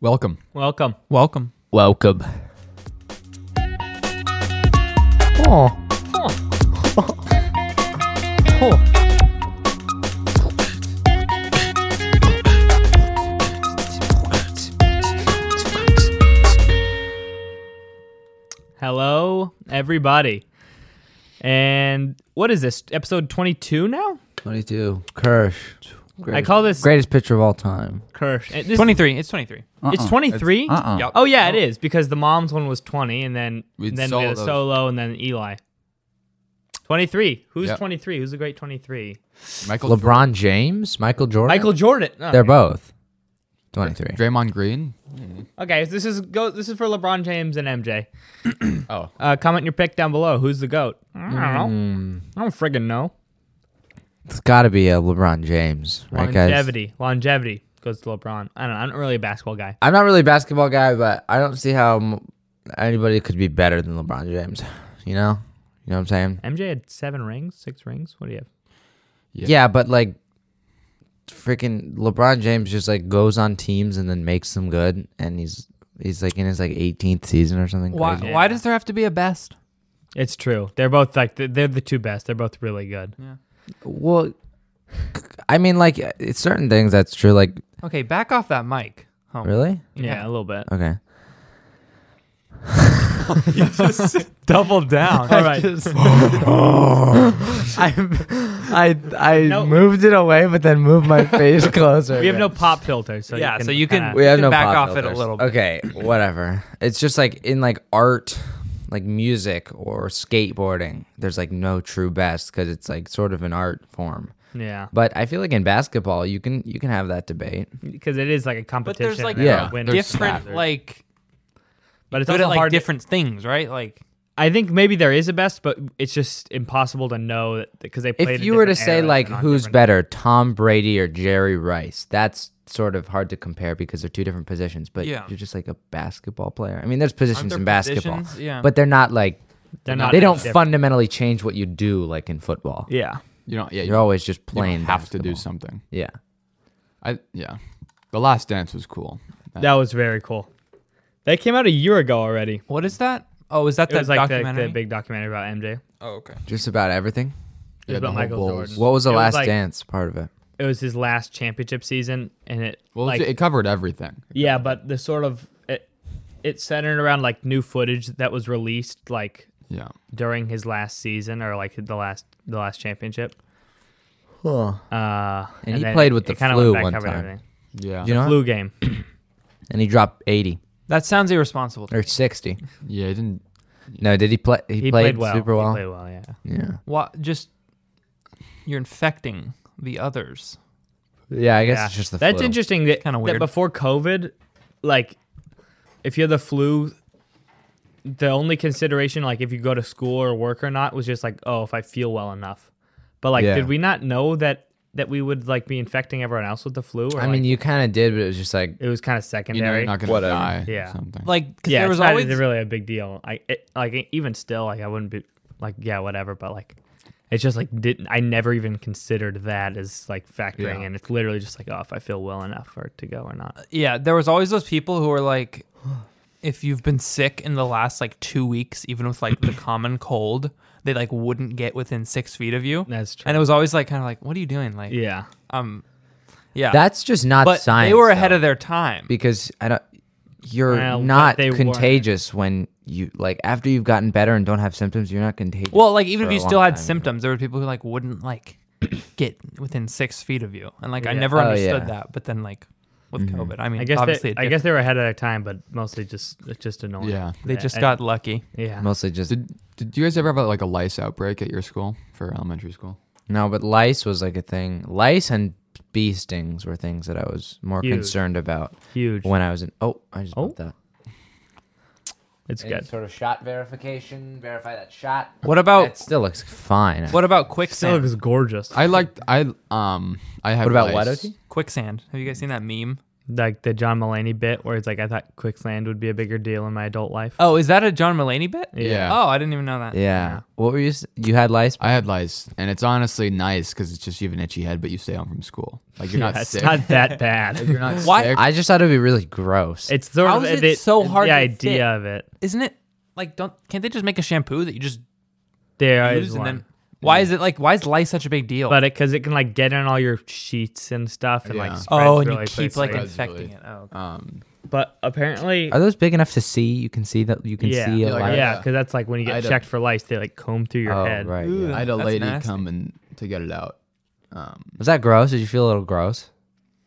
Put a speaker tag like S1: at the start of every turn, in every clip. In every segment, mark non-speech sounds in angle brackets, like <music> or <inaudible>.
S1: Welcome.
S2: Welcome.
S1: Welcome.
S3: Welcome.
S1: Oh.
S2: Hello, everybody. And what is this? Episode 22 now?
S3: 22. Kirsch.
S2: I call this
S3: greatest pitcher of all time.
S2: Kirsch. And this-
S4: 23. It's 23.
S2: It's 23?
S3: uh-uh.
S4: Yup.
S2: Oh, yeah, it is because the mom's one was 20, and then,
S1: We'd
S2: then
S1: solo
S2: we had a
S1: those.
S2: solo, and then Eli. 23. Who's
S1: Yep.
S2: 23? Who's the great 23?
S1: Michael
S3: LeBron James, Michael Jordan.
S2: Michael Jordan. Oh,
S3: They're both 23.
S1: Draymond Green.
S2: Okay, so this is go. This is for LeBron James and MJ.
S1: <clears throat> Oh.
S2: Uh, comment your pick down below. Who's the goat? I don't know.
S3: Hmm.
S2: I don't friggin' know.
S3: It's got to be a LeBron James, right, guys?
S2: Longevity. Longevity goes to LeBron. I don't know. I'm not really a basketball guy.
S3: I'm not really a basketball guy, but I don't see how m- anybody could be better than LeBron James. You know? You know what I'm saying?
S2: MJ had seven rings, six rings. What do you have?
S1: Yeah.
S3: Yeah, but like freaking LeBron James just like goes on teams and then makes them good and he's he's like in his like 18th season or something
S4: Why,
S3: crazy.
S4: why does there have to be a best?
S2: It's true. They're both like th- they're the two best. They're both really good.
S3: Well, c- I mean like it's certain things that's true like
S4: Okay, back off that mic. Oh,
S3: really?
S2: Yeah, a little bit.
S3: Okay.
S2: <laughs>
S4: Double
S3: <laughs>
S4: down.
S2: All right. <laughs>
S3: I I I
S2: No.
S3: moved it away but then moved my
S2: <laughs>
S3: face closer.
S2: we have no pop filter, so
S4: yeah,
S2: you can
S4: so you can,
S2: kinda-
S3: We have
S4: you can
S3: no
S4: back
S3: pop
S4: off it a
S3: filters.
S4: little bit.
S3: Okay, whatever. It's just like in like art, like music or skateboarding. There's like no true best because it's like sort of an art form.
S2: yeah,
S3: But I feel like in basketball, you can you can have that debate.
S2: because it is like a
S4: But
S2: competition.
S4: there's like
S2: and a
S3: Yeah.
S2: winner.
S4: different, like,
S2: but it's
S4: good
S2: also
S4: at like
S2: hard.
S4: different things, right? Like,
S2: I think maybe there is a best, but it's just impossible to know because they. Played
S3: If
S2: a
S3: you were to
S2: different
S3: say
S2: era
S3: like
S2: and on
S3: who's
S2: different-
S3: better, Tom Brady or Jerry Rice, that's sort of hard to compare because they're two different positions. But
S4: Yeah.
S3: you're just like a basketball player. I mean, there's positions
S4: there
S3: in basketball,
S4: positions? Yeah.
S3: but they're not like
S2: They're not
S3: they don't
S2: different.
S3: fundamentally change what you do like in football.
S2: Yeah.
S1: You don't yeah, you
S3: You're always just
S1: you don't
S3: playing.
S1: have to do
S3: basketball.
S1: something.
S3: Yeah.
S1: I yeah. The last dance was cool.
S2: That was very cool. That came out a year ago already.
S4: what is that? Oh, is that
S2: It
S4: the
S2: was like the,
S4: documentary?
S2: the big documentary about MJ.
S4: oh, okay.
S3: Just about everything.
S1: Yeah,
S2: about Michael Jordan.
S3: What was the
S2: It was
S3: last
S2: like-
S3: dance part of it?
S2: It was his last championship season, and it
S1: Well,
S2: like
S1: it- it covered everything.
S2: yeah, but the sort of it it centered around like new footage that was released like
S1: Yeah.
S2: during his last season or like the last the last championship. Uh,
S3: And he
S2: then
S3: played with the
S2: kinda
S3: flu
S2: went back,
S3: one
S2: covered
S3: time.
S2: everything.
S1: Yeah.
S3: You know,
S2: Flu game.
S3: and he dropped eighty
S4: That sounds irresponsible.
S3: or sixty.
S1: Yeah, it didn't
S3: No, did he play? He,
S2: He
S3: played,
S2: played well.
S3: super well.
S2: He played well. Yeah.
S3: Yeah,
S4: What? Just, you're infecting the others.
S3: yeah. I guess
S2: Yeah.
S3: it's just the
S2: That's
S3: flu.
S2: interesting. That
S4: Kinda
S2: that
S4: weird.
S2: before COVID, like, if you had the flu, the only consideration, like, if you go to school or work or not, was just like, oh, if I feel well enough. But like,
S3: Yeah.
S2: did we not know that that we would like be infecting everyone else with the flu? Or,
S3: I mean,
S2: like,
S3: you kind of did, but it was just like
S2: it was kind of
S1: you know
S2: secondary.
S1: you're not gonna
S3: Whatever.
S1: die. or
S2: Yeah.
S1: Something.
S4: Like, 'cause
S2: yeah,
S4: there
S2: it's
S4: was
S2: not
S4: always
S2: really a big deal. I it, like e, even still, like I wouldn't be like, yeah, whatever. But like, it's just like didn't I never even considered that as like factoring
S1: Yeah.
S2: in. It's literally just like, oh, if I feel well enough for it to go or not.
S4: yeah, there was always those people who were like, if you've been sick in the last like two weeks, even with
S3: <clears throat>
S4: like the common cold, they like wouldn't get within six feet of you.
S2: That's true.
S4: And it was always like kind of like, what are you doing? Like,
S2: yeah.
S4: um, yeah,
S3: that's just not
S4: but
S3: science.
S4: they were ahead
S3: though,
S4: of their time.
S3: because I don't. You're
S2: Well, but
S3: not
S2: they weren't.
S3: contagious when you like after you've gotten better and don't have symptoms. You're not contagious.
S4: Well, like even
S3: for
S4: if you
S3: a
S4: still
S3: long
S4: had
S3: time.
S4: symptoms, there were people who like wouldn't
S3: <clears throat>
S4: like get within six feet of you, and like I
S2: Yeah.
S4: never
S3: Oh,
S4: understood
S3: yeah. Mm-hmm.
S4: that. But then like with
S1: Mm-hmm.
S4: COVID, I mean,
S2: I guess
S4: obviously,
S2: they,
S4: it
S2: I
S4: did-
S2: guess they were ahead of their time, but mostly just it's just annoying.
S1: yeah.
S4: they just
S2: I-
S4: got lucky.
S2: yeah.
S3: mostly just
S1: Did did you guys ever have a, like a lice outbreak at your school for elementary school?
S3: no, but lice was like a thing. Lice and bee stings were things that I was more
S2: Huge.
S3: concerned about
S2: huge.
S3: when I was in. Oh, I just
S2: Oh.
S3: bumped that.
S2: It's good.
S3: Sort of shot verification. Verify that shot.
S4: What about
S3: It still looks fine.
S4: what about
S2: Still
S4: quicksand?
S2: looks gorgeous.
S1: I liked I um I had
S3: What about
S1: lice.
S3: what, OT?
S4: quicksand. Have you guys seen that meme?
S2: like the John Mulaney bit where it's like I thought quicksand would be a bigger deal in my adult life.
S1: <laughs>
S4: Oh, is that a John Mulaney bit?
S1: Yeah.
S4: Oh, I didn't even know that.
S3: Yeah. What were you? s- You had lice.
S1: I had lice, and it's honestly nice because it's just you have an itchy head, but you stay home from school. Like you're
S2: Yeah,
S1: not
S2: it's
S1: sick.
S2: not
S1: <laughs>
S2: that
S1: Like,
S2: bad. <laughs>
S1: you're not
S4: Why-
S1: sick.
S3: I just thought it'd be really gross.
S2: it's sort
S4: How
S2: of
S4: is it <laughs>
S2: the-
S4: so hard
S2: the
S4: to
S2: idea
S4: fit?
S2: of it.
S4: Isn't it like don't can't they just make a shampoo that you just
S2: There
S4: use
S2: is
S4: and
S2: one.
S4: then why is it like why is lice such a big deal?
S2: but it because it can like get in all your sheets and stuff and like
S1: Yeah.
S2: spreads
S4: oh, and
S2: really
S4: you keep
S2: quickly.
S4: like
S1: Spreads
S4: infecting
S1: really-
S4: it. Oh, okay.
S1: um,
S2: but apparently
S3: Are those big enough to see? You can see that. You can
S2: yeah
S3: see a
S1: Yeah, like
S3: lice.
S2: yeah
S1: Yeah.
S2: because that's like when you
S1: I
S2: get
S1: had a-
S2: checked for lice they like comb through your
S3: Oh
S2: head
S3: right.
S4: Ooh.
S3: yeah.
S1: I had a
S4: That's
S1: lady
S4: nasty.
S1: come and to get it out. Um,
S3: Was that gross? Did you feel a little gross?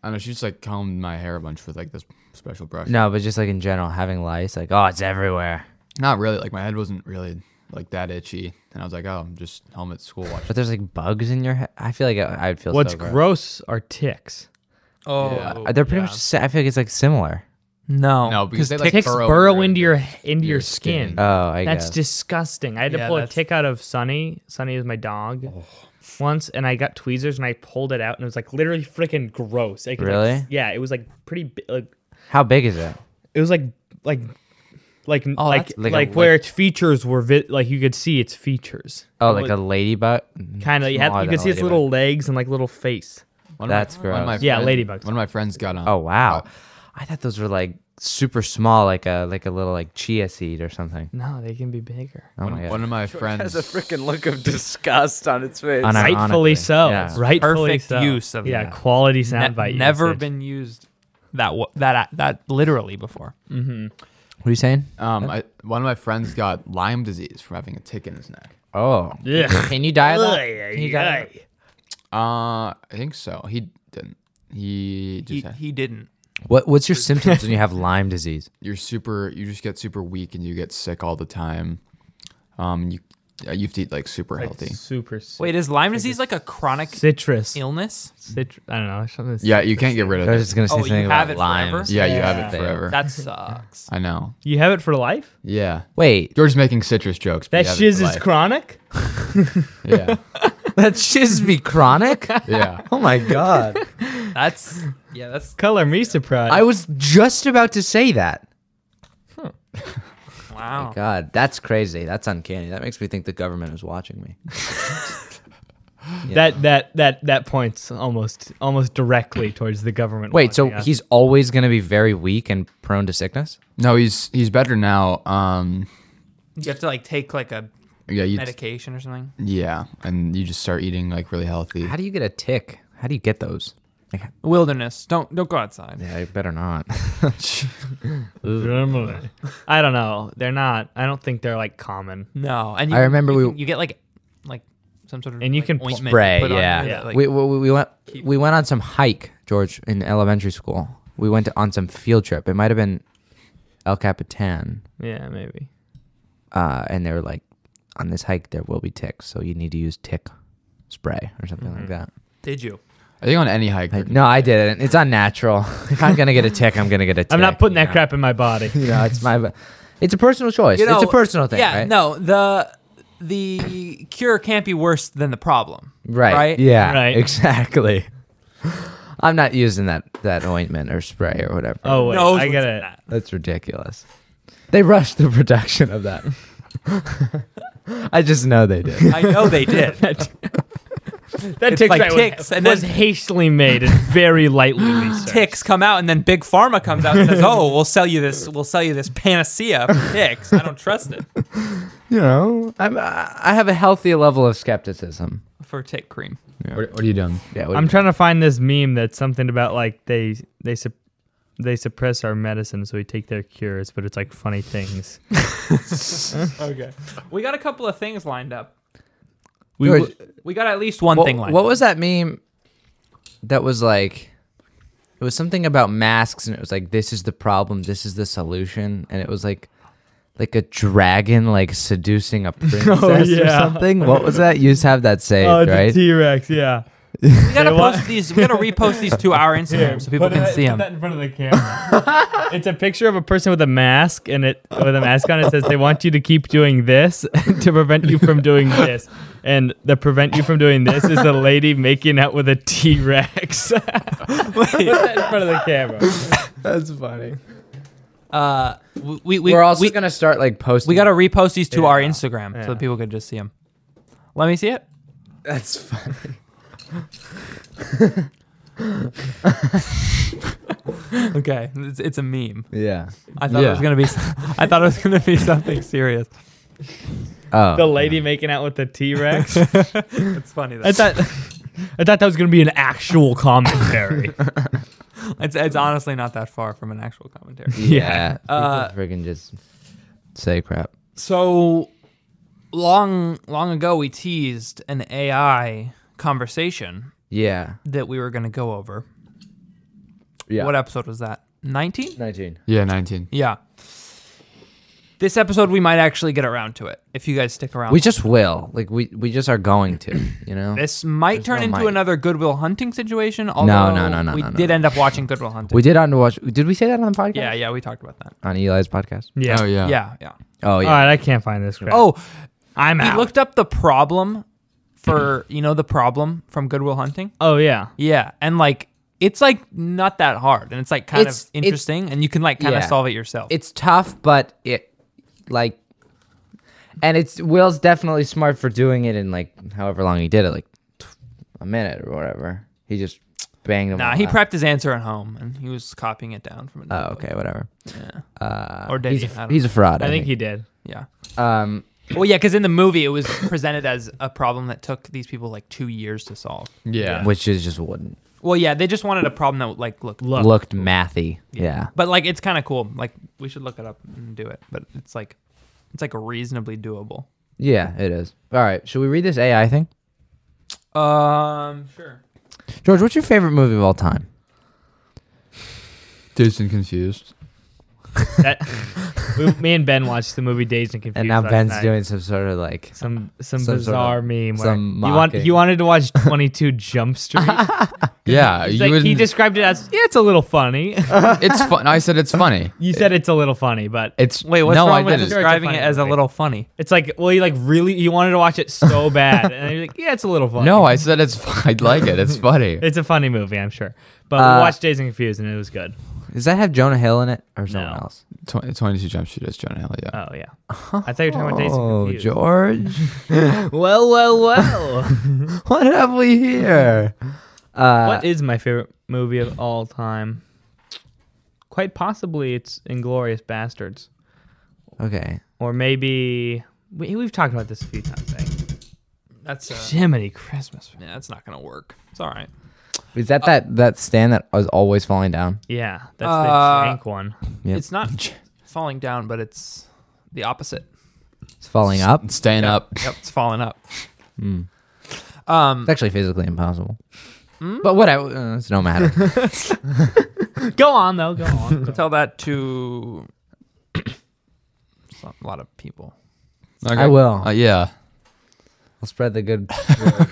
S1: I don't know. She just like combed my hair a bunch with like this special brush.
S3: No, but just like in general, having lice, like oh, it's everywhere.
S1: Not really. Like my head wasn't really like that itchy, and I was like, oh, I'm just home at school watching.
S3: But there's like bugs in your head. I feel like I, I'd feel.
S2: what's
S3: so gross?
S2: gross are ticks
S4: oh
S1: Yeah.
S3: Uh, They're pretty
S4: yeah.
S3: much. si- I feel like it's like similar.
S4: no
S1: No, because they, like,
S2: Oh, ticks
S1: burrow
S2: burrow into
S1: right into
S2: your into your,
S1: your
S2: skin,
S1: skin.
S3: Oh, I
S2: that's
S3: guess.
S2: disgusting i had to
S4: Yeah,
S2: pull a
S4: that's-
S2: tick out of sunny sunny is my dog
S3: Oh.
S2: once and i got tweezers and i pulled it out and it was like literally freaking gross It could, like,
S3: Really?
S2: s- yeah it was like pretty bi- like
S3: How big is it?
S2: it was like like like
S4: Oh,
S2: like
S4: that's-
S2: like,
S3: Oh, Like a
S2: where its features were vi- like you could see its features
S3: Oh,
S2: It
S3: like
S2: was-
S3: a ladybug.
S2: kind of you, had,
S3: smaller
S2: you
S3: than
S2: could see
S3: a
S2: its
S3: ladybug.
S2: little legs and like little face
S1: One
S3: That's
S1: of my, one of my
S3: gross.
S2: Yeah,
S1: friend-
S2: ladybugs.
S1: One of my friends got on.
S3: Oh wow. I thought those were like super small, like a like a little like chia seed or something.
S2: no they can be bigger
S3: Oh
S1: One-
S3: my god.
S1: one of my friends.
S5: freaking look of disgust on its face.
S3: On a-
S2: rightfully
S3: Ironically,
S2: so
S3: yeah.
S2: rightfully
S4: Perfect
S2: so.
S4: use of
S2: yeah
S4: that.
S2: quality sound
S4: ne-
S2: bite
S4: never
S2: usage.
S4: been used that wa- that that literally before.
S3: what are you saying?
S1: um, I, one of my friends got Lyme disease from having a tick in his neck.
S3: Oh.
S2: Yeah.
S3: Can you die of that?
S2: Ay,
S3: Can you
S2: ay,
S3: die of
S2: ay.
S1: Uh, I think so. He didn't. He just
S4: He,
S1: had-
S4: he didn't.
S3: that? What what's your symptoms when you have Lyme disease?
S1: you're super. You just get super weak and you get sick all the time. Um, you you have to eat like super
S2: Like
S1: healthy.
S2: super cit-
S4: Wait, is Lyme disease like a chronic
S2: citrus
S4: illness?
S2: Citr- i don't know something
S1: Yeah, you can't get rid of
S3: I was
S1: it.
S3: just gonna say
S4: Oh, you
S3: something
S4: have
S3: about
S4: it
S3: Lyme.
S4: forever? uh,
S1: Yeah, you have
S2: Yeah.
S1: it forever.
S4: That sucks.
S1: I know.
S2: you have it for life
S1: Yeah.
S3: Wait,
S1: George's making citrus jokes. but
S2: that
S1: yeah,
S2: shiz
S1: that's
S2: is
S1: life.
S2: chronic <laughs>
S1: Yeah.
S3: that shit's be chronic?
S1: <laughs> Yeah.
S3: <laughs> oh my god.
S4: <laughs> That's yeah, that's
S2: color me surprised
S3: I was just about to say that.
S4: wow.
S3: God, that's crazy. That's uncanny. That makes me think the government is watching
S4: <laughs>
S3: me.
S2: that that that that points almost almost directly towards the government
S3: Wait, so
S2: watching us.
S3: he's always gonna be very weak and prone to sickness?
S1: No, he's he's better now. Um
S4: You have to like take like a
S1: yeah, you
S4: medication or something.
S1: yeah, and you just start eating like really healthy.
S3: How do you get a tick? How do you get those? Like,
S4: Wilderness. Don't don't go outside.
S3: yeah, you better not.
S2: Germany. I don't know. They're not. I don't think they're like common.
S4: No, and you,
S3: I remember
S4: you
S3: we-
S4: can- you get like like some sort of
S2: And you
S4: like,
S2: can
S4: ointment you
S3: Spray,
S4: put on
S3: yeah.
S4: there
S2: Yeah.
S4: that, like-
S3: we, we, we went we went on some hike, George, in elementary school. We went on some field trip. It might have been El Capitan,
S2: Yeah, maybe.
S3: uh, and they were like, "On this hike, there will be ticks, so you need to use tick spray or something like that."
S4: Mm-hmm. did you?
S1: I think on any hike.
S3: I- no, I didn't. It's unnatural. <laughs> if I'm gonna get a tick, I'm gonna get a tick.
S2: I'm not putting
S3: you
S2: that crap in my body.
S3: know? <laughs> You know, it's my. It's a personal choice.
S4: You know,
S3: it's a personal thing.
S4: Yeah,
S3: right?
S4: no, the the cure can't be worse than the problem.
S3: Right.
S4: Right?
S3: Yeah.
S2: Right.
S3: Exactly. <laughs> I'm not using that that ointment or spray or whatever.
S2: Oh wait,
S4: No,
S2: I get
S4: it's
S2: it.
S4: not.
S3: that's ridiculous. They rushed the production of that. <laughs> I just know they did.
S4: I know they did.
S2: <laughs>
S3: <laughs>
S2: That
S4: It's
S2: tick
S4: like
S2: spray was-
S4: ticks, and
S2: was
S4: then-
S2: hastily made and
S4: <gasps>
S2: very lightly researched.
S4: ticks come out and then big pharma comes out and says, "Oh, we'll sell you this we'll sell you this panacea for ticks." I don't trust it
S3: You know, I'm, I I have a healthy level of skepticism.
S4: for tick cream.
S1: What, what are you doing?
S3: Yeah,
S2: I'm trying to find this meme that's something about like they they sup- they suppress our medicine, so we take their cures, but it's like
S4: <laughs>
S2: funny things.
S4: Okay. We got a couple of things lined up.
S2: We
S3: George,
S2: w-
S4: We got at least one
S3: what,
S4: thing lined
S3: what
S4: up.
S3: was that meme? That was like, it was something about masks, and it was like, this is the problem, this is the solution, and it was like, like a dragon like
S4: <laughs>
S3: seducing a <laughs> princess or
S4: Oh,
S2: yeah.
S3: something. What was that? You just have that saved,
S2: oh, it's
S3: right?
S2: a T Rex. Yeah,
S4: We gotta
S2: Say what?
S4: post these. We gotta repost these to
S2: <laughs>
S4: our Instagram so people
S2: Put
S4: can
S2: that-
S4: see them.
S2: put that in front of the camera.
S4: <laughs>
S2: it's a picture of a person with a mask, and it with a mask on. It says they want you to keep doing this <laughs> to prevent you from doing this, and the prevent you from doing this is the lady making out with a T Rex. <laughs> put that in front of the
S3: <laughs>
S2: camera.
S1: That's funny.
S4: Uh, we we we,
S3: We, are also
S4: we,
S3: gonna start like posting.
S4: we gotta repost these to our
S3: Yeah.
S4: Instagram so
S2: Yeah.
S4: that people can just see them. Let me see it.
S3: That's funny.
S4: <laughs> Okay, it's, it's a meme.
S3: Yeah.
S4: I thought it was
S1: Yeah.
S4: gonna be. <laughs> I thought it was gonna be something serious.
S3: Oh.
S2: The lady making out with the
S4: <laughs>
S2: T Rex.
S4: It's funny. Though.
S2: I thought. I thought that was gonna be an actual commentary.
S4: <laughs> It's, it's honestly not that far from an actual commentary.
S3: Yeah.
S4: Uh,
S3: People freaking just say crap.
S4: So long, long ago, we teased an AI conversation
S3: Yeah.
S4: that we were going to go over.
S3: Yeah.
S4: What episode was that? 19?
S3: Nineteen.
S1: Yeah, 19.
S4: Yeah. This episode, we might actually get around to it if you guys stick around.
S3: We just will. Like we we just are going to. You know.
S4: this might turn
S3: no
S4: into
S3: might.
S4: another Goodwill Hunting situation. Although
S3: no, no, no,
S4: We
S3: no, no.
S4: did end up watching Goodwill Hunting.
S3: we did on watch. Did we say that on the podcast?
S4: yeah, yeah, we talked about that.
S3: On Eli's podcast.
S2: Yeah.
S1: Oh, yeah.
S4: Yeah, yeah.
S3: Oh
S2: All
S3: yeah.
S2: right, I can't find this. Crap.
S4: Oh,
S2: I'm
S4: we
S2: out.
S4: looked up the problem for you know the problem from Goodwill Hunting.
S2: oh yeah.
S4: Yeah, and like it's like not that hard, and it's like kind
S3: It's-
S4: of
S3: it's-
S4: interesting, and you can like kind of
S3: yeah.
S4: solve it yourself.
S3: it's tough, but it like, and it's Will's definitely smart for doing it in like however long he did it, like t- a minute or whatever. He just banged them.
S4: nah,
S3: all
S4: he
S3: out.
S4: prepped his answer at home, and he was copying it down from. a
S3: Oh,
S4: notebook.
S3: okay, whatever. Uh,
S4: Or did
S3: he's
S4: he? I
S3: a,
S4: don't
S3: he's a fraud.
S2: I think he did.
S4: Yeah.
S3: Um,
S4: Well, yeah, because in the movie it was presented as a problem that took these people like two years to solve.
S1: Yeah.
S3: which is just wouldn't
S4: Well, yeah, they just wanted a problem that would like look.
S2: Look.
S3: looked mathy. Yeah.
S4: But like, it's kind of cool. Like, we should look it up and do it. But it's like, it's like reasonably doable.
S3: yeah, it is. All right, should we read this AI thing?
S4: Um, sure.
S3: George, what's your favorite movie of all time?
S1: Dazed and confused.
S2: That, <laughs> we, me and Ben watched the movie Dazed and Confused.
S3: And now
S2: last
S3: Ben's
S2: night.
S3: doing some sort of like
S2: some some,
S3: some sort of-
S2: bizarre meme. Where
S3: some
S2: you want
S3: mocking.
S2: you wanted to watch Twenty Two Jump Street.
S1: Yeah,
S2: He's
S1: you
S2: like, he
S1: wouldn't-
S2: described it as yeah, it's a
S3: <laughs>
S2: little funny.
S1: it's fun. I said it's funny.
S2: you said it's a little funny, but
S1: It's
S4: Wait, what's
S1: no,
S4: wrong
S1: I
S4: with
S1: didn't.
S4: describing it
S2: It's a
S4: as a
S2: funny
S4: little funny?
S2: it's like well, you like really you wanted to watch it so bad, and you're like yeah, it's a little funny.
S1: No, I said it's. fu- I like it.
S4: <laughs>
S1: It's funny.
S2: <laughs> it's a funny movie, I'm sure. But
S3: Uh,
S2: we watched Dazed and Confused, and it was good.
S3: Does that have Jonah Hill in it or someone
S2: No.
S3: else?
S1: Tw- Twenty-two Jump Street is Jonah Hill. Yeah.
S2: Oh yeah, I thought you were talking about Dazed and
S3: Oh,
S2: Confused.
S3: George. <laughs>
S1: <laughs>
S2: Well,
S4: <laughs>
S2: well, well.
S3: What have we here? Uh,
S2: what is my favorite movie of all time? Quite possibly, it's Inglorious Bastards.
S3: Okay.
S2: or maybe we, we've talked about this a few times. I think.
S4: That's uh,
S2: Jiminy Christmas.
S4: yeah, that's not gonna work. It's all right.
S3: Is
S2: Uh,
S3: that that that stand that was always falling down?
S2: Yeah, that's
S4: Uh,
S2: the jank one.
S3: Yep.
S4: It's not
S3: <laughs>
S4: falling down, but it's the opposite.
S3: It's falling up.
S1: It's Staying up.
S4: Yep, it's falling up. Um,
S3: It's actually physically impossible.
S4: Hmm?
S3: But whatever. Uh, it's no
S4: <laughs>
S3: matter.
S2: <laughs> Go on though. Go on.
S4: tell that to <coughs> a lot of people.
S1: Okay.
S3: I will.
S1: Uh, yeah.
S3: I'll spread the
S4: <laughs>
S3: good. All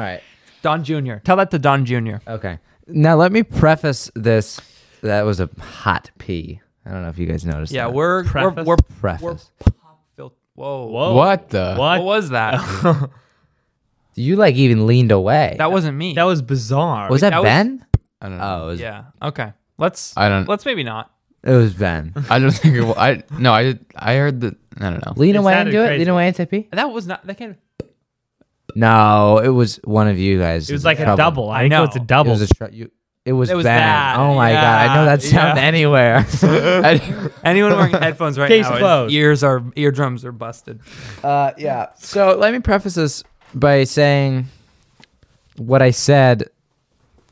S3: right.
S4: Don Jr. Tell that to Don Jr.
S3: Okay. Now let me preface this. That was a hot P. I don't know if you guys noticed.
S4: Yeah,
S3: that.
S4: we're we're
S2: Preface.
S4: we're
S3: preface.
S4: we're fil- Whoa,
S2: Whoa.
S1: What the?
S2: What?
S4: What was that?
S3: you like even leaned away.
S4: that wasn't me.
S2: That was bizarre.
S3: was that,
S4: that was-
S3: Ben?
S1: I don't know.
S3: Oh, it was,
S4: yeah. Okay. Let's.
S1: I don't.
S4: Let's maybe not.
S3: it was Ben.
S1: <laughs> I don't think. It, wa- I no. I did. I heard that. I don't know.
S3: Lean
S2: It
S3: away and
S2: sounded
S3: do it.
S2: crazy.
S3: Lean away and say P.
S4: That was not. That can't.
S3: No, it was one of you guys.
S2: it was like a
S3: Trouble.
S2: double. I,
S4: I
S2: think
S4: know.
S2: know. it's a double.
S3: It was a tr- you, it was,
S4: It was
S3: Ben.
S4: that.
S3: Oh my god, I know that
S4: Yeah,
S3: sound
S4: yeah.
S3: anywhere.
S1: <laughs>
S3: <laughs>
S1: I-
S4: <laughs> Anyone wearing headphones right
S2: Case
S4: now? is-
S2: closed.
S4: Ears are eardrums are busted.
S3: uh, yeah. So let me preface this by saying what I said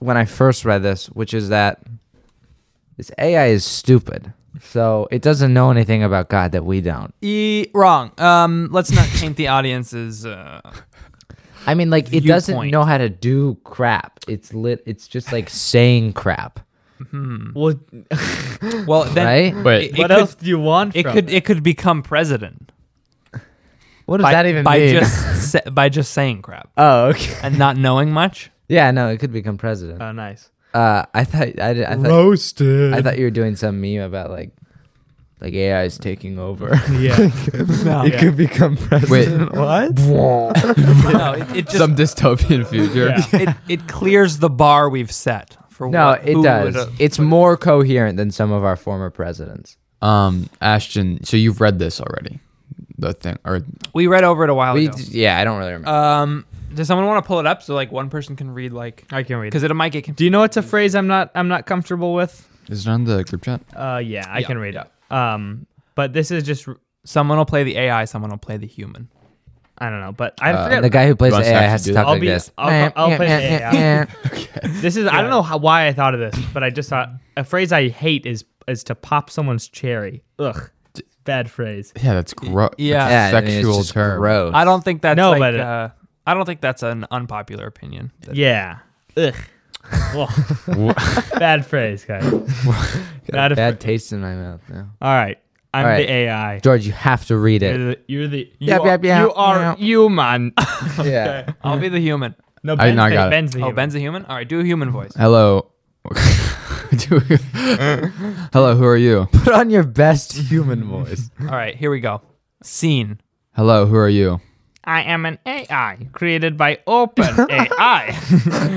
S3: when I first read this, which is that this AI is stupid. So it doesn't know anything about God that we don't.
S4: E- wrong. Um, let's not paint the audience's. Uh,
S3: I mean, like it doesn't
S4: Viewpoint.
S3: know how to do crap. It's lit. It's just like saying crap,
S2: Well, <laughs>
S4: well, hmm. then
S3: right?
S1: Wait.
S4: it, it
S2: what
S4: could,
S2: else do you want?
S4: It
S2: from
S4: could it could become president
S3: <laughs> What does
S4: by,
S3: that even
S4: by
S3: mean? <laughs>
S4: just sa- by just saying crap
S3: Oh, okay.
S4: and not knowing much.
S3: Yeah, no, it could become president.
S2: Oh, nice.
S3: Uh, I thought I, did, I thought
S2: Roasted.
S3: I thought you were doing some meme about like like AI is taking over. <laughs>
S2: yeah. No.
S3: you
S2: Yeah.
S3: could become
S1: Wait,
S3: president.
S2: <laughs>
S3: <laughs>
S2: What?
S3: Wait.
S4: no, it, it just <laughs>
S1: some dystopian future.
S2: Yeah.
S4: it, it clears the bar we've set for
S3: no,
S4: what,
S3: it
S4: who
S3: does.
S4: would-
S3: it's more coherent than some of our former
S2: <laughs>
S3: presidents.
S1: Um, Ashton, so you've read this already, the thing, or
S4: we read over it a while
S3: We,
S4: ago.
S3: d- yeah, I don't really remember.
S4: Um, does someone want to pull it up so like one person can read like
S2: I can read.
S4: because
S2: it.
S4: it might get confused.
S2: Do you know it's a phrase I'm not I'm not comfortable with?
S1: is it on the group chat?
S2: Uh, yeah, I
S4: Yeah,
S2: can read it. Um, but this is just
S4: Someone will play the AI. Someone will play the human.
S2: I don't know. But I
S1: Uh,
S2: forget.
S3: the guy who plays
S1: You
S3: the
S1: want us to
S3: AI
S1: actually
S3: has
S1: do
S3: to
S1: that?
S3: talk
S2: I'll
S3: like
S2: be-
S3: this.
S2: I'll- I'll play
S3: <laughs>
S2: the AI.
S1: <laughs> Okay.
S2: this is I don't know how, why I thought of this, but I just thought a phrase I hate is is to pop someone's cherry. Ugh, bad phrase.
S1: Yeah, that's gross.
S3: Yeah, I
S4: yeah.
S1: that's a
S3: mean, it's
S1: sexual
S3: just
S1: term.
S3: Gross.
S4: I don't think that's
S2: No,
S4: like,
S2: but it-
S4: uh, I don't think that's an unpopular opinion. That-
S2: Yeah. Ugh. <laughs> Ugh.
S4: <laughs>
S2: <laughs>
S1: Wha- <laughs>
S2: bad phrase, guys. Not a
S3: bad taste in my mouth. No.
S2: All right. I'm
S3: All right.
S2: the AI.
S3: George, you have to read
S2: <laughs> You're
S3: it.
S2: the you're the you
S3: Yap,
S2: are,
S3: yap, yap,
S2: you are
S3: yap.
S2: human. <laughs>
S3: yeah.
S4: <laughs> I'll be the human.
S2: No,
S1: I-
S2: Ben's,
S1: no, I
S2: the,
S1: got it.
S2: Ben's the
S4: Oh,
S2: human.
S4: Ben's a human. All right, do a human voice.
S1: Hello. <laughs> Do- Hello, who are you?
S3: Put on your best human voice.
S4: All right, here we go. Scene.
S1: Hello, who are you?
S2: I am an AI created by OpenAI.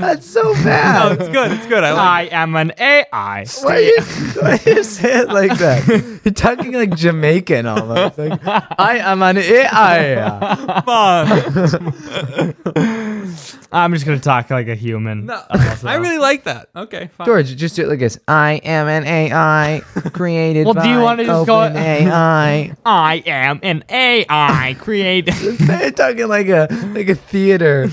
S3: <laughs>
S4: <laughs>
S3: That's so bad.
S4: Oh, it's good. It's good. I like.
S2: I am an AI.
S3: Why you, <laughs> <laughs> why you say it like that? You're talking like Jamaican almost. Like, I am an AI.
S4: <laughs>
S2: I'm just gonna talk like a human.
S4: No, <laughs>
S2: Also.
S4: I really like that. Okay, fine.
S3: George, just do it like this. I am an AI created
S2: Well, do you
S3: by
S2: wanna just go-
S3: OpenAI.
S2: I am an AI
S3: <laughs>
S2: created.
S3: you're talking like a like a
S2: <laughs>
S3: theater.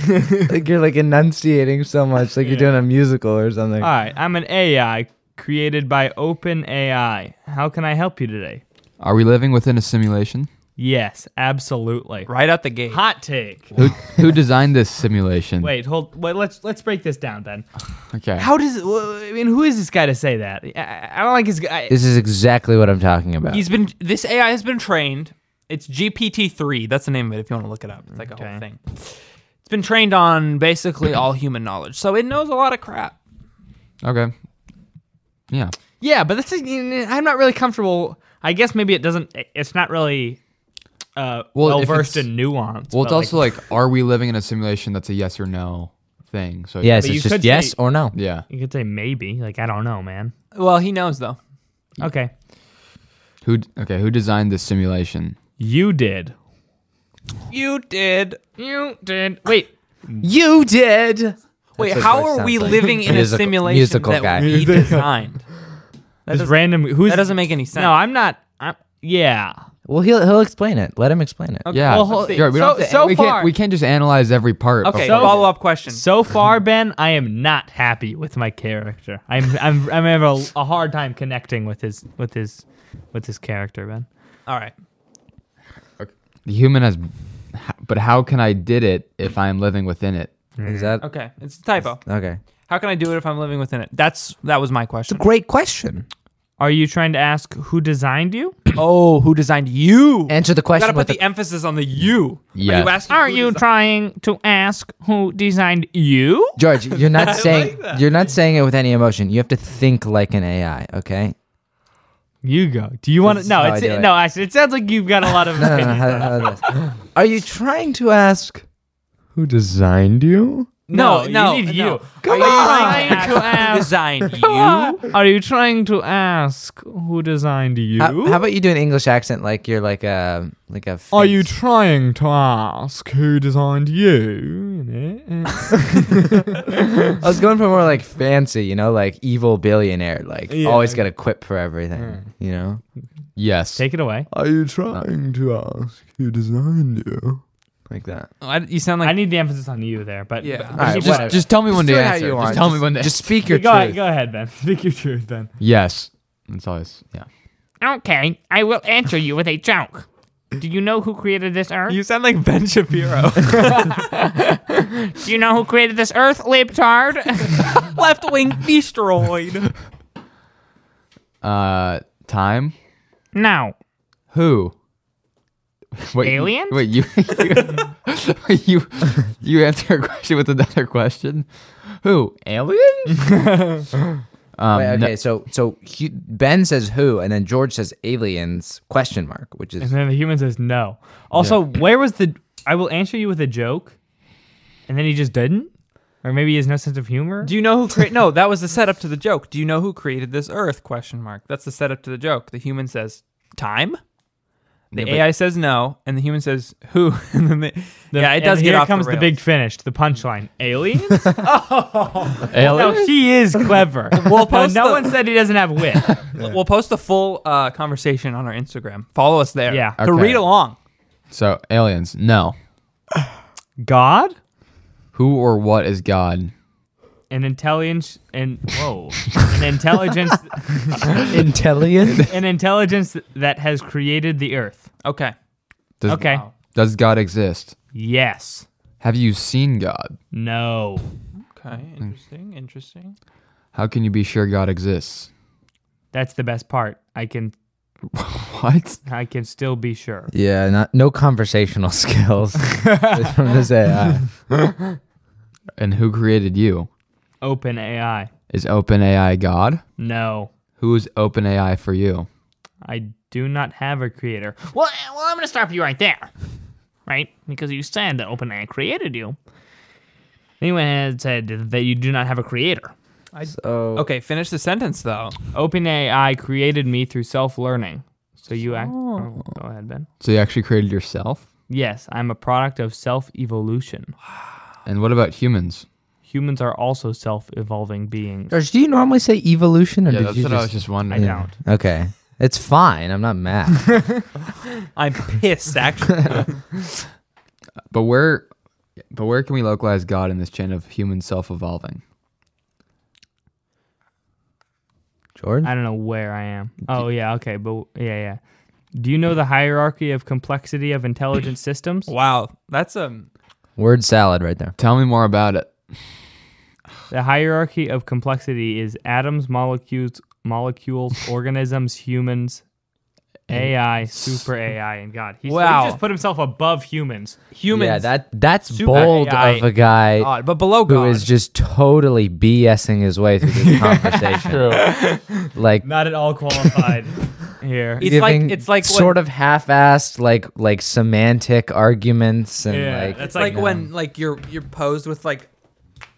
S3: like you're like enunciating so much, like you're doing a musical or something.
S2: All right, I'm an AI created by OpenAI. How can I help you today?
S1: Are we living within a simulation?
S2: Yes, absolutely.
S4: Right out the gate.
S2: Hot take.
S1: Who who designed this simulation?
S2: Wait, hold. Wait, let's let's break this down, Ben.
S1: <sighs> Okay.
S2: How does? wh- I mean, who is this guy to say that? I, I don't like his. guy.
S3: This is exactly what I'm talking about.
S4: He's been. This AI has been trained. It's GPT three. That's the name of it. If you want to look it up, it's like a
S2: Okay.
S4: whole thing. It's been trained on basically all human knowledge, so it knows a lot of crap.
S1: Okay. Yeah.
S2: Yeah, but this is. I'm not really comfortable. I guess maybe it doesn't. It's not really. Uh,
S1: Well,
S2: well
S1: if
S2: versed
S1: it's-
S2: in nuance.
S1: Well, it's
S2: but,
S1: also like, are we living in a simulation? That's a yes or no thing. So
S3: yes,
S2: But you
S3: it's
S2: could
S3: just yes
S2: say-
S3: or no.
S1: Yeah.
S2: you could say maybe. Like I don't know, man.
S4: Well, he knows though.
S2: Okay,
S1: Who? d- Okay. Who designed this simulation?
S2: you did.
S4: You did.
S2: You did. Wait.
S3: You did.
S4: Wait,
S3: what
S4: how
S3: voice
S4: are we
S3: sounds like.
S4: living in
S3: Musical-
S4: a simulation
S3: musical
S4: that
S3: guy.
S2: <laughs>
S4: we designed? That
S2: This
S4: doesn't,
S2: random. Who's
S4: that doesn't make any sense.
S2: No, I'm not. I'm, yeah.
S3: Well, he'll he'll explain it. Let him explain it.
S1: Yeah.
S2: Well, hold-
S1: You're right, we
S2: so-
S1: don't have to-
S2: so
S1: we
S2: far-
S1: can't, we can't just analyze every part.
S4: okay,
S1: before-
S4: follow up question.
S2: So far, Ben, I am not happy with my character. I'm I'm I'm having a, a hard time connecting with his with his with his character, Ben.
S4: All right.
S1: the human has, but how can I did it if I am living within it?
S3: Is that
S4: Okay. It's a typo.
S3: okay?
S4: How can I do it if I'm living within it? That's that was my question.
S3: Great question.
S2: Are you trying to ask who designed you?
S4: Oh, who designed you?
S3: Answer the
S4: You gotta
S3: question
S4: put
S3: with
S4: the emphasis on the you. Are
S1: Yes.
S4: you asking
S2: Are
S4: who
S2: you
S4: desi-
S2: trying to ask who designed you?
S3: George, you're
S2: <laughs>
S3: not saying you're not saying it with any emotion. You have to think like an AI, okay?
S2: You go. Do you want
S3: This is
S2: to? No,
S3: how I
S2: it's
S3: do it.
S2: no. Actually, it sounds like you've got a
S3: <laughs>
S2: lot of.
S3: I don't know
S2: opinions.
S3: how- how this- <laughs> Are you trying to ask who designed you?
S4: No, no,
S2: you need
S4: no.
S2: you.
S4: Come
S2: Are you
S4: on.
S2: trying to ask?
S4: Design
S2: <laughs>
S4: you?
S2: Are you trying to ask who designed you?
S3: How, how about you do an English accent like you're like a like a
S2: <laughs> Are you
S3: fancy-
S2: trying to ask who designed you? <laughs>
S3: I was going for more like fancy, you know, like evil billionaire, like
S2: Yeah. Hmm.
S3: always got a quip for everything, you know?
S1: Yes.
S2: Take it away.
S3: <laughs> Are you trying to ask who designed you? Like that.
S4: I- you sound
S2: I
S4: like
S2: need the emphasis on you there, but
S4: Yeah.
S2: but-
S4: All
S3: right,
S2: but-
S3: whatever.
S1: just, just tell me when
S3: do
S1: to
S3: it how
S1: answer.
S3: you want.
S1: Just tell me when to.
S3: Just
S2: <laughs>
S3: speak your
S2: go, ahead,
S3: truth.
S2: go ahead, Ben. <laughs> Speak your truth, Ben.
S1: yes. That's always yeah.
S6: Okay, I will answer you with a joke. Do you know who created this earth?
S4: you sound
S2: <laughs>
S4: like
S3: <laughs>
S4: Ben Shapiro.
S6: <laughs> Do you know who created this earth,
S4: <laughs>
S6: libtard?
S4: Left wing destroyed.
S1: Uh, time.
S6: no.
S1: Who? <laughs> Wait, you-
S6: Aliens?
S1: Wait, you <laughs> wait, you you answer a question with another question. Who
S2: <laughs>
S1: aliens?
S3: <laughs>
S1: um,
S3: Wait,
S1: no-
S3: okay, so so he, Ben says who, and then George says aliens question mark, which
S2: And
S3: is
S2: then the human says no. Also, where was the I will answer you with a joke? And then he just didn't? Or maybe he has no sense of humor?
S4: Do you know who created? No, that was the setup to the joke. Do you know who created this Earth? Question mark. That's the setup to the joke. The human says time. The AI says no, and the human says who, <laughs> and then the,
S2: The-
S4: yeah, it
S2: and
S4: does
S2: Here
S4: get off
S2: comes the,
S4: the,
S2: big finish,
S4: <laughs>
S2: the punchline. Aliens?
S1: aliens?
S2: no, he is clever.
S4: Oh. <laughs> We'll
S2: no,
S4: post
S2: no
S4: the-
S2: one said he doesn't have wit.
S4: big. <laughs> We'll post the full uh, conversation on our Instagram. Follow us there.
S2: Yeah.
S4: to
S1: Okay.
S4: read along.
S1: So aliens? No.
S2: God?
S1: Who or what is God?
S2: An intelligence and
S4: <laughs>
S2: whoa. An
S1: <laughs>
S2: intelligence
S3: intelligent.
S2: an intelligence that has created the earth.
S4: Okay.
S1: Does,
S2: Okay.
S1: Does God exist?
S2: Yes.
S1: Have you seen God?
S2: No.
S4: Okay.
S1: Mm.
S4: Interesting. Interesting.
S1: How can you be sure God exists? <laughs>
S2: That's the best part. I can
S1: What?
S2: I can still be sure.
S3: yeah, not no conversational <laughs> skills from this AI.
S1: And who created you?
S2: Open AI.
S1: Is OpenAI God?
S2: No.
S1: Who is OpenAI for you?
S2: I do not have a creator.
S6: Well, uh, well, I'm gonna stop you right there, right? Because you said that OpenAI created you. Anyone had said that you do not have a creator.
S3: So
S4: Okay. Finish the sentence though.
S2: OpenAI created me through self-learning. So you act. Oh, go ahead, Ben.
S1: So you actually created yourself?
S2: Yes, I'm a product of self-evolution.
S1: And what about humans?
S2: Humans are also self-evolving beings.
S3: George, do you normally say evolution, or
S1: Yeah,
S3: did
S1: that's
S3: you
S1: what
S3: just,
S1: I was just
S2: I
S1: wondering.
S2: don't.
S3: Okay, it's fine. I'm not mad.
S4: <laughs> I'm pissed. Actually,
S3: <laughs>
S1: But where but where can we localize God in this chain of human self evolving?
S3: George,
S2: I don't know where I am. Oh yeah, okay, but yeah, yeah. Do you know the hierarchy of complexity of intelligent systems?
S4: wow. That's um.
S3: word salad right there.
S1: Tell me more about it.
S2: The hierarchy of complexity is atoms, molecules,
S3: <laughs>
S2: molecules, organisms, humans, AI, super AI, and God. He's,
S4: Wow.
S2: He just
S3: <laughs>
S2: put himself above humans.
S4: humans.
S3: Yeah, that that's
S4: Super
S3: bold
S4: AI.
S3: of a guy
S4: God, but below
S3: who
S4: God.
S3: is just totally BSing his way through
S4: <laughs>
S3: this conversation. <laughs> Like
S2: Not at
S3: <laughs>
S2: all qualified here.
S4: It's like-
S3: giving
S4: it's like when-
S3: sort of half-assed like like semantic arguments and
S2: Yeah,
S3: like um,
S2: that's
S4: It's like
S2: Yeah.
S4: when like you're you're posed with like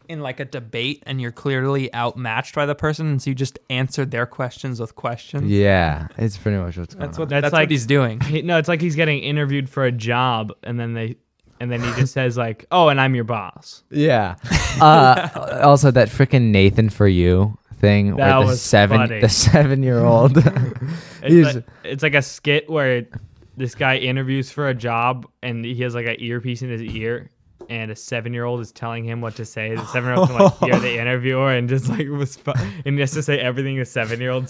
S4: in like a debate and you're clearly outmatched by the person, and so you just answer their questions with questions.
S3: yeah, it's pretty much what's
S2: <laughs>
S3: going
S4: That's
S3: on.
S4: what
S2: That's
S4: that's,
S2: like-
S4: what he's doing.
S2: He- no, it's like he's getting interviewed for a job, and then they, and then he just says like, "Oh, and I'm your boss."
S3: <laughs> yeah. Uh, also that freaking Nathan for you thing
S2: That
S3: where the
S2: was
S3: seven
S2: funny.
S3: the
S2: <laughs>
S3: 7-year-old
S2: It's
S3: He's-
S2: like, it's like a skit where this guy interviews for a job and he has like an earpiece in his ear and a seven-year-old is telling him what to say. The seven-year-old can like
S3: <laughs>
S2: hear the interviewer and just like was fu- and he has to say everything the seven-year-old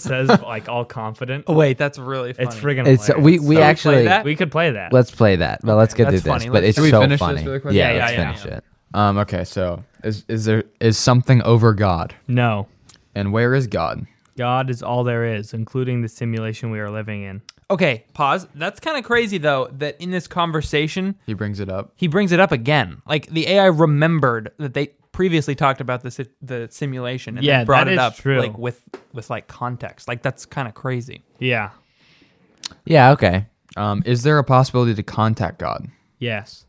S3: <laughs>
S2: says like all confident.
S4: Oh, wait, that's really funny.
S2: It's
S3: <laughs>
S2: friggin'
S3: It's we
S2: hilarious.
S3: we
S4: So-
S3: actually
S4: Play that?
S2: we could play that.
S3: let's play that. But let's get to
S4: that's
S3: this.
S4: funny.
S3: But
S4: Let's-
S3: it's
S1: Should we
S3: so
S1: finish this
S3: funny.
S1: really quick?
S3: yeah,
S2: Yeah,
S3: let's
S2: yeah, yeah,
S3: finish it.
S1: Um, okay, so is is there is something over God?
S2: no.
S1: And where is God?
S2: God is all there is, including the simulation we are living in.
S4: okay, pause. That's kind of crazy though that in this conversation
S1: He brings it up.
S4: he brings it up again. Like the AI remembered that they previously talked about the si- the simulation and
S2: Yeah,
S4: then brought
S2: that
S4: it
S2: is
S4: up
S2: true.
S4: like with with like context. Like that's kind of crazy.
S2: Yeah.
S3: Yeah, okay.
S1: Um, is there a possibility to contact God?
S2: Yes.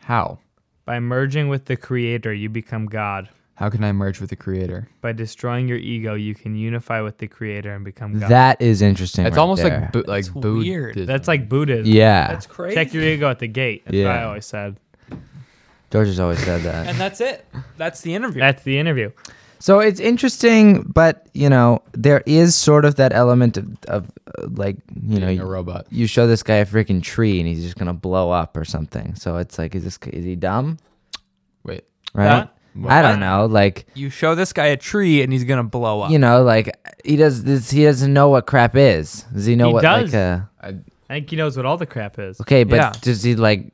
S1: How?
S2: By merging with the creator, you become God.
S1: How can I merge with the Creator?
S2: By destroying your ego, you can unify with the creator and become God.
S3: That is interesting.
S1: It's
S3: right
S1: almost
S3: there.
S1: like bu- like
S4: weird.
S1: Buddhism.
S2: That's like Buddhism.
S3: yeah.
S4: crazy.
S2: Check your ego at the gate. That's what I
S3: Yeah.
S2: always said.
S3: George has always said that.
S4: and that's it. That's the interview.
S2: That's the interview.
S3: So it's interesting, but you know, there is sort of that element of, of uh, like, you know,
S1: being a
S3: you,
S1: robot.
S3: you show this guy a freaking tree and he's just gonna blow up or something. So it's like, is this is he dumb?
S1: Wait,
S3: Right?
S1: What?
S3: I don't know. Like,
S4: you show this guy a tree and he's gonna blow up.
S3: you know, like he does this. He doesn't know what crap is. Does he know
S2: He
S3: what
S2: does.
S3: like uh,
S2: I think he knows what all the crap is.
S3: Okay, but
S4: Yeah.
S3: does he like?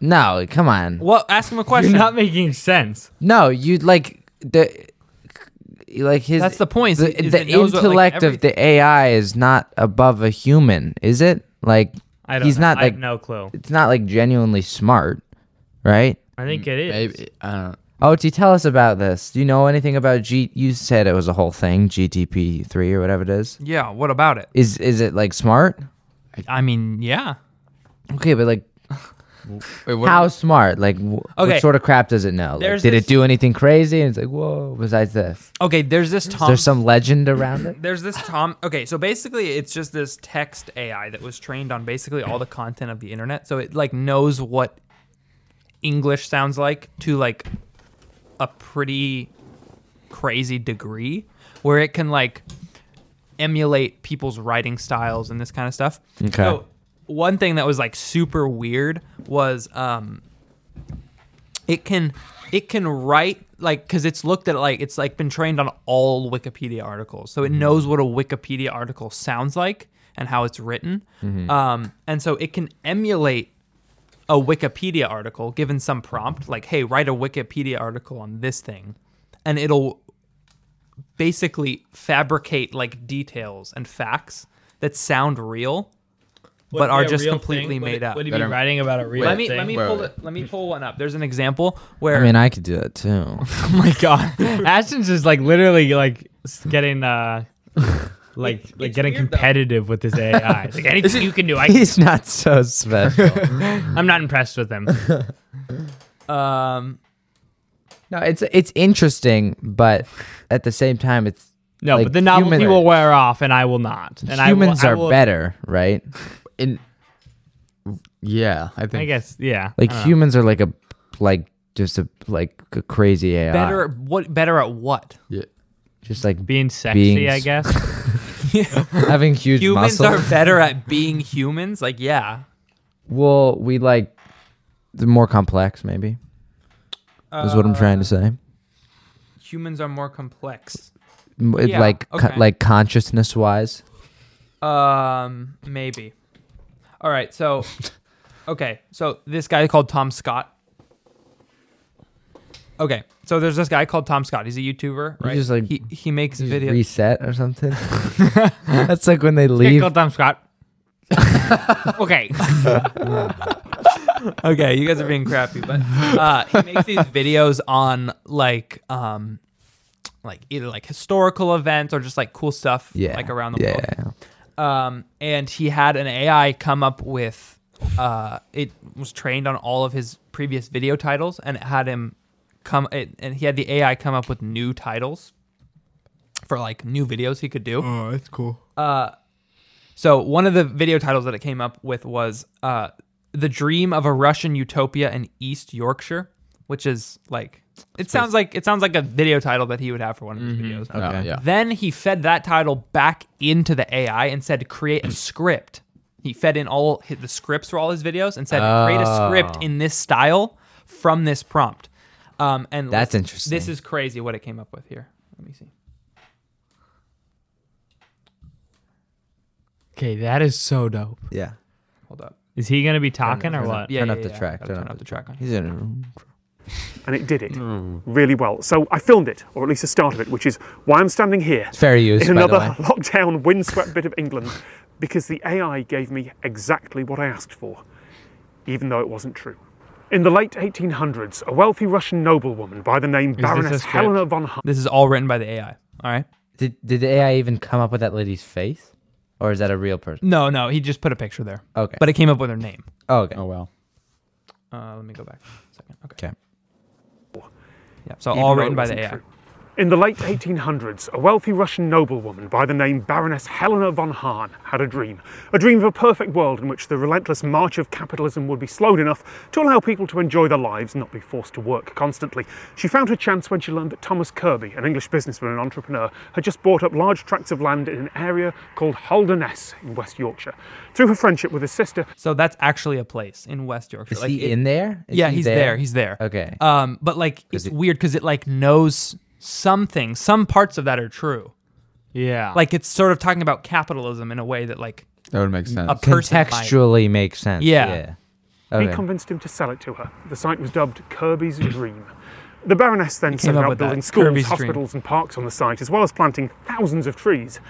S3: No, come on.
S4: Well, ask him a
S2: You're
S4: question.
S2: not making sense.
S3: No, you like the like his.
S4: That's the point,
S3: The,
S4: is it
S3: the
S4: knows what, like,
S3: intellect of the AI is not above a human, is it? Like
S2: I don't.
S3: He's
S2: know.
S3: not,
S2: I have
S3: like-
S2: no clue.
S3: It's not like genuinely smart, right?
S2: I think it is.
S1: Maybe I don't.
S3: Ot, tell us about this. Do you know anything about G? You said it was a whole thing, GTP three or whatever it is.
S4: Yeah, what about it?
S3: Is is it like smart?
S4: I mean, yeah.
S3: Okay, but like
S1: Wait, what?
S3: how smart? Like wh-
S4: Okay.
S3: what sort of crap does it know? Like,
S4: There's
S3: did
S4: this-
S3: it do anything crazy? And it's like whoa. Besides this,
S4: Okay, there's this
S3: is
S4: Tom.
S3: there some legend around it?
S4: <clears throat> there's this Tom. Okay, so basically, it's just this text AI that was trained on basically all the content of the internet. So it like knows what English sounds like to like a pretty crazy degree, where it can like emulate people's writing styles and this kind of stuff.
S3: Okay.
S4: So one thing that was like super weird was um it can it can write like because it's looked at like it's like been trained on all wikipedia articles so it knows what a wikipedia article sounds like and how it's written um, and so it can emulate a wikipedia article given some prompt like hey write a wikipedia article on this thing and it'll basically fabricate like details and facts that sound real but are just completely made up
S2: Would you
S1: That
S2: be
S1: are-
S2: writing about a real
S4: let me
S2: thing?
S4: let me
S1: Wait,
S4: pull
S1: wait.
S4: it, let me pull one up there's an example where
S3: I mean, I could do that too.
S2: <laughs> oh my god, Ashton's just like literally like s-
S3: <laughs>
S2: getting uh like like getting
S4: weird, though.
S2: competitive with
S3: <laughs>
S2: his AI. It's like anything you can do, I,
S3: He's not so special.
S2: I'm not impressed with
S3: <laughs>
S2: him.
S4: Um,
S3: no, it's it's interesting, but at the same time, it's
S2: No,
S3: Like,
S2: but the novelty
S3: human-
S2: will wear off, and I will not. And
S3: humans
S2: I will, I
S3: are
S2: will-
S3: better, right?
S2: <laughs>
S1: In, yeah, I think.
S2: I guess, yeah.
S3: Like
S2: I don't know.
S3: humans are like a like just a like a crazy AI.
S4: better what better at what?
S1: Yeah.
S3: just like
S2: being sexy,
S3: beings.
S2: I guess.
S3: <laughs>
S4: <laughs>
S1: <laughs>
S3: having huge
S4: Humans
S3: muscles.
S4: are better at being humans. Like yeah,
S3: well, we like the more complex, maybe. is what I'm trying to say.
S4: humans are more complex.
S3: M- it-
S4: yeah,
S3: like co-
S4: okay.
S3: like consciousness wise.
S4: Um, maybe. All
S3: <laughs>
S4: right, so okay, so this guy called Tom Scott. Okay, so there's this guy called Tom Scott. He's a YouTuber, right?
S3: just, like,
S4: he he makes
S3: Just
S4: videos.
S3: Reset or something.
S4: <laughs>
S3: That's like when they leave.
S2: Pickle Tom
S3: <laughs>
S2: Scott.
S6: Okay.
S4: <laughs> okay, you guys are being crappy, but uh, he makes these videos on like um, like either like historical events or just like cool stuff
S3: yeah,
S4: like around the
S3: yeah.
S4: world. Um, and he had an AI come up with uh, it was trained on all of his previous video titles, and it had him come it, and he had the AI come up with new titles for like new videos he could do. Uh,
S1: Oh, that's cool.
S4: So one of the video titles that it came up with was uh, "The Dream of a Russian Utopia in East Yorkshire," which is like it sounds like it sounds like a video title that he would have for one of his videos.
S1: Okay. yeah.
S4: Then he fed that title back into the AI and said, "Create a script." He fed in all hi- the scripts for all his videos and said, "Create a script in this style from this prompt." Um, and
S3: That's
S4: listen-
S3: interesting.
S4: This is crazy what it came up with here. Let me see.
S2: Okay, that is so dope.
S3: Yeah.
S4: Hold up.
S2: Is he gonna be talking or what?
S4: Yeah,
S3: Turn
S4: yeah,
S3: up the
S4: yeah.
S3: track,
S4: Gotta
S3: turn
S4: Turn
S3: up
S4: up the track on.
S3: He's in a room.
S7: and it did it really well. So I filmed it, or at least the start of it, which is why I'm standing here
S3: Fair use,
S7: in
S3: by the
S7: another
S3: way.
S7: <laughs> lockdown, windswept bit of England, because the AI gave me exactly what I asked for, even though it wasn't true. In the late 1800s, a wealthy Russian noblewoman by the name Baroness
S2: script?
S7: Helena von Hahn.
S4: This is all written by the AI. All right.
S3: Did did the AI even come up with that lady's face, or is that a real person?
S4: No, no, he just put a picture there.
S3: Okay.
S4: But it came up with her name.
S3: Oh, okay.
S1: Oh well.
S4: Uh, let me go back a second. Okay.
S3: Okay.
S4: Yeah. So
S7: even
S4: all
S7: though
S4: written
S7: it
S4: by the
S7: wasn't
S4: AI.
S7: true. In the late 1800s, a wealthy Russian noblewoman by the name Baroness Helena von Hahn had a dream. A dream of a perfect world in which the relentless march of capitalism would be slowed enough to allow people to enjoy their lives and not be forced to work constantly. She found her chance when she learned that Thomas Kirby, an English businessman and entrepreneur, had just bought up large tracts of land in an area called Holderness in West Yorkshire. Through her friendship with his sister,
S4: So that's actually a place in West Yorkshire.
S3: Is
S4: Like,
S3: he
S4: it-
S3: in there? Is
S4: yeah,
S3: he
S4: he's there. He's there.
S3: Okay.
S4: Um, but like it's weird because it like knows something. Some parts of that are true.
S2: Yeah.
S4: Like it's sort of talking about capitalism in a way that like
S1: That would make sense.
S4: a person might.
S3: Contextually makes sense.
S4: Yeah.
S3: yeah.
S7: He
S3: Okay.
S7: convinced him to sell it to her. The site was dubbed Kirby's Dream. The Baroness then set
S4: up with
S7: about
S4: that,
S7: building schools,
S4: Kirby's Dream.
S7: hospitals, and parks on the site, as well as planting thousands of trees.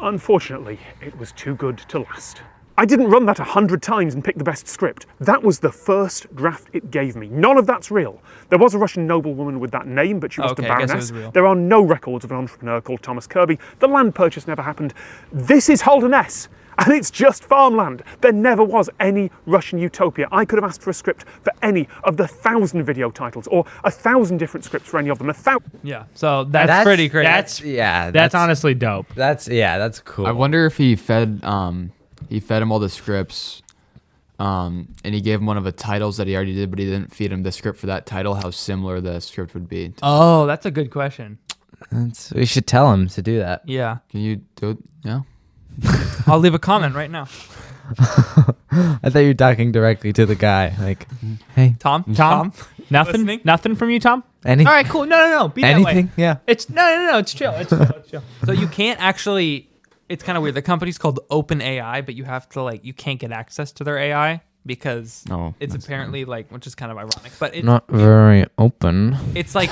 S7: Unfortunately, it was too good to last. I didn't run that a hundred times and pick the best script. That was the first draft it gave me. None of that's real. There was a Russian noblewoman with that name, but she was
S4: Okay,
S7: a
S4: I guess it
S7: baroness.
S4: was real.
S7: There are no records of an entrepreneur called Thomas Kirby. The land purchase never happened. This is Holderness, and it's just farmland. There never was any Russian utopia. I could have asked for a script for any of the thousand video titles, or a thousand different scripts for any of them. A thousand.
S4: Yeah. So that's,
S3: That's-
S4: pretty crazy.
S2: That's
S3: Yeah,
S2: that's honestly dope.
S3: That's yeah, that's cool.
S1: I wonder if he fed um he fed him all the scripts, um and he gave him one of the titles that he already did, but he didn't feed him the script for that title. How similar the script would be?
S4: oh, that's a good question.
S3: That's- we should tell him to do that.
S4: Yeah.
S1: Can you do it? Yeah.
S4: I'll leave a comment right now.
S3: I thought you were talking directly to the guy. Like,
S1: Mm-hmm.
S3: hey,
S4: Tom.
S2: Tom? Nothing.
S4: Listening?
S2: Nothing from you, Tom.
S3: any
S4: All right. Cool. No, no, no. Be that way.
S3: anything? Yeah.
S4: It's no, no, no. It's chill.
S3: <laughs>
S4: It's chill. It's chill. so you can't actually. It's kind of weird. The company's called Open AI, but you have to like you can't get access to their AI because
S1: Oh,
S4: it's
S1: that's
S4: apparently like which is kind of ironic. But it,
S3: Not very open.
S4: it's like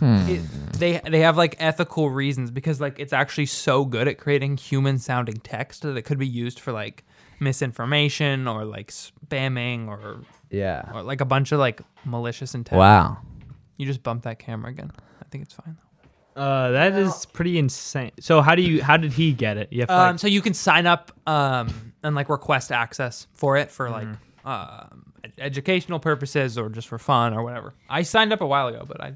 S4: it, they they have like ethical reasons because like it's actually so good at creating human sounding text that it could be used for like misinformation or like spamming or,
S3: Yeah.
S4: or like a bunch of like malicious intent.
S3: Wow.
S4: You just bump that camera again. I think it's fine.
S2: Uh, that is pretty insane. So how do you? How did he get it? You have to, like,
S4: Um, so you can sign up um, and like request access for it for like um, ed- educational purposes or just for fun or whatever. I signed up a while ago, but I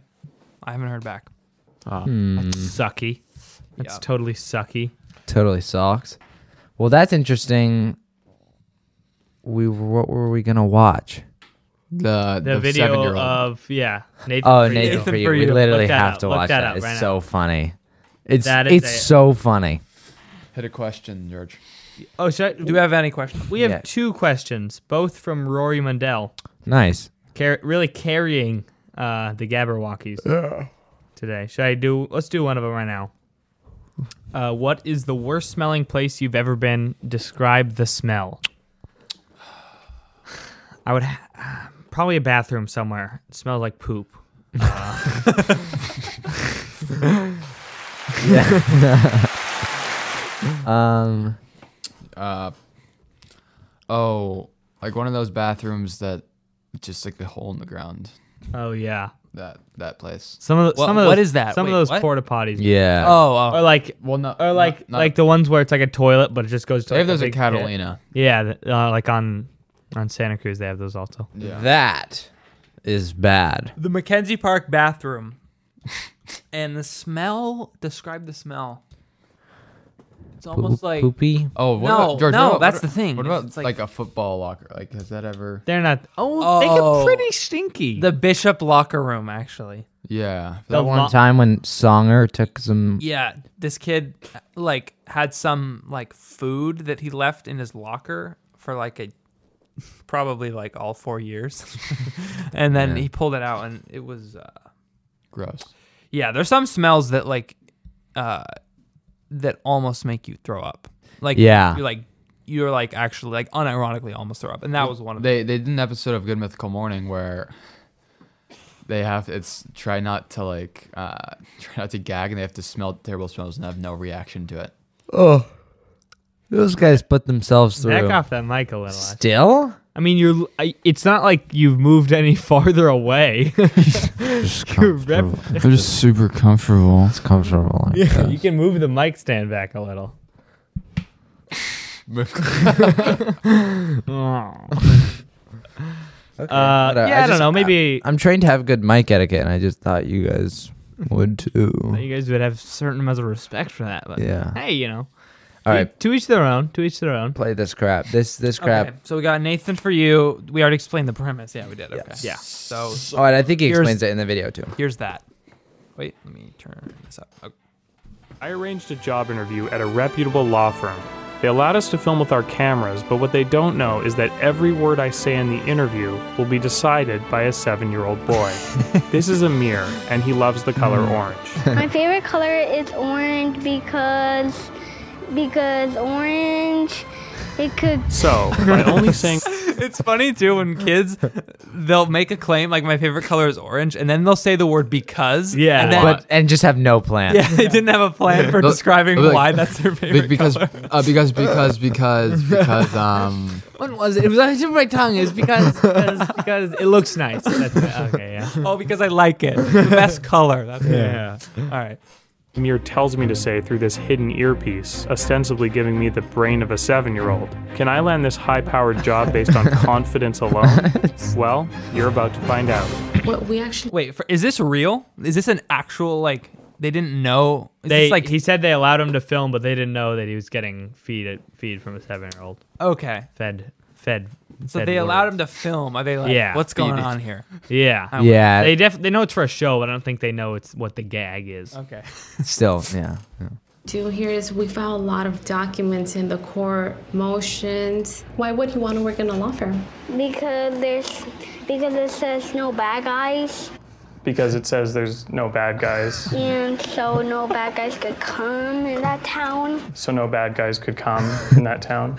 S4: I haven't heard back.
S2: sucky. Um, That's
S4: Yeah.
S2: totally sucky.
S3: Totally sucks. Well, that's interesting. We what were we gonna watch?
S2: The,
S1: The the, seven year
S2: video
S1: old.
S2: of yeah Nathan.
S3: Oh,
S2: Friedman.
S3: Nathan for you.
S2: Friedman.
S3: We
S2: Look
S3: literally
S2: that
S3: have
S2: up.
S3: to
S2: Look
S3: watch
S2: that
S3: that.
S2: up
S3: It's
S2: right
S3: so
S2: now.
S3: funny. It's
S2: That is
S3: it's
S2: a-
S3: so funny.
S1: Hit a question, George.
S2: Oh, should I,
S4: Do we have any questions?
S2: we have
S3: Yeah.
S2: two questions, both from Rory Mundell,
S3: Nice.
S2: car- really carrying uh, the Gabberwockies today. Should I do? Let's do one of them right now. Uh, what is the worst smelling place you've ever been? Describe the smell. <sighs> I would ha- probably a bathroom somewhere. It smells like poop. Uh,
S3: <laughs> Um.
S1: Uh, oh, like one of those bathrooms that just like a hole in the ground.
S2: <laughs> Oh yeah,
S1: That that place.
S2: some of the,
S4: What-
S2: some of those,
S4: what is that?
S2: Some
S4: Wait,
S2: of those
S4: what?
S2: porta potties.
S3: Yeah.
S4: Oh,
S2: Or like,
S1: Well, no,
S2: or like,
S1: not-
S2: like the ones where it's like a toilet, but it just goes to.
S1: they
S2: like
S1: have
S2: a
S1: those
S2: big
S1: at
S2: pit.
S1: Catalina.
S2: Yeah, th- uh, like on on Santa Cruz, they have those also.
S1: Yeah.
S3: That is bad.
S4: the Mackenzie Park bathroom. and the smell, describe the smell. It's almost like
S3: Poopy.
S1: Oh, what
S4: No,
S1: about, George,
S4: no,
S1: what about,
S4: that's
S1: what
S4: the thing.
S1: What
S4: It's-
S1: about
S4: it's like-
S1: like, a football locker? Like, has that ever?
S2: They're not. Oh, they
S4: Oh.
S2: get pretty stinky.
S4: the Bishop locker room actually.
S1: Yeah,
S2: The
S1: that
S2: lo-
S1: one.
S3: One time when Songer took some.
S4: Yeah, this kid like had some like food that he left in his locker for like a probably like all 4 years. <laughs> and then he pulled it out and it was uh
S1: Gross.
S4: yeah, there's some smells that like uh that almost make you throw up. Like
S3: Yeah.
S4: you like you're like actually like unironically almost throw up. And that was one of them.
S1: They they did an episode of Good Mythical Morning where they have it's try not to like uh <laughs> try not to gag and they have to smell terrible smells and have no reaction to it.
S3: Oh, those guys put themselves through.
S2: Back off that mic a little.
S3: Still,
S2: I mean, you're. l- I- It's not like you've moved any <laughs> farther
S3: <laughs>
S2: away. comfortable.
S1: They're just super comfortable.
S3: it's comfortable. Like
S2: Yeah,
S3: that.
S2: you can move the mic stand back a little.
S3: <laughs>
S4: <laughs>
S2: <laughs> Oh. Uh,
S3: But, uh,
S2: yeah, I, don't
S3: just-
S2: know. Maybe
S3: I'm trained to have good mic etiquette, and I just thought you guys would too.
S2: you guys would have certain amounts of respect for that. But
S3: Yeah.
S2: hey, you know,
S3: All
S2: to- e-,
S3: right,
S2: to each their own. To each their own.
S3: play this crap. This this crap.
S4: Okay, so we got Nathan for you. We already explained the premise. Yeah, we did. Okay.
S2: Yeah.
S4: So
S3: All right, Oh, I think he
S4: Here's-
S3: explains it in the video too.
S4: here's that. Wait, let me turn this up. Oh. Okay.
S8: I arranged a job interview at a reputable law firm. They allowed us to film with our cameras, but what they don't know is that every word I say in the interview will be decided by a seven year old boy. this is Amir, and he loves the color orange.
S9: <laughs> My favorite color is orange because because orange it could
S2: <laughs>
S8: So, by only saying
S4: it's funny too when kids they'll make a claim like my favorite color is orange, and then they'll say the word because.
S2: Yeah.
S4: and then,
S3: but and just have no plan.
S4: yeah, they didn't have a plan for
S1: They'll-
S4: describing
S1: they'll be
S4: why
S1: like- <laughs>
S4: that's their
S1: Be-
S4: favorite.
S1: because uh, because because because because um
S3: When was it? It was on the tip of my tongue. It's because
S2: because, because it looks nice. That's, okay, yeah. <laughs>
S4: color. oh, because I like it. It's the best color.
S3: <laughs>
S4: That's
S2: Yeah.
S4: All right.
S8: Mir tells me to say through this hidden earpiece, ostensibly giving me the brain of a seven year old. Can I land this high powered job based on confidence alone? Well, you're about to find out.
S10: What we actually
S4: Wait, for, is this real? Is this an actual like? They didn't know. Is
S2: They
S4: this like
S2: he said they allowed him to film, but they didn't know that he was getting feed feed from a seven year old.
S4: okay.
S2: Fed fed.
S4: So they allowed him to film. Are they like,
S2: Yeah.
S4: what's going on here?
S2: Yeah.
S3: yeah,
S2: They def they know it's for a show, but I don't think they know it's what the gag is.
S4: Okay.
S3: still yeah.
S10: do here is we file a lot of documents in the court motions. Why would you want to work in a law firm?
S9: Because there's because it says no bad guys,
S8: Because it says there's no bad guys,
S9: and so no bad guys could come in that town.
S8: so no bad guys could come in that town.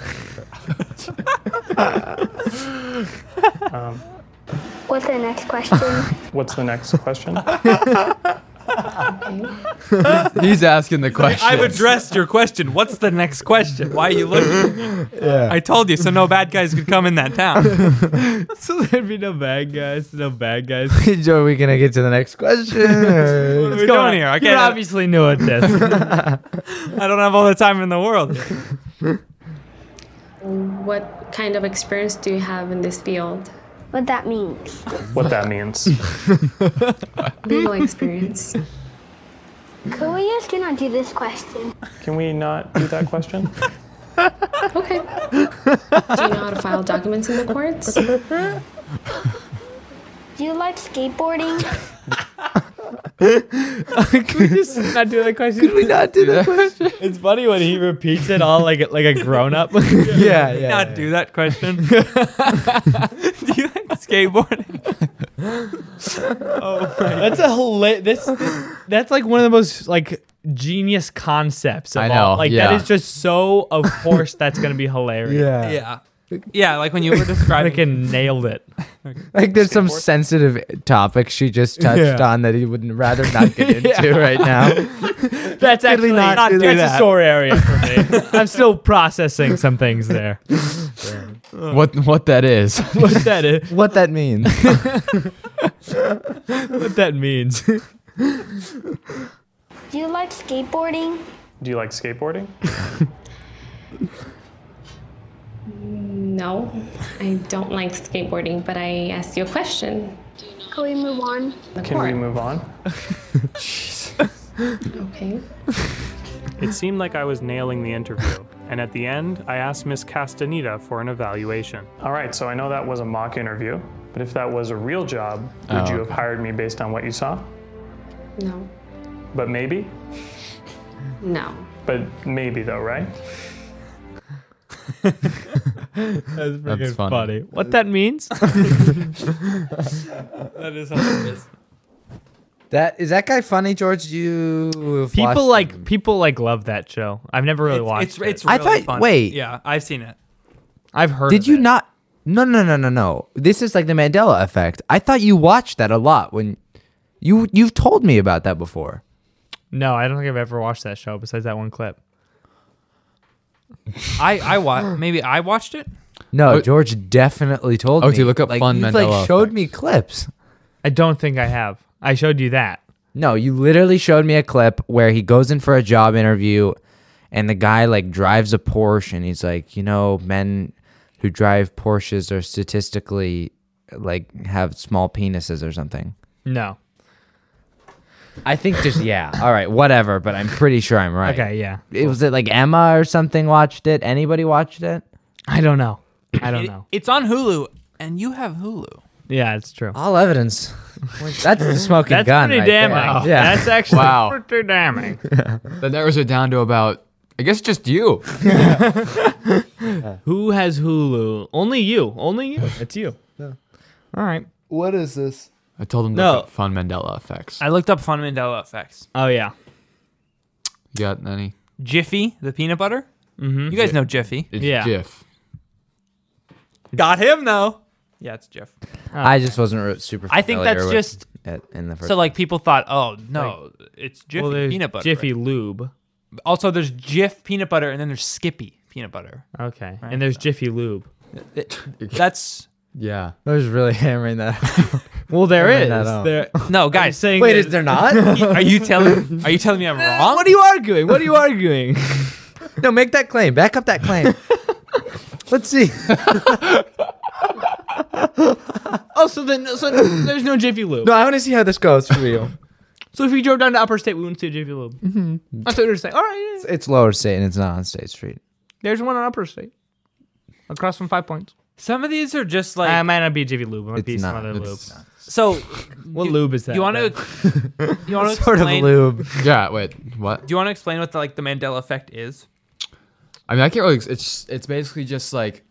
S9: What's the next question?
S8: Um, <laughs> What's the next question?
S1: he's asking the question.
S4: I've addressed your question. What's the next question? Why are you looking?
S11: <laughs>
S4: Yeah. I told you, so no bad guys could come in that town. <laughs>
S2: so there'd be no bad guys, no bad guys.
S3: <laughs> Joe, are we gonna get to the next
S2: <laughs>
S3: question?
S4: What's going on here? I
S2: You
S4: can't.
S2: obviously knew it.
S3: <laughs>
S2: This.
S4: I don't have all the time in the world.
S10: What kind of experience do you have in this field?
S9: what that means?
S8: What that means.
S10: Legal experience.
S9: Could we just do not do this question?
S8: Can we not do that question?
S10: Okay. Do you know how to file documents in the courts? <laughs>
S9: Do you like skateboarding?
S3: <laughs>
S2: not do that question.
S3: Did we not do that question?
S2: It's funny when he repeats it all like like a grown up.
S3: <laughs> Yeah, yeah.
S4: Not do that
S3: <laughs>
S4: question. <laughs> do you like skateboarding?
S2: <laughs>
S4: Oh
S2: That's a hilarious. This that's like one of the most like genius concepts. Of
S1: I
S2: All.
S1: know,
S2: Like
S1: yeah.
S2: that is just so. Of course, that's gonna be hilarious.
S4: Yeah. Yeah, like when you were describing.
S2: Freaking nailed it.
S3: Like there's some sensitive topic she just touched
S2: Yeah.
S3: on that he would rather <laughs> not get
S4: <laughs>
S3: into right now.
S2: That's actually
S3: not
S2: not
S3: do
S2: that's
S3: that.
S2: a sore area for
S3: <laughs>
S2: me. I'm still processing some things there.
S1: what what that is.
S2: What that
S11: <laughs>
S3: <laughs>
S2: is,
S3: What that <laughs> means.
S2: what that means.
S9: Do you like skateboarding?
S8: Do you like skateboarding?
S10: No, I don't like skateboarding, but I asked you a question.
S9: Could we move on?
S10: The
S8: Can we
S10: court.
S8: move on?
S10: <gasps> Okay.
S8: It seemed like I was nailing the interview, and at the end, I asked Miss Castaneda for an evaluation. All right, so I know that was a mock interview, but if that was a real job, would
S1: Oh,
S8: you have
S1: okay.
S8: hired me based on what you saw?
S10: No.
S8: But maybe?
S10: No.
S8: But maybe
S2: <laughs>
S8: though, right?
S2: <laughs> That's freaking
S1: funny.
S2: funny. What
S3: <laughs>
S2: that means? <laughs>
S4: that is hilarious.
S3: that is that guy funny, George? You have
S2: People
S3: lost
S2: like
S3: him.
S2: people like love that show. I've never really
S4: It's,
S2: watched
S4: it's,
S2: it.
S4: it's
S3: I
S4: really
S3: thought-
S4: fun.
S3: wait.
S4: Yeah, I've seen it.
S2: I've heard.
S3: Did
S2: of
S3: you
S2: it.
S3: not? No, no, no, no, no. This is like the Mandela effect. I thought you watched that a lot when you you've told me about that before.
S2: No, I don't think I've ever watched that show besides that one clip.
S4: <laughs> I, I watched, maybe I watched it.
S3: No,
S1: Oh-
S3: George definitely told
S1: Oh,
S3: me.
S1: dude, look up
S3: like,
S1: fun
S3: you've,
S1: Mandela
S3: Like showed me clips.
S2: I don't think I have. I showed you that.
S3: No, you literally showed me a clip where he goes in for a job interview and the guy like drives a Porsche and he's like, you know, men who drive Porsches are statistically like have small penises or something.
S2: No.
S3: I think just yeah. All right, whatever, but I'm pretty sure I'm right.
S2: Okay, yeah.
S3: It was it like Emma or something watched it? Anybody watched it?
S2: I don't know. I don't
S4: It-
S2: know.
S4: It's on Hulu, and you have Hulu.
S2: Yeah, it's true.
S3: All evidence. That's
S4: <laughs>
S3: the smoking
S2: That's
S3: gun.
S2: pretty
S3: right there.
S2: damning.
S3: Yeah.
S2: That's actually
S1: Wow.
S2: pretty
S1: <laughs>
S2: damning.
S1: The nerves are down to about I guess
S2: <laughs>
S1: just you.
S2: Who has Hulu? Only you. Only you. <laughs> It's you. All right.
S1: I told him to
S2: No.
S1: look up fun Mandela effects.
S4: I looked up Fun Mandela effects.
S2: Oh yeah.
S1: You got any?
S4: Jiffy, the peanut butter. Mm-hmm. You guys know Jiffy.
S1: It's
S2: Yeah.
S1: GIF.
S4: Got him though. Yeah, it's Jeff.
S2: Oh.
S3: I just wasn't re- super.
S4: I think
S3: familiar
S4: that's
S3: with
S4: just-
S3: it in the first.
S4: So like people thought, oh no, it's Jiffy
S2: well, there's
S4: peanut butter.
S2: Jiffy
S4: right?
S2: Lube.
S4: Also, there's Jiff peanut butter, and then there's Skippy peanut butter.
S2: Okay.
S4: Right.
S2: And there's Jiffy Lube.
S4: It- that's
S1: Yeah.
S3: <laughs> I was really hammering that.
S2: Well, <laughs> there
S3: Hammering
S2: is.
S3: that out.
S2: There,
S4: no, guys.
S2: <laughs> saying
S3: Wait,
S2: is
S3: is there
S11: <laughs>
S3: not?
S4: are you telling? Are you telling
S2: <laughs>
S4: me I'm wrong?
S2: What are you arguing? What are you arguing?
S11: <laughs>
S3: no, make that claim. Back up that claim. Let's see.
S2: <laughs> oh, so then so there's no Jiffy Lube.
S3: No, I want to see how this goes for you.
S2: So if we drove down to Upper State, we wouldn't see a Jiffy Lube. Mm-hmm. That's what you're saying. All right, yeah, yeah.
S3: It's Lower State and it's not on State Street.
S2: there's one on Upper State, across from Five Points.
S4: Some of these are just like
S2: I might not be Jiffy Lube. It might
S3: It's
S2: be
S3: not.
S2: some other lube.
S3: It's
S4: so.
S2: <laughs> What
S4: you-
S2: lube is that?
S4: You want to?
S2: then?
S4: <laughs> You
S2: <laughs>
S4: want to
S3: Sort of
S4: explain?
S3: lube.
S1: Yeah. Wait. What?
S4: Do you want to explain what the, like the Mandela effect
S2: <laughs>
S4: is?
S1: I mean, I can't really. It's it's basically just like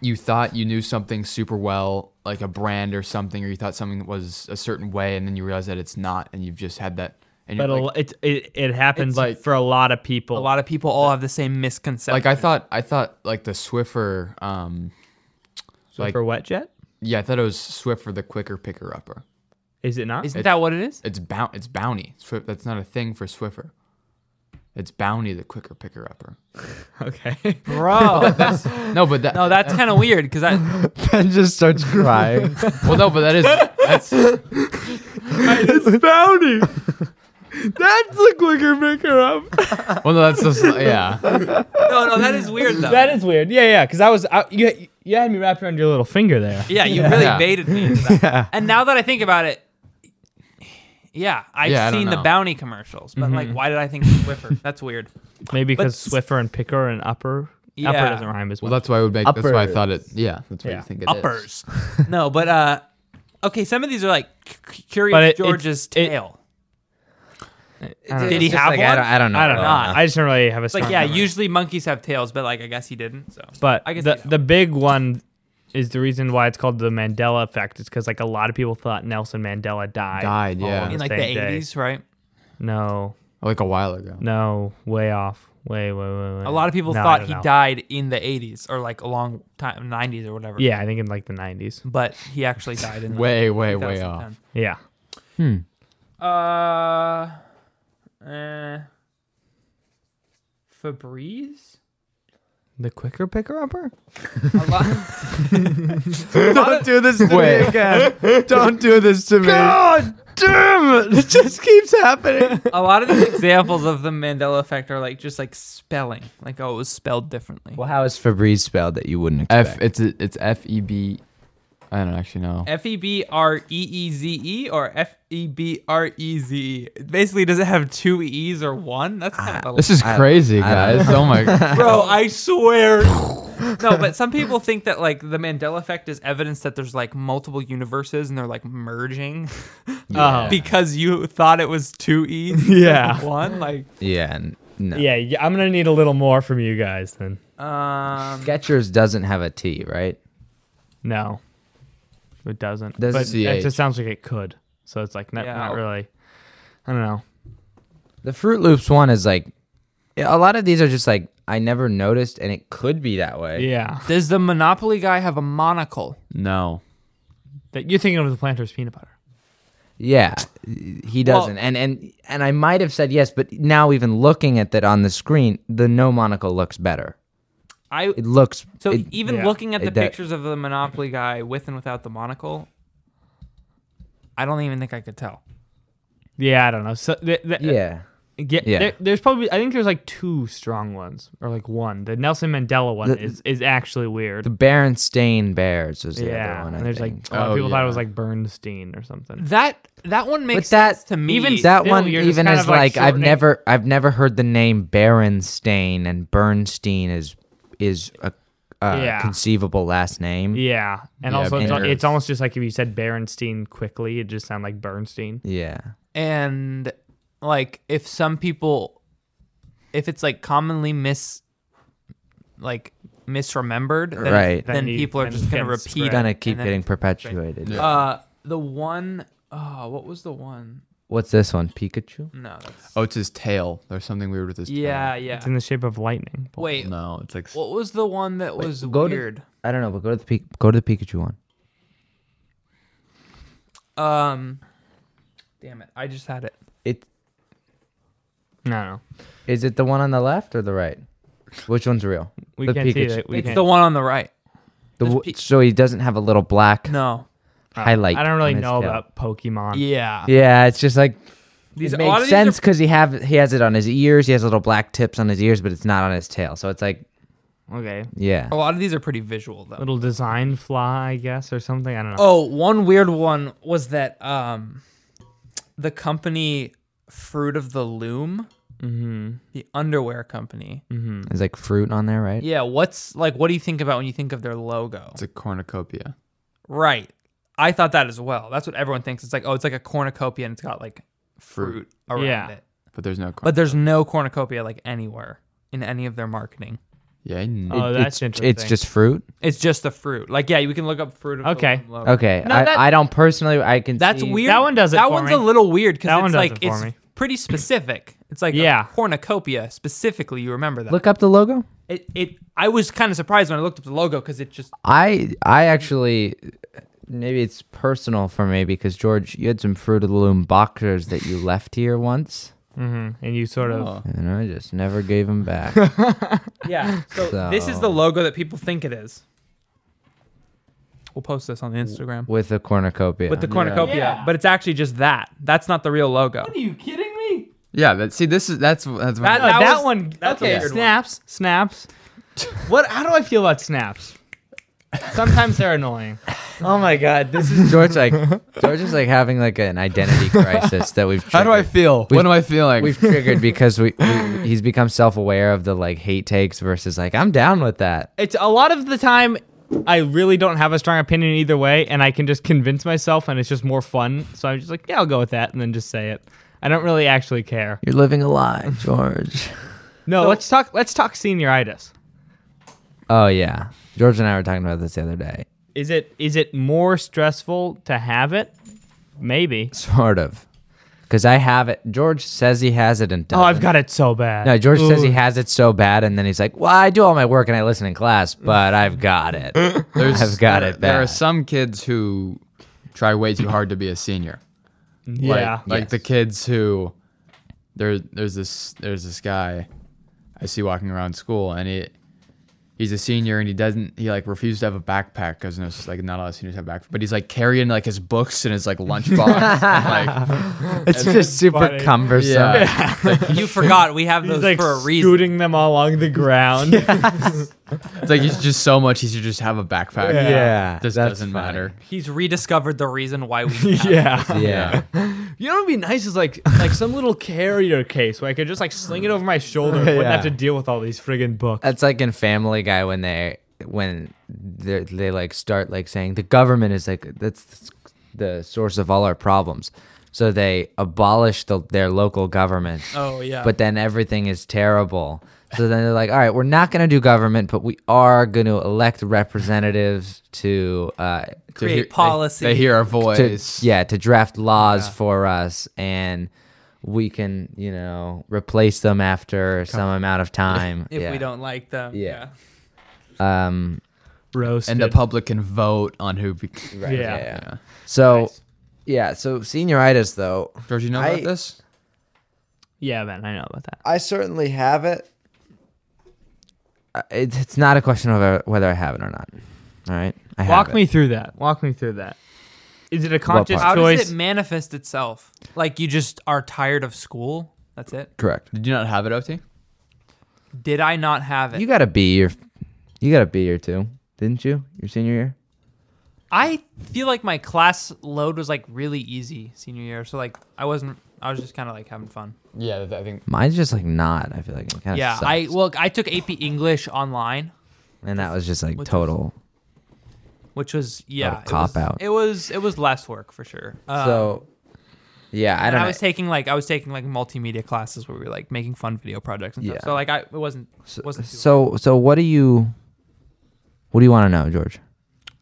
S1: you thought you knew something super well, like a brand or something, or you thought something was a certain way, and then you realize that it's not, and you've just had that. And
S2: But
S1: you're
S2: a
S1: like,
S2: lo- it, it it happens
S1: It's like-
S2: for a lot of people.
S4: A lot of people all have the same misconception.
S1: like I thought, I thought like the Swiffer, um, like
S2: for wet jet.
S1: yeah, I thought it was Swiffer, the quicker picker upper.
S2: Is it not?
S4: Isn't that what it is?
S1: It's bound, it's bounty. Swift, that's not a thing for Swiffer. It's bounty, the quicker picker
S4: <laughs>
S1: upper.
S2: okay.
S4: Bro, that's,
S1: <laughs> No, but that
S4: no, that's kind of weird because
S3: <laughs>
S4: I
S3: Ben just starts <laughs> crying.
S1: well, no, but that
S3: <laughs>
S1: is that's
S2: it's bounty. That's the quicker picker up.
S3: <laughs>
S1: <laughs> well, no, that's just yeah.
S4: no, no, that is <laughs> weird though.
S2: That is weird. Yeah, yeah. Because I was I, you you had me wrapped around your little finger there.
S4: yeah, you really
S1: Yeah.
S4: baited me.
S1: <laughs>
S4: Into
S3: <laughs>
S4: that. And now that I think about it, yeah, I've
S1: Yeah, I don't
S4: seen the
S1: know.
S4: bounty commercials, but like, why did I think
S2: <laughs>
S4: Swiffer? That's weird.
S2: Mm-hmm. Maybe
S4: But
S2: because
S4: s-
S2: Swiffer and Picker and Upper. Upper
S4: Yeah.
S2: doesn't rhyme as
S1: Well,
S2: well.
S1: that's why I would make. That's why I
S3: Uppers.
S1: thought it. Yeah, that's what
S2: Yeah.
S1: you think it is.
S4: Uppers. no, but uh, okay, some of these are like C- Curious
S2: But it-
S4: George's
S2: it's- it-
S4: tail.
S2: I don't
S4: Did
S2: know.
S3: It's
S4: he
S3: just
S4: have
S3: like,
S4: one?
S3: I don't, I don't know.
S2: I don't know.
S4: Nah.
S2: I just don't really have a.
S4: It's like
S2: strong
S4: yeah,
S2: memory.
S4: usually monkeys have tails, but like I guess he didn't. So
S2: But
S4: I guess
S2: the
S4: you know.
S2: the big one is the reason why it's called the Mandela effect. It's because like a lot of people thought Nelson Mandela died.
S1: Died,
S2: all
S1: yeah.
S2: on
S1: In,
S4: in
S2: the
S4: like the
S2: same day.
S4: eighties, right?
S2: No,
S1: like a while ago.
S2: no, way off. Way, way, way, way.
S4: A lot of people
S2: No, I
S4: thought
S2: don't
S4: he
S2: know.
S4: died in the eighties or like a long time nineties or whatever.
S2: Yeah, I think in like the nineties.
S4: But he actually died in like,
S1: Way, way, way
S4: 2010.
S1: off.
S2: Yeah.
S4: Uh, uh,
S2: <laughs>
S4: Febreze.
S2: The quicker picker upper?
S4: A
S3: <laughs>
S4: lot.
S3: Don't do this to me again. <laughs> Don't do this to me. God damn it. It just keeps happening.
S4: a lot of these examples of the Mandela effect are like just like spelling, like oh, it was spelled differently.
S3: Well, how is Febreze spelled that you wouldn't
S1: F.
S3: expect?
S1: It's a, it's F E B. I don't actually know.
S4: F e b r e e z e or F e b r e z e. It Basically, does it have two e's or one? That's kind of a
S1: This is
S3: I-
S1: crazy,
S3: I don't
S1: guys.
S4: <laughs>
S1: Oh my.
S4: bro. I swear. No, but some people think that like the Mandela effect is evidence that there's like multiple universes and they're like merging <laughs> um,
S2: Yeah.
S4: because you thought it was two
S2: <laughs>
S4: e's.
S2: Yeah.
S4: one like
S3: yeah, n- no.
S2: yeah, yeah, I'm gonna need a little more from you guys then.
S4: um.
S3: Skechers doesn't have a T, right?
S2: No, it doesn't.
S3: There's
S2: but
S1: a
S2: it
S1: CH.
S2: just sounds like it could. So it's like not,
S4: Yeah.
S2: not really. I don't know.
S3: The Fruit Loops one is like, yeah, a lot of these are just like, I never noticed, and it could be that way.
S2: Yeah,
S4: Does the Monopoly guy have a monocle?
S1: No.
S2: that you're thinking of the Planters peanut butter.
S3: Yeah, he doesn't. and and and I might have said yes, but now even looking at that on the screen, the no monocle looks better.
S4: I
S3: It looks
S4: So
S3: it-
S4: even
S2: yeah.
S4: looking at the
S3: It- that-
S4: pictures of the Monopoly guy with and without the monocle, I don't even think I could tell.
S2: Yeah, I don't know. So the, the,
S3: yeah.
S2: Yeah,
S3: Yeah.
S2: There, there's probably I think there's like two strong ones or like one. The Nelson Mandela one
S3: The-
S2: is is actually weird.
S3: The Berenstain Bears is the
S2: yeah,
S3: other one. I
S2: and there's
S3: think.
S2: like a lot of
S1: Oh,
S2: people thought it was
S1: yeah.
S2: like Bernstein or something.
S4: That that one makes
S3: that-
S4: sense to me.
S2: even
S3: that
S2: still,
S3: one
S2: you're just
S3: even
S2: kind
S3: is
S2: of,
S3: like,
S2: like,
S3: I've
S2: shortening-
S3: never I've never heard the name Berenstain and Bernstein is is a, a
S2: Yeah.
S3: conceivable last name.
S2: Yeah, and
S1: Yeah,
S2: also it's, al-
S3: Berners.
S2: it's almost just like if you said Bernstein quickly, it just sound like Bernstein.
S3: Yeah.
S4: and like if some people, if it's like commonly mis, like misremembered, then,
S3: Right.
S4: then
S2: Then you-
S4: people are
S2: then
S4: just gonna
S2: it's
S4: repeat.
S2: spread.
S3: Gonna
S4: it,
S3: keep
S4: and then-
S3: getting perpetuated.
S4: Uh, the one, oh, what was the one?
S3: What's this one? Pikachu?
S4: No.
S1: Oh, it's his tail. There's something weird with his
S4: Yeah,
S1: tail.
S4: yeah.
S2: It's in the shape of lightning.
S4: Wait.
S1: No, it's like.
S4: What was the one that
S3: Wait,
S4: was
S3: go to-
S4: weird?
S3: I don't know, but go to the Pi- go to the Pikachu one.
S4: Um, damn it! I just had it.
S3: It
S2: No.
S3: is it the one on the left or the right? Which one's real?
S2: We
S3: the
S2: can't see that. We
S4: it's
S2: can't-
S4: the one on the right.
S3: The w- so he doesn't have a little black
S4: No.
S3: highlight.
S2: Oh. I don't really
S3: on his
S2: know
S3: tail.
S2: about Pokemon.
S4: Yeah.
S3: Yeah, it's just like
S4: These-
S3: it
S4: a lot of
S3: makes
S4: these
S3: sense
S4: are-
S3: because he have he has it on his ears. He has little black tips on his ears, but it's not on his tail. So it's like
S2: Okay.
S3: yeah,
S4: A lot of these are pretty visual though.
S2: Little design flaw, I guess, or something. I don't know.
S4: Oh, one weird one was that um, the company Fruit of the Loom,
S2: Mm-hmm.
S4: the underwear company.
S2: Mm-hmm.
S3: there's like fruit on there, right?
S4: Yeah, what's like? What do you think about when you think of their logo?
S1: It's a cornucopia.
S4: Right. I thought that as well. That's what everyone thinks. It's like, oh, it's like a cornucopia and it's got like fruit,
S1: Fruit.
S4: around
S2: Yeah.
S4: it.
S1: But there's no. Corn-
S4: But there's no cornucopia like anywhere in any of their marketing.
S1: yeah. I kn-
S2: Oh, that's
S3: it's,
S2: interesting.
S3: It's just fruit.
S4: It's just the fruit. Like, yeah, we can look up fruit. Of the
S2: Okay.
S4: Loom logo.
S3: Okay,
S2: No,
S3: I,
S2: that-
S3: I don't personally. I can.
S4: Oh. That's
S3: see-
S4: weird.
S2: That one does it
S4: That
S2: for
S4: one's
S2: me.
S4: a little weird
S2: That
S4: because
S2: one
S4: it's
S2: does
S4: like
S2: it for
S4: it's
S2: me.
S4: pretty specific. It's like a
S2: Yeah.
S4: cornucopia specifically. You remember that?
S3: Look up the logo.
S4: it. it I was kind of surprised when I looked up the logo because it just
S3: I I actually maybe it's personal for me because George, you had some Fruit of the Loom boxers that you left here once,
S2: Mm-hmm. And you sort of.
S3: and I just never gave them
S2: <laughs>
S3: back.
S4: yeah. So, this is
S3: So-
S4: the logo that people think it is. We'll post this on the Instagram
S3: with a cornucopia.
S4: with the cornucopia, but it's actually just that. That's not the real logo.
S2: Are you kidding me?
S1: yeah. That. See. This is. That's. That's.
S4: That-
S2: No, that,
S4: was-
S2: one.
S4: that's a
S2: okay,
S4: weird one.
S2: snaps, snaps. what? How do I feel about snaps? Sometimes they're annoying.
S3: oh my god, this is George like George is like having like an identity crisis that we've.
S1: how do I
S3: triggered.
S1: feel?
S3: We've-
S1: What am I feeling?
S3: We've triggered because we, we he's become self-aware of the like hate takes versus like I'm down with that.
S2: It's a lot of the time. I really don't have a strong opinion either way, and I can just convince myself, and it's just more fun. So I'm just like, yeah, I'll go with that, and then just say it. I don't really actually care.
S3: You're living a lie, George.
S2: No, let's talk. Let's talk senioritis.
S3: oh yeah, George and I were talking about this the other day. <laughs>
S2: Is it is it more stressful to have it? Maybe.
S3: Sort of. Because I have it. George says he has it and doesn't.
S2: Oh, I've got it so bad.
S3: No, George says he
S2: Ooh.
S3: has it so bad, and then he's like, "Well, I do all my work and I listen in class, but I've got
S2: <laughs>
S3: it. I've got
S1: there,
S3: it
S1: There are
S3: bad."
S1: some kids who try way too hard to be a senior. Like-
S2: Mm-hmm. Yeah.
S1: Like, the kids who there there's this there's this guy I see walking around school and he he's a senior and he doesn't he like refused to have a backpack because it's like not a lot of seniors have backpack but he's like carrying like his books and his like lunchbox and,
S3: <laughs>
S2: <laughs>
S1: like
S3: it's just super
S2: funny.
S3: cumbersome.
S1: yeah <laughs>
S3: <laughs>
S4: You forgot we have
S2: He's
S4: those
S2: like
S4: for a reason.
S2: scooting them all along the ground.
S3: <laughs>
S1: it's like it's just so much easier to just have a backpack
S2: Yeah.
S3: Yeah,
S1: this
S3: that's
S1: doesn't
S3: funny.
S1: matter
S4: He's rediscovered the reason why
S2: <laughs>
S4: we.
S2: yeah.
S3: Yeah.
S2: You know what would be nice is like like some little carrier case where I could just like sling it over my shoulder and wouldn't
S3: Yeah.
S2: have to deal with all these friggin' books.
S3: that's like in Family Guy when they when they they like start like saying the government is like that's the source of all our problems. So they abolish the, their local government.
S4: Oh yeah.
S3: but then everything is terrible. So then they're like, all right, we're not going to do government, but we are going to elect representatives to, uh,
S1: They hear-
S4: create
S1: they-
S4: policy.
S1: they, hear our
S3: to
S1: voice
S3: yeah, to draft laws for us, and we can, you know, replace them after some amount of time.
S4: <laughs> if
S3: yeah.
S4: we don't like them.
S3: Yeah. um,
S2: Roasted.
S1: and the public can vote on who be-
S3: right,
S2: Yeah.
S3: yeah. yeah. So,
S4: Nice.
S3: yeah, so senioritis though,
S1: George you know about
S3: I-
S1: this
S2: yeah, man, I know about that.
S3: <laughs> I certainly have it. Uh, it it's not a question of uh, whether I have it or not. All right, I have
S2: Walk
S3: it.
S2: me through that. Walk me through that. Is it a conscious
S3: part?
S4: How
S2: choice?
S4: does it manifest itself? Like you just are tired of school. That's it.
S3: Correct.
S1: did you not have it OT
S4: Did I not have it?
S3: You got a B year. You got a B year too, didn't you? Your senior year.
S4: I feel like my class load was like really easy senior year, so like I wasn't. I was just kind of like having fun.
S1: yeah I think
S3: Mine's just like not. I feel like it kind of
S4: yeah,
S3: sucks.
S4: I well, I took AP English online,
S3: and that was just like
S4: Which was-
S3: total.
S4: which was yeah,
S3: Little
S4: it was-
S3: cop-out.
S4: It was it was less work for sure.
S2: uh,
S4: Um,
S3: so, yeah, I
S4: and
S3: don't.
S4: I
S3: know.
S4: was taking like I was taking like multimedia classes where we were like making fun video projects and
S3: Yeah.
S4: stuff. So like I it wasn't wasn't too
S3: so so what do you? What do you want to know, George?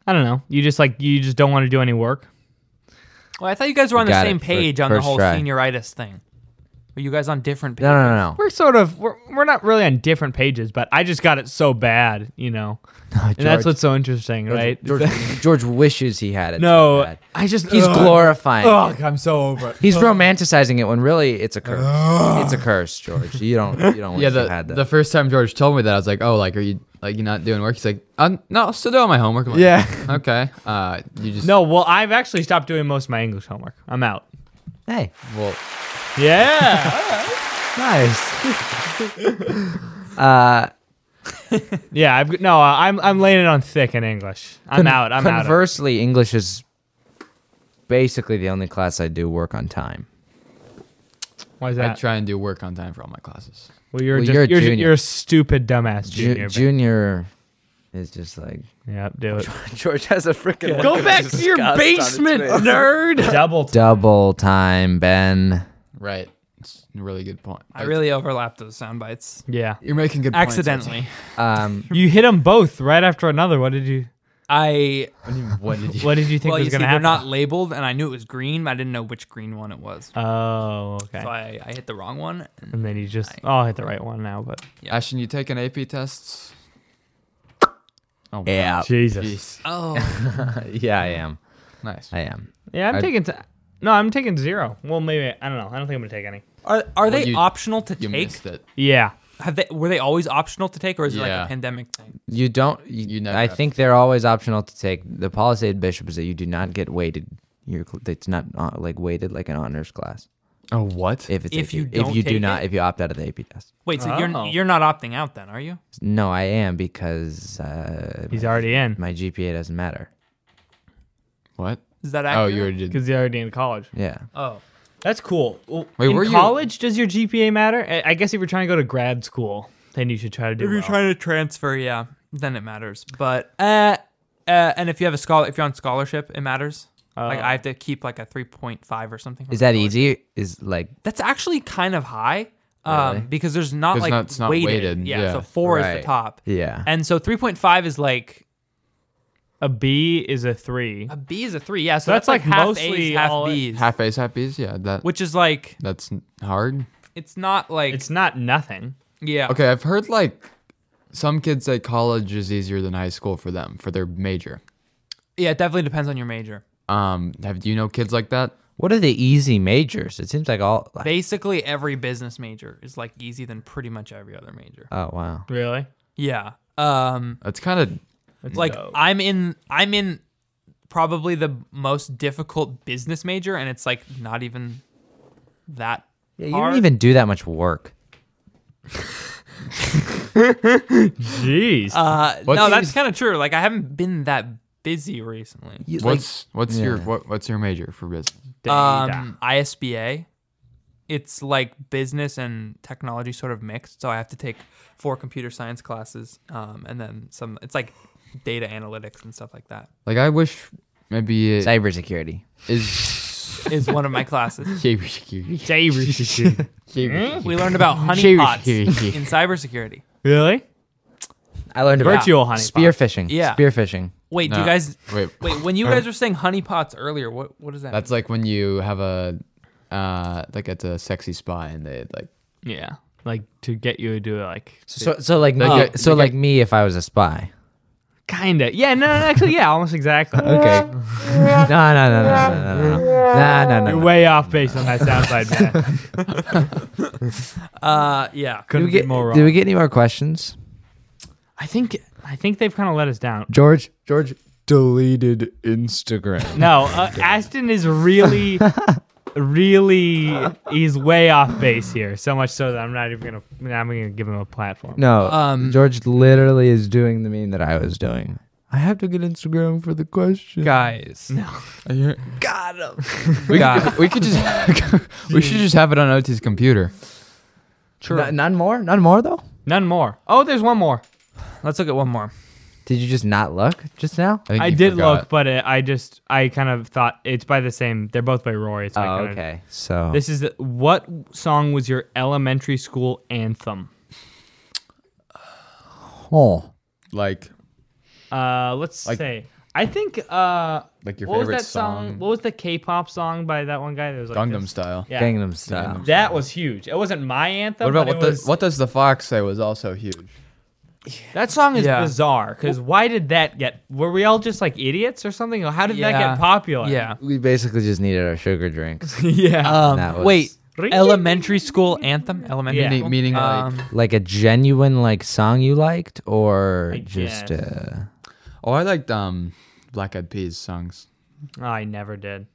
S2: I don't know. You just like you just don't want to do any work.
S4: Well, I thought you guys were on the
S3: Got it.
S4: same
S3: Fir-
S4: page on the
S3: first
S4: whole
S3: try.
S4: senioritis thing. Were you guys on different pages?
S3: No, no, no, no.
S2: We're sort of we're, we're not really on different pages, but I just got it so bad,
S3: <laughs>
S2: you know. and that's
S3: Ah, George-
S2: what's so interesting,
S3: George-
S2: right? <laughs>
S3: George, George wishes he had it. so
S2: no,
S3: bad.
S2: I just
S3: he's
S2: ugh.
S3: glorifying.
S2: Ugh,
S3: it.
S2: I'm so over it.
S3: He's
S2: Ugh.
S3: romanticizing it when really it's a curse. It's a curse, George. You don't. You don't.
S1: yeah,
S3: wish
S1: the,
S3: you had that.
S1: the first time George told me that, I was like, "Oh, like, are you like you not doing work?" He's like, "I'm no, I'm still doing my homework." I'm like,
S3: Yeah.
S1: <laughs> Okay. Uh, you just
S2: No, well, I've actually stopped doing most of my English homework. I'm out.
S3: hey,
S1: well,
S2: <laughs> Yeah.
S3: <laughs> nice. uh,
S2: yeah, I've no, uh, I'm I'm laying it on thick in English. I'm
S3: con-
S2: out. I'm out. of it.
S3: Conversely, English is basically the only class I do work on time.
S2: Why is
S1: I
S2: that?
S1: try and do work on time for all my classes.
S2: Well, you're
S3: Well,
S2: just,
S3: you're
S2: you're
S3: a
S2: ju-
S3: junior.
S2: you're a stupid dumbass
S3: Ju-
S2: junior. but-
S3: junior is just like
S2: yeah,
S3: <laughs>
S2: do it.
S5: George has a freaking
S4: Go
S5: look of
S4: back to your
S5: disgust on its
S4: basement,
S5: face.
S4: nerd.
S2: Double.
S3: double time, Ben.
S1: Right. It's a really good point.
S4: I really overlapped those sound bites
S2: yeah.
S1: You're making good points, <laughs>
S4: accidentally.
S3: Um,
S2: <laughs> You hit them both right after another. What did you?
S4: I
S1: Hudson. What do you mean, What did you?
S2: What did you think
S4: well,
S2: was
S4: you see,
S2: going to
S4: they're
S2: happen?
S4: not labeled, and I knew it was green, but I didn't know which green one it was.
S2: oh, okay.
S4: So I, I hit the wrong one. and-
S2: and then you just oh, I hit the right one now, but
S1: Ashton, you taking AP tests? Oh, my
S3: <laughs> yeah,
S2: Jesus.
S1: Jeez.
S4: Oh,
S3: <laughs> yeah, I am.
S1: Nice.
S3: I am.
S2: Yeah, I'm
S3: I-
S2: taking. T- no, I'm taking zero. Well, maybe I don't know. I don't think I'm gonna take any.
S4: are are they
S1: you-
S4: optional to
S1: You
S4: take?
S1: missed it.
S2: Yeah.
S4: Have they were they always optional to take, or is it like
S1: Yeah.
S4: a pandemic thing?
S3: You don't. You,
S1: You never
S3: I
S1: have
S3: think they're always optional to take. The policy of bishop is that you do not get weighted. You're cl- it's not uh, like weighted like an honors class.
S1: Oh, what?
S3: If it's
S4: If
S3: AP.
S4: you
S3: if
S4: don't
S3: you do
S4: take
S3: not
S4: it?
S3: if you opt out of the AP test.
S4: Wait, so
S2: Oh.
S4: you're you're not opting out then, are you?
S3: No, I am because uh,
S2: He's already in
S3: my GPA doesn't matter.
S1: what?
S4: Is that
S1: Oh,
S4: accurate?
S1: you already did.
S2: because he's already in college.
S3: Yeah.
S4: Oh,
S2: That's cool. Well,
S1: Wait,
S2: in
S1: were you-
S2: college, does your GPA matter? I- I guess if you're trying to go to grad school, then you should try to do.
S4: if you're
S2: well.
S4: trying to transfer, yeah, then it matters. But uh, uh and if you have a scholar, if you're on scholarship, it matters. Like
S2: Oh.
S4: I have to keep like a three point five or something. from
S3: Is that
S4: scholarship.
S3: easy? Is like
S4: That's actually kind of high. Um,
S3: Really?
S4: because there's not
S1: 'Cause
S4: like
S1: not- it's not
S4: weighted.
S1: weighted,
S4: Yeah,
S1: yeah.
S4: so four is
S3: Right.
S4: the top,
S3: yeah.
S4: and so three point five is like
S2: a B is a three.
S4: a B is a three. Yeah, so, that's,
S2: That's, like,
S4: like, half
S2: mostly
S4: A's, half
S2: all-
S4: B's,
S1: Half A's, half B's. Yeah, that.
S4: which is like
S1: That's hard.
S4: it's not like
S2: It's not nothing.
S4: yeah.
S1: Okay, I've heard like some kids say college is easier than high school for them for their major.
S4: Yeah, it definitely depends on your major.
S1: Um, have do you know kids like that?
S3: What are the easy majors? It seems like all.
S4: Basically, every business major is like easy than pretty much every other major.
S3: oh wow.
S2: <laughs> Really?
S4: Yeah. Um,
S1: That's kind of
S4: like
S2: dope.
S4: I'm in, I'm in probably the most difficult business major, and it's like not even that.
S3: Yeah, you
S4: hard.
S3: don't even do that much work.
S2: Jeez.
S4: Uh,
S1: What's-
S4: no, that's kind of true. Like I haven't been that busy recently.
S3: You, like-
S1: what's what's your
S3: yeah.
S1: what, what's your major for business?
S4: Um, ISBA. It's like business and technology sort of mixed. So I have to take four computer science classes, um, and then some. It's like data analytics and stuff like that.
S1: Like I wish maybe it
S3: Cybersecurity.
S1: is
S4: Is one of my classes.
S1: <laughs> cybersecurity.
S2: Cybersecurity.
S1: Cybersecurity.
S4: We learned about honeypots
S1: Cybersecurity.
S4: in cybersecurity.
S2: really?
S3: I learned about
S2: Virtual honeypot.
S3: spearfishing.
S4: Yeah.
S3: Spearfishing.
S4: Wait, do
S1: No,
S4: you guys?
S1: wait.
S4: Wait, when you guys were saying honeypots earlier, what what is that?
S1: That's like when you have a uh like it's a sexy spy and they like
S4: <laughs>
S2: Yeah. Like to get you to do like
S3: So so like me, <laughs>
S1: get-
S3: so
S1: they
S3: like me if I was a spy.
S2: kinda. Yeah. No. no actually, yeah. Almost exactly.
S3: <laughs> Okay.
S2: <laughs>
S3: no, no, no, no, no, no, no, no, no, no.
S2: You're
S3: no.
S2: way off base on that soundbite, man. <laughs>
S4: uh, yeah.
S3: Do
S2: Couldn't
S3: we get
S2: be more wrong.
S3: do we get any more questions?
S2: I think I think they've kind of let us down.
S3: George, George deleted Instagram.
S2: No,
S3: <laughs>
S2: uh, Aston is really, really, he's way off base here. So much so that I'm not even gonna, I'm gonna give him a platform.
S3: No,
S4: Um,
S3: George literally is doing the meme that I was doing. I have to get Instagram for the question.
S4: Guys,
S1: we could, we
S3: <laughs>
S1: could just <laughs> we should just have it on OT's computer.
S3: True. none more. None more though.
S2: None more. Oh, there's one more.
S4: let's look at one more.
S3: Did you just not look just now?
S1: think
S2: I
S1: you
S2: did
S1: forgot.
S2: look, but it, I just, I kind of thought it's by the same. They're both by Rory. So I
S3: Oh,
S2: kinda-
S3: okay. So
S2: This is the, what song was your elementary school anthem?
S3: oh,
S1: like
S2: Uh, let's
S1: Like-
S2: Uh, say I think uh
S1: Like your
S2: what was
S1: favorite
S2: that song?
S1: song?
S2: What was the K-pop song by that one guy that was like
S1: Gangnam
S2: this?
S1: Style.
S2: Yeah.
S3: Gangnam Style.
S2: That was huge. It wasn't my anthem.
S1: What about
S2: but
S1: what
S2: it
S1: does
S2: was,
S1: what does the fox say was also huge.
S2: That song is
S4: Yeah.
S2: bizarre cuz why did that get Were we all just like idiots or something? Or How did that
S4: Yeah.
S2: get popular?
S4: Yeah.
S3: We basically just needed our sugar drinks.
S2: <laughs> yeah.
S4: Um,
S3: That was-
S4: Wait, elementary school anthem? Elementary
S2: Yeah.
S4: school?
S1: Meaning, meaning
S4: Um,
S1: like
S3: like a genuine like song you liked, or
S2: I
S3: just
S2: guess.
S3: uh,
S1: oh I liked um Black Eyed Peas songs.
S2: Oh, I never did.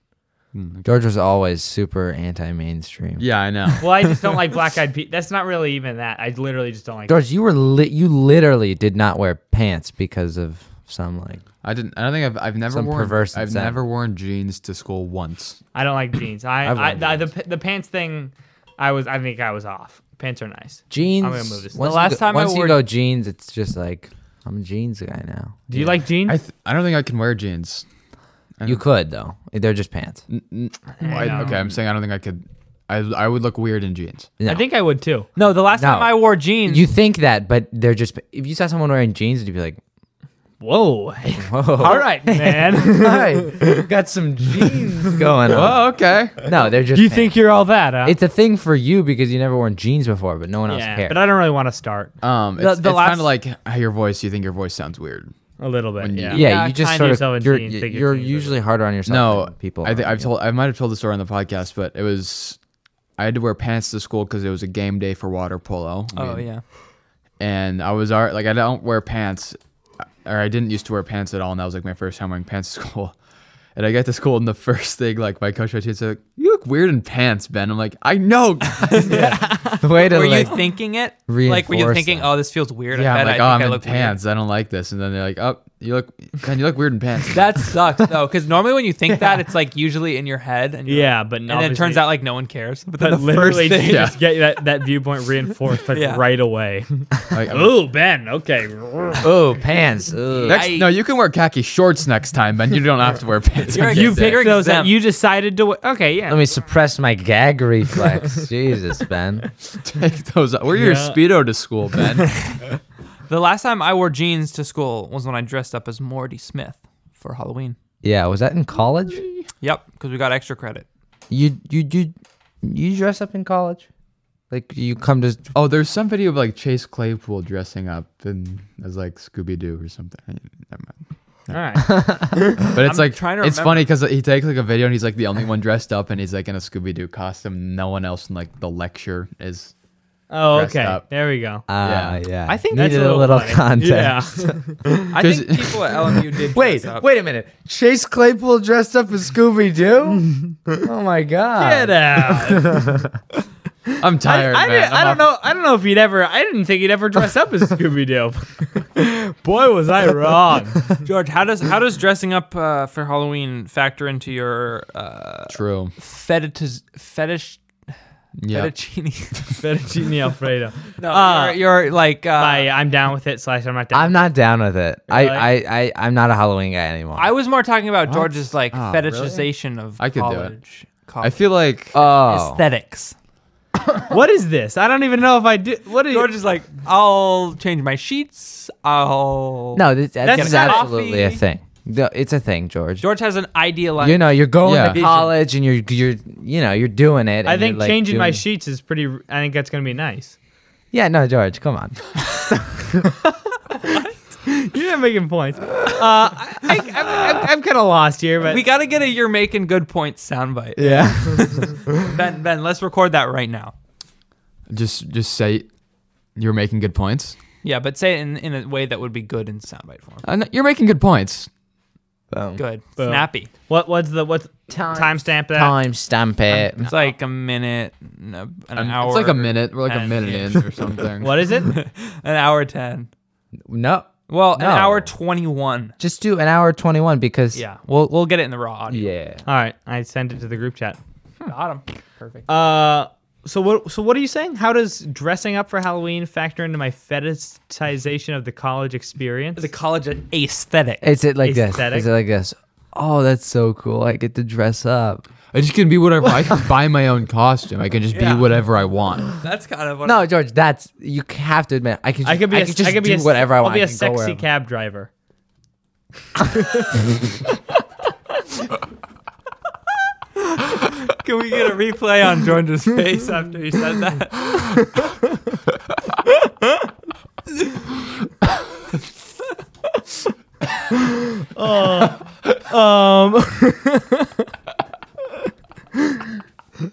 S3: George was always super anti-mainstream.
S1: Mm, Yeah, I know.
S2: Well, I just don't like black eyed peas. That's not really even that. I literally just don't like
S3: George, you were lit. You literally did not wear pants because of some like.
S1: I didn't. I don't think I've. I've never
S3: Some
S1: worn.
S3: perverse
S1: I've
S3: incentive.
S1: <laughs> never worone jeans to school once.
S2: I don't like jeans. I,
S3: I've
S2: I,
S3: worn
S2: the, the the pants thing, I was I think I was off. Pants are nice.
S3: Jeans.
S2: I'm gonna move this.
S3: once
S4: The
S3: you
S4: last
S3: go-
S4: time I
S3: once you
S4: wore-
S3: go jeans, it's just like I'm a jeans guy now.
S2: Do you like jeans?
S1: I. Th- I don't think I can wear jeans.
S3: You could though. They're just pants.
S1: Well, I- okay, I'm saying I don't think I could. I. I would look weird in jeans.
S3: No.
S2: I think I would too.
S4: no, the last time
S3: No.
S4: I wore jeans,
S3: you think that, but they're just. If you saw someone wearing jeans, you'd be like,
S2: Whoa.
S3: "Whoa,
S2: <laughs> All
S3: <laughs>
S2: right, man.
S3: Oh. all right, got some <laughs> jeans going on."
S1: Oh, okay.
S3: No, they're just.
S2: you
S3: pants.
S2: think you're all that, huh?
S3: it's a thing for you because you never worn jeans before, but no one else
S2: yeah,
S3: cares.
S2: but I don't really want to start
S1: Um, it's,
S4: The- the
S1: it's
S4: last-
S1: kind of like how your voice. You think your voice sounds weird.
S2: a little bit.
S1: you-
S2: Yeah.
S3: yeah,
S4: Yeah,
S3: you just
S2: find
S3: sort
S2: yourself in
S3: of you're,
S2: jeans,
S3: you're,
S2: think your jeans are
S3: usually harder on yourself.
S1: No,
S3: than people.
S1: I,
S3: are
S1: th-
S3: on
S1: I've
S3: you.
S1: told. I might have told the story on the podcast, but it was. I had to wear pants to school because it was a game day for water polo.
S4: oh
S1: We-
S4: yeah,
S1: and I was alright. Like I don't wear pants, or I didn't used to wear pants at all, and that was like my first time wearing pants to <laughs> school. And I got to school, and the first thing like my coach my teacher's like, "You look weird in pants, Ben." I'm like, "I
S4: <laughs>
S1: know." <laughs>
S3: Way to
S4: were
S3: like,
S4: you thinking it? Like, were you
S3: reinforce
S4: thinking,
S3: that.
S4: oh, this feels weird?
S1: yeah,
S4: I
S1: I'm
S4: bet
S1: like, "Oh,
S4: I
S1: I'm
S4: think I
S1: in
S4: look weird."
S1: pants. I don't like this." And then they're like, "Oh, you look, Ben, you look weird
S4: <laughs>
S1: in pants."
S4: That sucks though, because normally when you think that, it's like usually in your head, and you're
S2: Yeah, but
S4: like-
S2: no.
S4: and then it turns
S2: obviously-
S4: out like no one cares. But then
S2: but
S4: the first
S2: literally
S4: thing,
S2: just get that, that viewpoint reinforced like
S4: Yeah.
S2: right away.
S1: <laughs> Like, I'm-
S2: Ooh, Ben. Okay.
S3: oh pants. Ugh.
S1: next,
S4: I-
S1: no, you can wear khaki shorts next time, Ben. You don't have to wear
S4: <laughs>
S1: pants.
S4: You're
S1: on
S4: a-
S1: game
S2: You
S1: day."
S2: picked those that
S4: exempt.
S2: you decided to. w- Okay, yeah.
S3: Let me suppress my gag
S2: <laughs>
S3: reflex. Jesus, Ben.
S1: take those. Wear your
S2: Yeah.
S1: speedo to
S2: <laughs>
S1: school, Ben.
S4: the last time I wore jeans to school was when I dressed up as Morty Smith for Halloween.
S3: <laughs> Yeah, was that in college?
S4: Yep, because we got extra credit.
S3: You you you you dress up in college? Like you come to
S1: oh, there's some video of like Chase Claypool dressing up and as like Scooby Doo or something. Never mind.
S2: All right.
S1: <laughs> But it's like
S4: trying to
S1: it's
S4: remember.
S1: funny because he takes like a video and he's like the only one dressed up and he's like in a Scooby Doo costume. No one else in like the lecture is.
S2: Oh,
S1: Dressed
S2: okay.
S1: up. Uh,
S2: There we go.
S3: Ah,
S1: Yeah.
S3: yeah.
S4: I think
S3: needed
S4: that's a
S3: a
S4: little
S3: little,
S2: funny.
S3: context.
S2: Yeah.
S11: <laughs>
S4: I think people at LMU
S3: <laughs>
S4: did.
S3: Wait,
S4: dress up.
S3: wait a minute. Chase Claypool dressed up as Scooby Doo? oh my god.
S2: Get out.
S3: <laughs>
S1: I'm tired,
S2: I,
S1: man.
S2: didn't, I
S1: I'm
S2: don't
S1: off-
S2: know. I don't know if he'd ever. I didn't think he'd ever dress up as Scooby Doo. Boy, was I wrong.
S4: <laughs> George, how does how does dressing up uh, for Halloween factor into your uh,
S1: True.
S4: fetish fetish
S1: Yeah.
S4: fettuccine? <laughs>
S2: Fettuccine Alfredo.
S4: no,
S2: Uh,
S4: your, your, like uh,
S2: I, I'm down with it. Slash, I'm not down.
S3: I'm not down with it. I,
S2: Really?
S3: I, I, I'm not a Halloween guy anymore.
S4: I was more talking about George's like
S1: Oh, really?
S4: fetishization of
S1: I could do it.
S4: college,
S1: I
S4: college
S1: feel like
S3: oh.
S4: aesthetics.
S2: <laughs> what is this? I don't even know if I do. What is?
S4: George is like, I'll change my sheets. I'll
S3: no, that's, that's,
S4: Get a
S3: absolutely a
S4: coffee.
S3: thing. No, It's a thing, George.
S4: George has an idealized.
S3: you know, you're going
S1: Yeah.
S3: to college and you're you're you know, you're doing it. and
S2: I
S3: you're,
S2: think
S3: like,
S2: changing my
S3: doing-
S2: sheets is pretty. I think that's gonna be nice. <laughs>
S3: Yeah, no, George, come on.
S2: You're not making points. <laughs> Uh, I, I, I'm, I'm, I'm kind of lost here, but
S4: we got to get a "You're making good points" soundbite.
S3: Yeah.
S4: <laughs> Ben, Ben, let's record that right now.
S1: <laughs> just just say you're making good points.
S4: Yeah, but say it in, in a way that would be good in soundbite form.
S1: I know- you're making good points. Um,
S4: Good,
S2: Boom.
S4: snappy.
S2: what? What's the what's timestamp? That
S3: Time stamp it.
S4: It's like a minute, an an
S1: Um,
S4: hour.
S1: it's like a minute. We're like a
S4: and-
S1: minute in or
S4: <laughs>
S1: something.
S2: what is it?
S4: an hour ten.
S3: No.
S4: Well,
S3: No.
S4: an hour twenty-one.
S3: Just do an hour twenty one because
S4: Yeah, we'll we'll get it in the raw audio.
S3: Yeah.
S2: All right, I sent it to the group chat.
S4: Got him. Perfect.
S2: Uh, so what? So what are you saying? How does dressing up for Halloween factor into my fetishization of the college experience?
S4: The college aesthetic.
S3: Is it like
S2: Aesthetic.
S3: this? Is it like this? Oh, that's so cool. I get to dress up.
S1: I just can be whatever. I can buy my own costume. I can just
S4: Yeah.
S1: be whatever I want.
S4: That's kind of what
S3: No, George, that's you have to admit I can just,
S2: I could be. a-
S3: just
S2: I could be
S3: do
S2: a,
S3: whatever I want.
S2: I'll be a
S3: can go
S2: sexy
S3: wherever.
S2: cab driver.
S4: <laughs> Can we get a replay on Jordan's face after he said
S3: <laughs>
S4: that?
S3: um.
S2: um.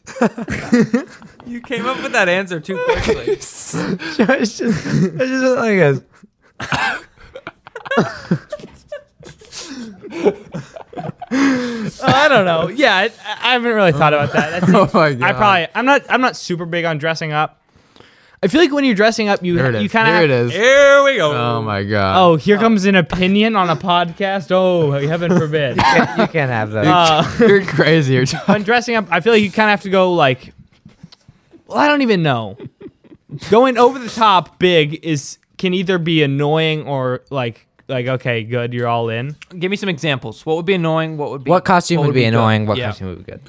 S4: you came up with that answer too quickly.
S11: <laughs>
S3: it's just, it's just like this. <laughs>
S2: I don't know. Yeah, I, I haven't really thought about that. That's
S1: Oh my God.
S2: I probably I'm not I'm not super big on dressing up. I feel like when you're dressing up, you
S1: There it is.
S2: you kind of
S1: There it is.
S4: Here we go.
S1: Oh my
S3: Uh,
S1: god.
S2: Oh, here comes an opinion on a podcast. Oh, heaven forbid.
S3: <laughs>
S2: Uh,
S3: You can't have that. <laughs>
S1: You're, you're crazy. You're
S2: <laughs> when dressing up, I feel like you kind of have to go like, well, I don't even know. Going over the top big is can either be annoying or like like okay, good, you're all in.
S4: Give me some examples. What would be annoying? What would be
S3: what costume
S4: what
S3: would be
S4: good?
S3: annoying? What
S4: Yeah.
S3: costume would be good?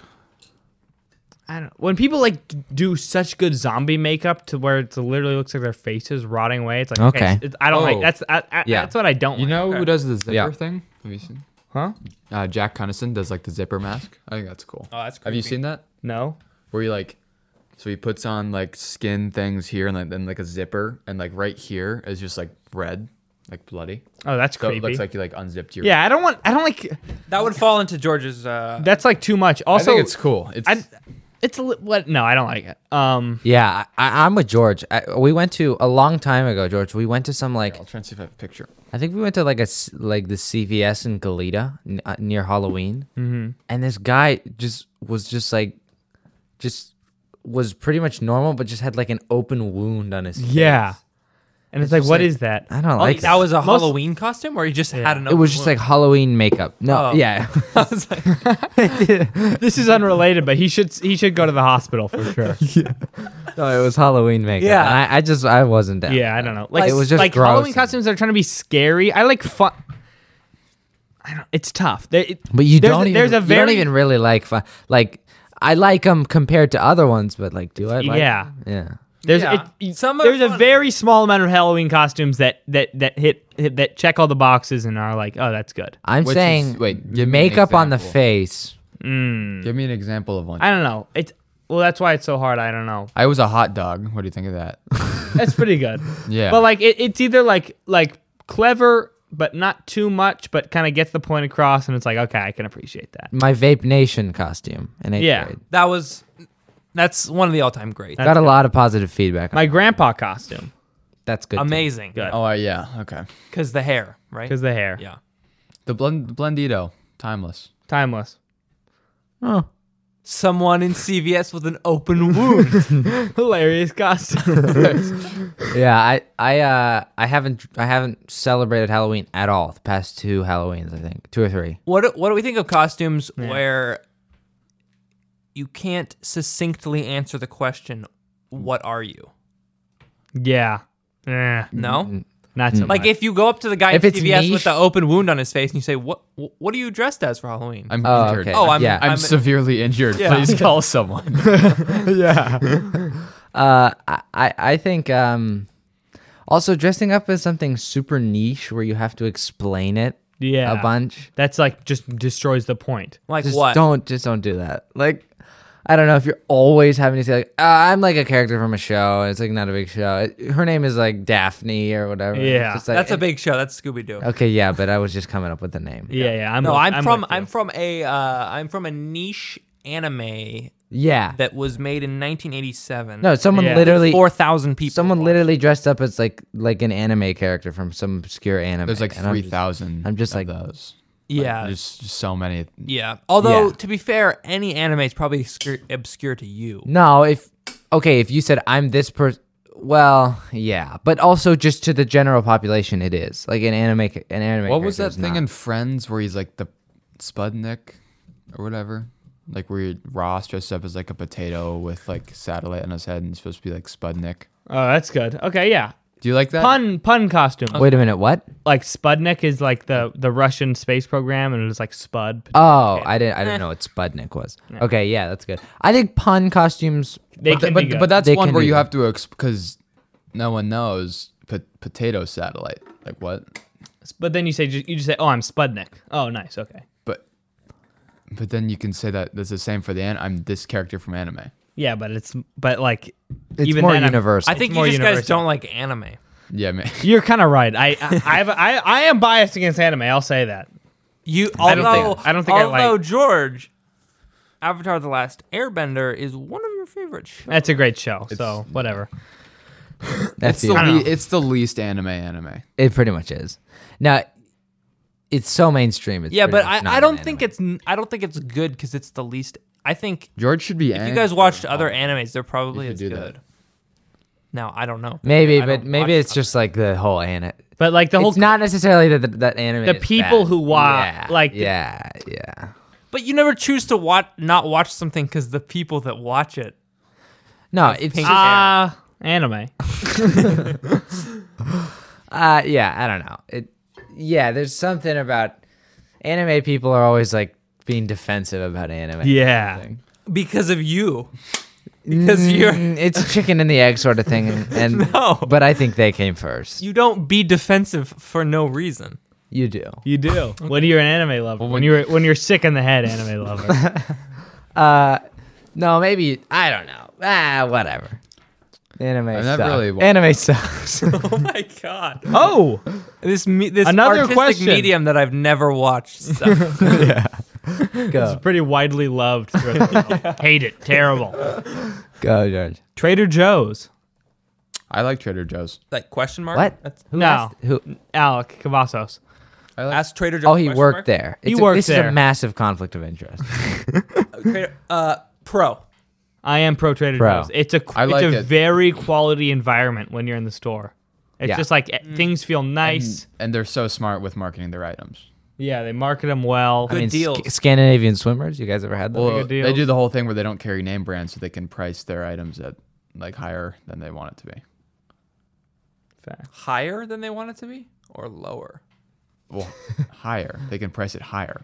S2: I don't. When people like d- do such good zombie makeup to where it literally looks like their face is rotting away, it's like okay,
S3: Okay.
S2: it's- it's- I don't like
S1: Oh.
S2: that's I, I,
S3: Yeah.
S2: that's what I don't.
S1: You
S2: like.
S1: know who does the zipper
S3: Yeah.
S1: thing? Have you seen?
S2: Huh?
S1: Uh, Jack Cunnison does like the zipper mask. I think that's cool.
S4: Oh, that's
S1: Have you
S4: creepy.
S1: seen that?
S2: No.
S1: Where he like, so he puts on like skin things here and like, then like a zipper and like right here is just like red, like bloody.
S2: Oh, that's
S1: So
S2: creepy.
S1: it looks like you like unzipped your.
S2: yeah, I don't want. I don't like.
S4: That would fall into George's. Uh,
S2: That's like too much.
S1: I
S2: Also,
S1: think it's cool. It's
S2: I, it's a li- what? No, I don't like it. Um,
S3: Yeah, I, I'm with George. I, we went to a long time ago, George. We went to some like
S1: I'll try and see if I have a picture.
S3: I think we went to like a s- like the CVS in Goleta n- uh, near Halloween, mm-hmm. and this guy just was just like, just was pretty much normal, but just had like an open wound on his. Face.
S2: yeah, and it's, like,
S3: just
S2: what
S3: like-
S2: is that?
S3: I don't
S4: oh,
S3: like
S4: that was a
S2: Most-
S4: Halloween costume, or he just had an.
S3: It was just like Halloween makeup. No,
S4: Oh.
S3: yeah, <laughs>
S4: I was like,
S2: <laughs> This is unrelated, but he should he should go to the hospital for
S3: <laughs>
S2: sure.
S3: no, it was Halloween makeup.
S4: Yeah.
S3: and I, I just I wasn't down.
S2: yeah, I don't know. Like
S3: It was just
S2: like
S3: gross.
S2: Halloween costumes that are trying to be scary. I like fun. I don't. It's tough. They, it-
S3: But you
S2: there's,
S3: don't
S2: a-
S3: even
S2: There's a very
S3: you don't even really like fu- like I like them compared to other ones, but like, do I? Like
S2: Yeah.
S3: 'em? yeah.
S2: there's
S4: Yeah.
S2: it-
S4: Some are
S2: there's a
S4: fun.
S2: very small amount of Halloween costumes that that that hit, hit that check all the boxes and are like, oh, that's good.
S3: I'm
S1: Which
S3: saying
S1: is- wait, give me an
S3: makeup on the
S1: example.
S3: face.
S1: Give me an example of one.
S2: I don't know. It's well, that's why it's so hard. I don't know.
S1: I was a hot dog. What do you think of that?
S2: That's
S3: <laughs>
S2: pretty good.
S1: Yeah.
S2: But like it, it's either like like clever but not too much, but kind of gets the point across, and it's like okay, I can appreciate that.
S3: My Vape Nation costume in eighth
S2: Yeah.
S3: grade.
S4: that was. <laughs> That's one of the all-time greats.
S3: Got a lot of positive feedback. on
S2: My grandpa costume
S3: That's good. too.
S4: Amazing.
S2: Good.
S1: oh uh, yeah. Okay.
S4: Because the hair, right?
S2: because the hair,
S4: yeah.
S1: The blend blendito, timeless.
S2: timeless.
S4: Someone in CVS with an open wound. <laughs>
S2: Hilarious costume.
S3: Yeah, I I uh I haven't I haven't celebrated Halloween at all the past two Halloweens, I think. Two or three.
S4: what do- What do we think of costumes where you can't succinctly answer the question, "What are you?"
S2: yeah. Eh,
S4: No.
S2: not so
S4: Like
S2: much.
S4: if you go up to the guy
S3: If
S4: in
S3: it's
S4: CVS
S3: niche-
S4: with the open wound on his face and you say, "What? wh- What are you dressed as for Halloween?"
S1: I'm
S3: Oh,
S1: injured.
S3: okay.
S4: Oh, I'm-
S3: yeah.
S1: I'm, severely injured.
S2: <laughs>
S1: Please call someone.
S3: Uh, I I I think um, also dressing up as something super niche where you have to explain it
S2: yeah,
S3: a bunch.
S2: That's like just destroys the point.
S4: like
S3: Just
S4: what?
S3: don't just don't do that. Like I don't know if you're always having to say like uh, I'm like a character from a show. and It's like not a big show. It- her name is like Daphne or whatever. It's
S2: Yeah.
S3: just like-
S4: That's a big show. That's Scooby Doo.
S3: Okay, yeah, but I was just coming up with the name.
S2: Yeah, yeah. I'm
S4: No,
S2: with-
S4: I'm,
S2: I'm
S4: from
S2: with you.
S4: I'm from a uh, I'm from a niche anime
S3: Yeah.
S4: that was made in 1987.
S3: no, someone
S2: Yeah.
S3: literally
S4: four thousand people.
S3: someone literally dressed up as like like an anime character from some obscure anime.
S1: There's like
S3: and I'm
S1: three
S3: just-
S1: thousand.
S3: I'm just like-
S1: those.
S4: yeah,
S1: There's just so many.
S4: yeah. Although
S3: Yeah.
S4: to be fair, any anime is probably obscure, obscure to you.
S3: No, if okay, if you said I'm this person, well, yeah, but also just to the general population, it is like an anime. ca- An anime.
S1: What was that
S3: character is
S1: thing
S3: not.
S1: in Friends where he's like the Spudnik or whatever? Like where Ross dressed up as like a potato with like satellite on his head and it's supposed to be like Spudnik.
S2: Oh, that's good. Okay, yeah.
S1: Do you like that?
S2: Pun pun costume.
S3: Wait a minute, what?
S2: Like Spudnik is like the the Russian space program, and it's like Spud.
S3: Oh, I didn't. I didn't know what Spudnik was. Okay, yeah, that's good. I think pun costumes.
S2: They
S3: but
S2: can
S3: but,
S2: be good.
S1: But that's
S3: They
S1: one
S3: can
S1: where
S3: do
S1: you
S3: that.
S1: have to because no one knows po- potato satellite. Like what?
S2: But then you say you just say, "Oh, I'm Spudnik." Oh, nice. Okay.
S1: But but then you can say that that's the same for the an- I'm this character from anime.
S2: Yeah, but it's but like
S1: It's
S2: even
S1: more
S2: then, I'm-
S1: universal.
S4: I think you
S2: it's more
S4: just guys
S2: universal.
S4: don't like anime.
S1: Yeah, man.
S2: You're kind of right. I I, I, have, I I am biased against anime. I'll say that.
S4: You
S2: I don't
S4: although,
S2: think I, don't think
S4: although
S2: I like.
S4: George, Avatar: The Last Airbender is one of your favorite shows.
S2: That's a great show. so whatever.
S1: It's the,
S2: I don't
S1: le-
S2: know.
S1: it's the least anime anime.
S3: It pretty much is. Now, it's so mainstream. It's
S4: yeah,
S3: pretty
S4: but
S3: much
S4: I,
S3: not
S4: I
S3: an
S4: don't
S3: anime.
S4: think it's n- I don't think it's good because it's the least. I think
S1: George should be.
S4: if you
S1: an-
S4: guys watched other animes, they're probably as
S1: do that.
S4: good. Now I don't know.
S3: Maybe,
S4: I
S3: but
S4: don't
S3: maybe
S4: watch
S3: it's just like the whole anime.
S2: But like the whole
S3: it's not necessarily that that, that anime.
S2: the
S3: is
S2: people
S3: bad.
S2: who watch
S3: yeah,
S2: like the-
S3: yeah, yeah.
S4: But you never choose to watch not watch something because the people that watch it.
S3: No,
S4: have
S3: it's Ah.
S4: pink hair.
S2: uh, anime.
S4: <laughs>
S3: Uh, yeah, I don't know. It, yeah, there's something about anime people are always like being defensive about anime.
S2: Yeah.
S4: because of you. Because you're
S3: Mm, <laughs> it's a chicken and the egg sort of thing, and,
S2: <laughs>
S3: and
S4: No.
S3: but I think they came first.
S4: you don't be defensive for no reason.
S3: You do.
S2: You do. When you're an anime lover. when you're when you're sick in the
S4: <laughs>
S2: head, anime lover.
S3: <laughs> Uh, no, maybe I don't know. Ah, whatever. Anime
S1: I'm not
S3: sucks.
S1: really wa-
S3: anime sucks.
S4: <laughs> Oh my god.
S2: oh,
S4: This me- this
S2: Another
S4: artistic
S2: question.
S4: medium that I've never
S2: <laughs>
S4: watched. So.
S3: go,
S2: it's pretty widely loved. throughout <laughs> the world.
S6: Hate it. Terrible.
S3: go,
S4: <laughs>
S3: George.
S2: Trader Joe's.
S1: I like Trader Joe's.
S4: like question mark?
S3: What?
S4: That's,
S3: Who
S2: No.
S3: asked- who?
S2: Alec Cavazos.
S1: I like.
S4: ask Trader Joe's.
S3: Oh, he
S4: question
S3: worked
S4: mark?
S3: there.
S2: He
S3: It's a-
S2: worked
S3: this is
S2: there.
S3: a massive conflict of
S1: <laughs>
S3: interest.
S4: Trader, uh, pro.
S2: I am pro Trader
S3: Pro.
S2: Joe's. It's a
S1: I
S2: it's
S1: like
S2: a
S1: it.
S2: very quality environment when you're in the store. It's
S3: Yeah.
S2: just like eh,
S4: Mm.
S2: things feel nice.
S1: and they're so smart with marketing their items.
S2: yeah, they market them well.
S4: Good deals.
S3: Sc- Scandinavian swimmers. You guys ever had that?
S1: Well,
S2: good
S1: they do
S2: deals.
S1: the whole thing where they don't carry name brands, so they can price their items at like higher than they want it to be.
S4: Higher than they want it to be, or lower.
S3: <laughs>
S1: Well, higher. They can price it higher.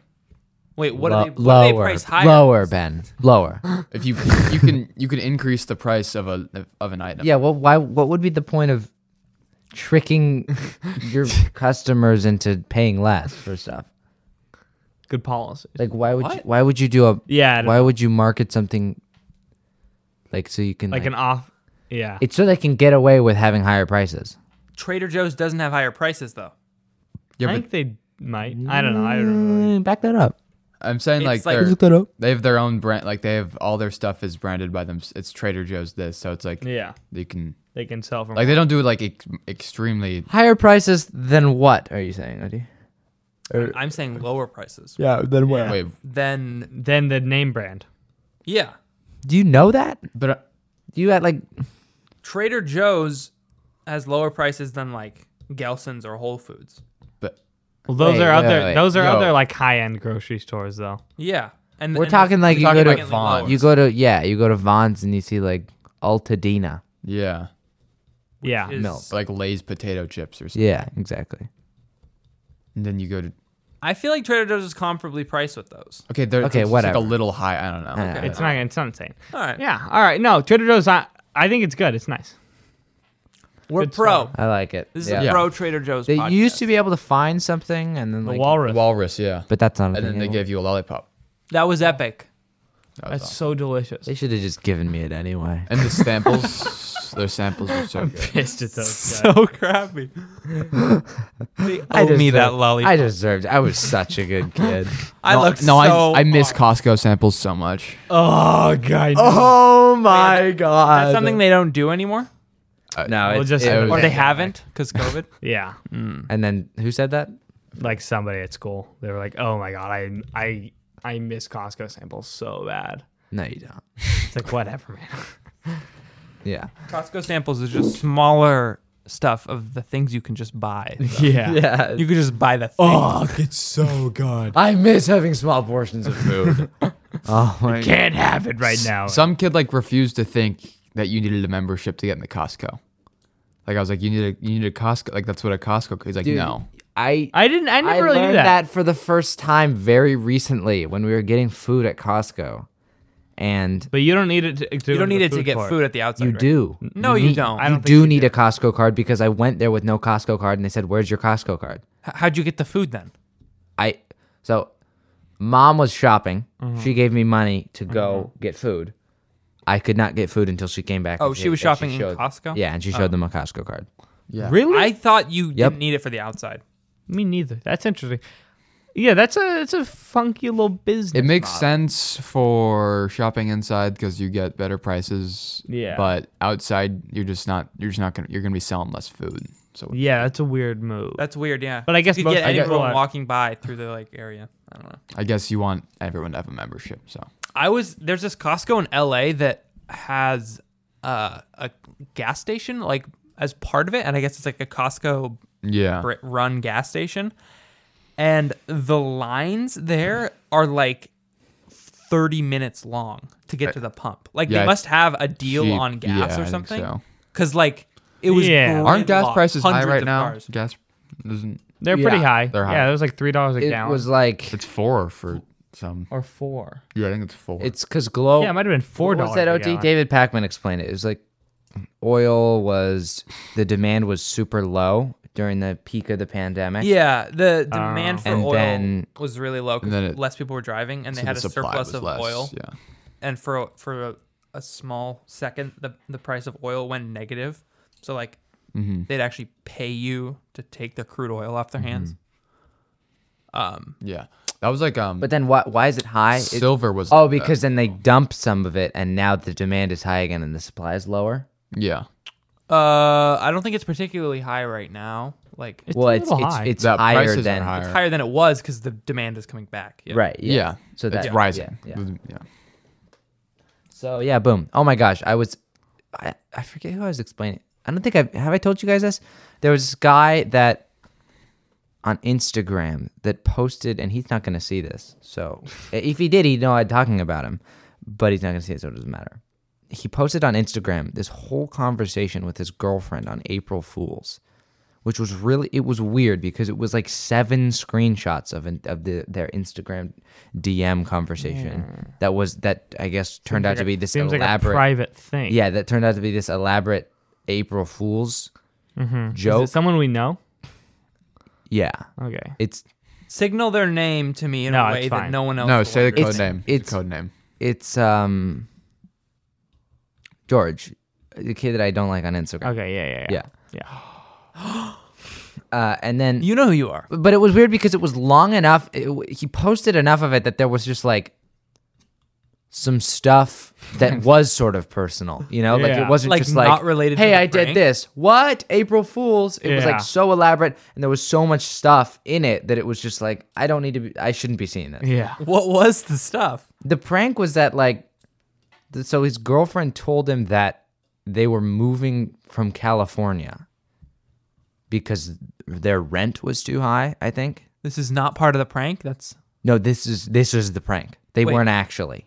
S4: Wait, what
S3: Lo-
S4: are they? What
S3: lower,
S4: do they price higher?
S3: lower, Ben, lower.
S1: If you you can you can increase the price of a of an item.
S3: yeah. Well, why? What would be the point of
S2: <laughs>
S3: tricking your customers into paying less for stuff?
S2: Good policy.
S3: Like, why would you,
S4: What?
S3: why would you do a
S2: Yeah, I don't
S3: Why would you market something like so you can
S2: like an off. Yeah.
S3: It's so they can get away with having higher prices.
S4: Trader Joe's doesn't have higher prices though.
S2: I
S1: yeah
S2: think
S1: but
S2: they might. I don't know. I don't really.
S3: Mm, Back that up.
S1: I'm saying like,
S4: It's like-
S1: they're-
S3: Look that up.
S1: they have their own brand. Like they have all their stuff is branded by them. It's Trader Joe's this, so it's like
S2: Yeah,
S1: they can
S2: they can sell from.
S1: like they don't do it like ex- extremely.
S3: Higher prices than what are you saying, Odi?
S2: Uh,
S4: I'm saying lower prices.
S3: Er, Yeah, then what?
S1: Wait,
S4: Then
S2: then the name brand.
S4: yeah,
S3: Do you know that?
S1: but uh,
S3: Do you at like
S4: Trader Joe's has lower prices than like Gelson's or Whole Foods.
S1: but
S2: Well, those
S3: Wait,
S2: are out
S3: wait,
S2: there.
S3: wait.
S2: Those are out
S1: No.
S2: there like high end grocery stores though.
S4: Yeah, and
S3: we're
S4: and
S3: talking like you go
S4: talking
S3: to
S4: like Vaughn's.
S3: You go to yeah, you go to Vaughn's and you see like Altadena.
S1: yeah,
S2: Yeah.
S4: is-
S3: milk.
S1: like Lay's potato chips or something.
S3: Yeah, exactly.
S1: And then you go to
S4: I feel like Trader Joe's is comparably priced with those.
S1: okay, they're
S3: Okay,
S1: okay, it's
S3: whatever.
S1: like a little high. I don't know.
S3: I don't
S2: Uh, It's not. It's not insane.
S4: All right,
S2: Yeah. All right. No, Trader Joe's. I I think it's good. It's nice.
S4: we're
S2: Good
S4: pro.
S3: I like it.
S4: Oh. This is
S3: yeah.
S4: a pro Trader Joe's.
S3: They
S4: podcast.
S3: used to be able to find something and then
S2: The
S3: like
S2: walrus.
S1: Walrus, yeah.
S3: but that's not a
S1: And
S3: thing
S1: then they
S3: anymore.
S1: gave you a lollipop.
S4: That was epic.
S1: That was
S2: That's so
S1: awesome.
S2: delicious.
S3: They should have just given me it anyway.
S1: And the
S3: <laughs>
S1: samples, their samples were so good.
S2: Pissed at those guys.
S4: So crappy. they
S3: I
S4: owed me
S3: deserved-
S4: that lollipop.
S3: I deserved. I was such a good
S2: <laughs>
S3: kid.
S4: I
S1: no,
S4: looked
S1: no,
S4: so
S1: I I miss
S4: hard.
S1: Costco samples so much.
S2: Oh god.
S3: oh my god!
S4: That's something they don't do anymore,
S1: Uh,
S3: no,
S2: We'll
S3: it's,
S2: just-
S3: it
S2: Or
S3: was-
S4: or they haven't because COVID.
S2: <laughs> Yeah.
S1: Hmm.
S3: and then who said that?
S2: Like somebody at school, they were like, "Oh my god, I I I miss Costco samples so bad."
S3: No, you don't.
S2: It's like whatever, man.
S3: Yeah,
S4: Costco samples is just smaller stuff of the things you can just buy.
S3: <laughs>
S2: Yeah.
S3: yeah.
S4: You could just buy the thing.
S2: it's so good.
S3: I miss having small portions of food. oh my! God.
S2: Can't have it right now.
S1: Some kid like refused to think that you needed a membership to get into Costco. Like I was like, you need a you need a Costco. Like that's what a Costco. He's like,
S3: Dude,
S1: no.
S3: I
S2: I didn't. I never
S3: I
S2: really knew
S3: learned
S2: that.
S3: for the first time very recently when we were getting food at Costco, and
S2: <laughs> but you don't need it to, to
S4: You don't
S2: go
S4: need
S2: the
S4: it to get
S2: court.
S4: food at the outside,
S3: You
S4: right?
S3: do.
S4: No, you
S3: need-
S4: don't. I
S3: You
S4: don't think
S3: do need a Costco card because I went there with no Costco card, and they said, "Where's your Costco card?"
S4: H- How'd you get the food then?
S3: I so mom was shopping.
S4: Mhm.
S3: She gave me money to go get food. I could not get food until she came back.
S4: Mm-hmm. Oh,
S3: and
S4: she was
S3: and
S4: shopping in
S3: showed-
S4: Costco?
S3: Yeah, and she
S4: Oh.
S3: showed them a Costco card.
S2: Really?
S4: I thought you
S3: Yep.
S4: didn't need it for the outside.
S2: Me neither. That's interesting. Yeah, that's a it's a funky little business.
S1: It makes
S2: model.
S1: sense for shopping inside because you get better prices.
S2: Yeah.
S1: But outside, you're just not. You're just not gonna. You're gonna be selling less food. So
S2: Yeah, that's a weird move.
S4: That's weird, yeah.
S2: But I guess
S4: you
S2: most
S4: get
S2: people
S4: anyone
S2: are-
S4: walking by through the like area. I don't know.
S1: I guess you want everyone to have a membership. So
S4: I was there's this Costco in LA that has uh, a gas station like as part of it, and I guess it's like a Costco
S1: Yeah.
S4: br- run gas station, and the lines there are like thirty minutes long to get to the pump. Like
S1: Yeah,
S4: they
S1: I
S4: must have a deal
S1: cheap-
S4: on gas
S1: yeah, I
S4: or
S1: think
S4: something,
S1: so.
S4: because like it was
S2: Yeah.
S1: aren't gas
S4: gridlocked,
S1: prices high
S4: hundreds
S1: right
S4: of
S1: now?
S4: cars.
S1: Gas isn't.
S2: They're
S3: Yeah.
S2: pretty high.
S1: They're high.
S2: Yeah, it was like three dollars a
S3: It
S2: gallon.
S3: was like
S1: It's four for some.
S4: or four.
S1: Yeah, I think it's four.
S3: it's because glow.
S2: yeah, it might have been four
S3: What
S2: dollars.
S3: was that OD? David Packman explained it. It was like oil was the demand was super low during the peak of the pandemic.
S4: Yeah, the demand for
S3: Uh, And
S4: oil
S3: then-
S4: was really low
S1: And then
S4: because
S1: it-
S4: less people were driving, and they
S1: so
S4: had
S1: the
S4: a
S1: supply
S4: surplus
S1: was
S4: of
S1: less,
S4: oil.
S1: yeah.
S4: and for a- for a, a small second, the the price of oil went negative. So like,
S3: Mm-hmm.
S1: Mhm.
S4: they'd actually pay you to take the crude oil off their hands.
S3: Mm-hmm.
S4: Um,
S1: yeah. That was like um.
S3: But then why why is it high? It-
S1: Silver was
S3: Oh,
S1: like that.
S3: because then they dumped some of it, and now the demand is high again, and the supply is lower.
S1: yeah.
S4: uh, I don't think it's particularly high right now. Like, it's
S3: well,
S2: a
S3: it's
S2: little
S3: it's
S2: high.
S3: it's
S1: That
S3: higher
S1: prices are
S3: than
S1: higher.
S4: higher than it was because the demand is coming back. Yeah.
S3: right.
S1: Yeah.
S3: Yeah. So
S1: it's
S3: that's
S1: rising.
S3: Yeah,
S1: Yeah.
S3: yeah. So yeah, boom. Oh my gosh, I was, I, I forget who I was explaining. I don't think I have I told you guys this. There was this guy that on Instagram that posted, and he's not going to see this. So if he did, he'd know I'm talking about him, but he's not going to see it, so it doesn't matter. He posted on Instagram this whole conversation with his girlfriend on April Fools, which was really it was weird because it was like seven screenshots of an, of the, their Instagram DM conversation that was that I guess turned out to be this
S2: seems like a
S3: elaborate
S2: private thing.
S3: yeah, that turned out to be this elaborate April Fool's
S2: Mm-hmm. Is
S3: joke.
S2: it someone we know?
S3: yeah,
S2: Okay.
S3: it's
S4: Signal their name to me in
S2: No,
S4: a
S2: it's
S4: way
S2: fine.
S4: that no one else.
S1: No,
S4: will
S1: say the code
S3: It's-
S1: name.
S3: it's-
S1: the code name.
S3: it's um George, the kid that I don't like on Instagram.
S2: Okay. Yeah. Yeah.
S3: Yeah,
S2: Yeah. yeah.
S3: <gasps> uh, and then
S4: You know who you are.
S3: but it was weird because it was long enough. It, he posted enough of it that there was just like some stuff that <laughs> was sort of personal, you know, like
S2: Yeah.
S3: it wasn't
S4: Like,
S3: just like
S4: not related to
S3: Hey,
S4: the
S3: I
S4: prank?
S3: did this. What April Fools? It was
S2: Yeah.
S3: like so elaborate, and there was so much stuff in it that it was just like I don't need to. be I shouldn't be seeing this.
S2: Yeah.
S4: What was the stuff?
S3: The prank was that like, th- so his girlfriend told him that they were moving from California because their rent was too high. I think.
S4: This is not part of the prank. That's
S3: No, this is this is the prank. They
S4: Wait.
S3: weren't actually.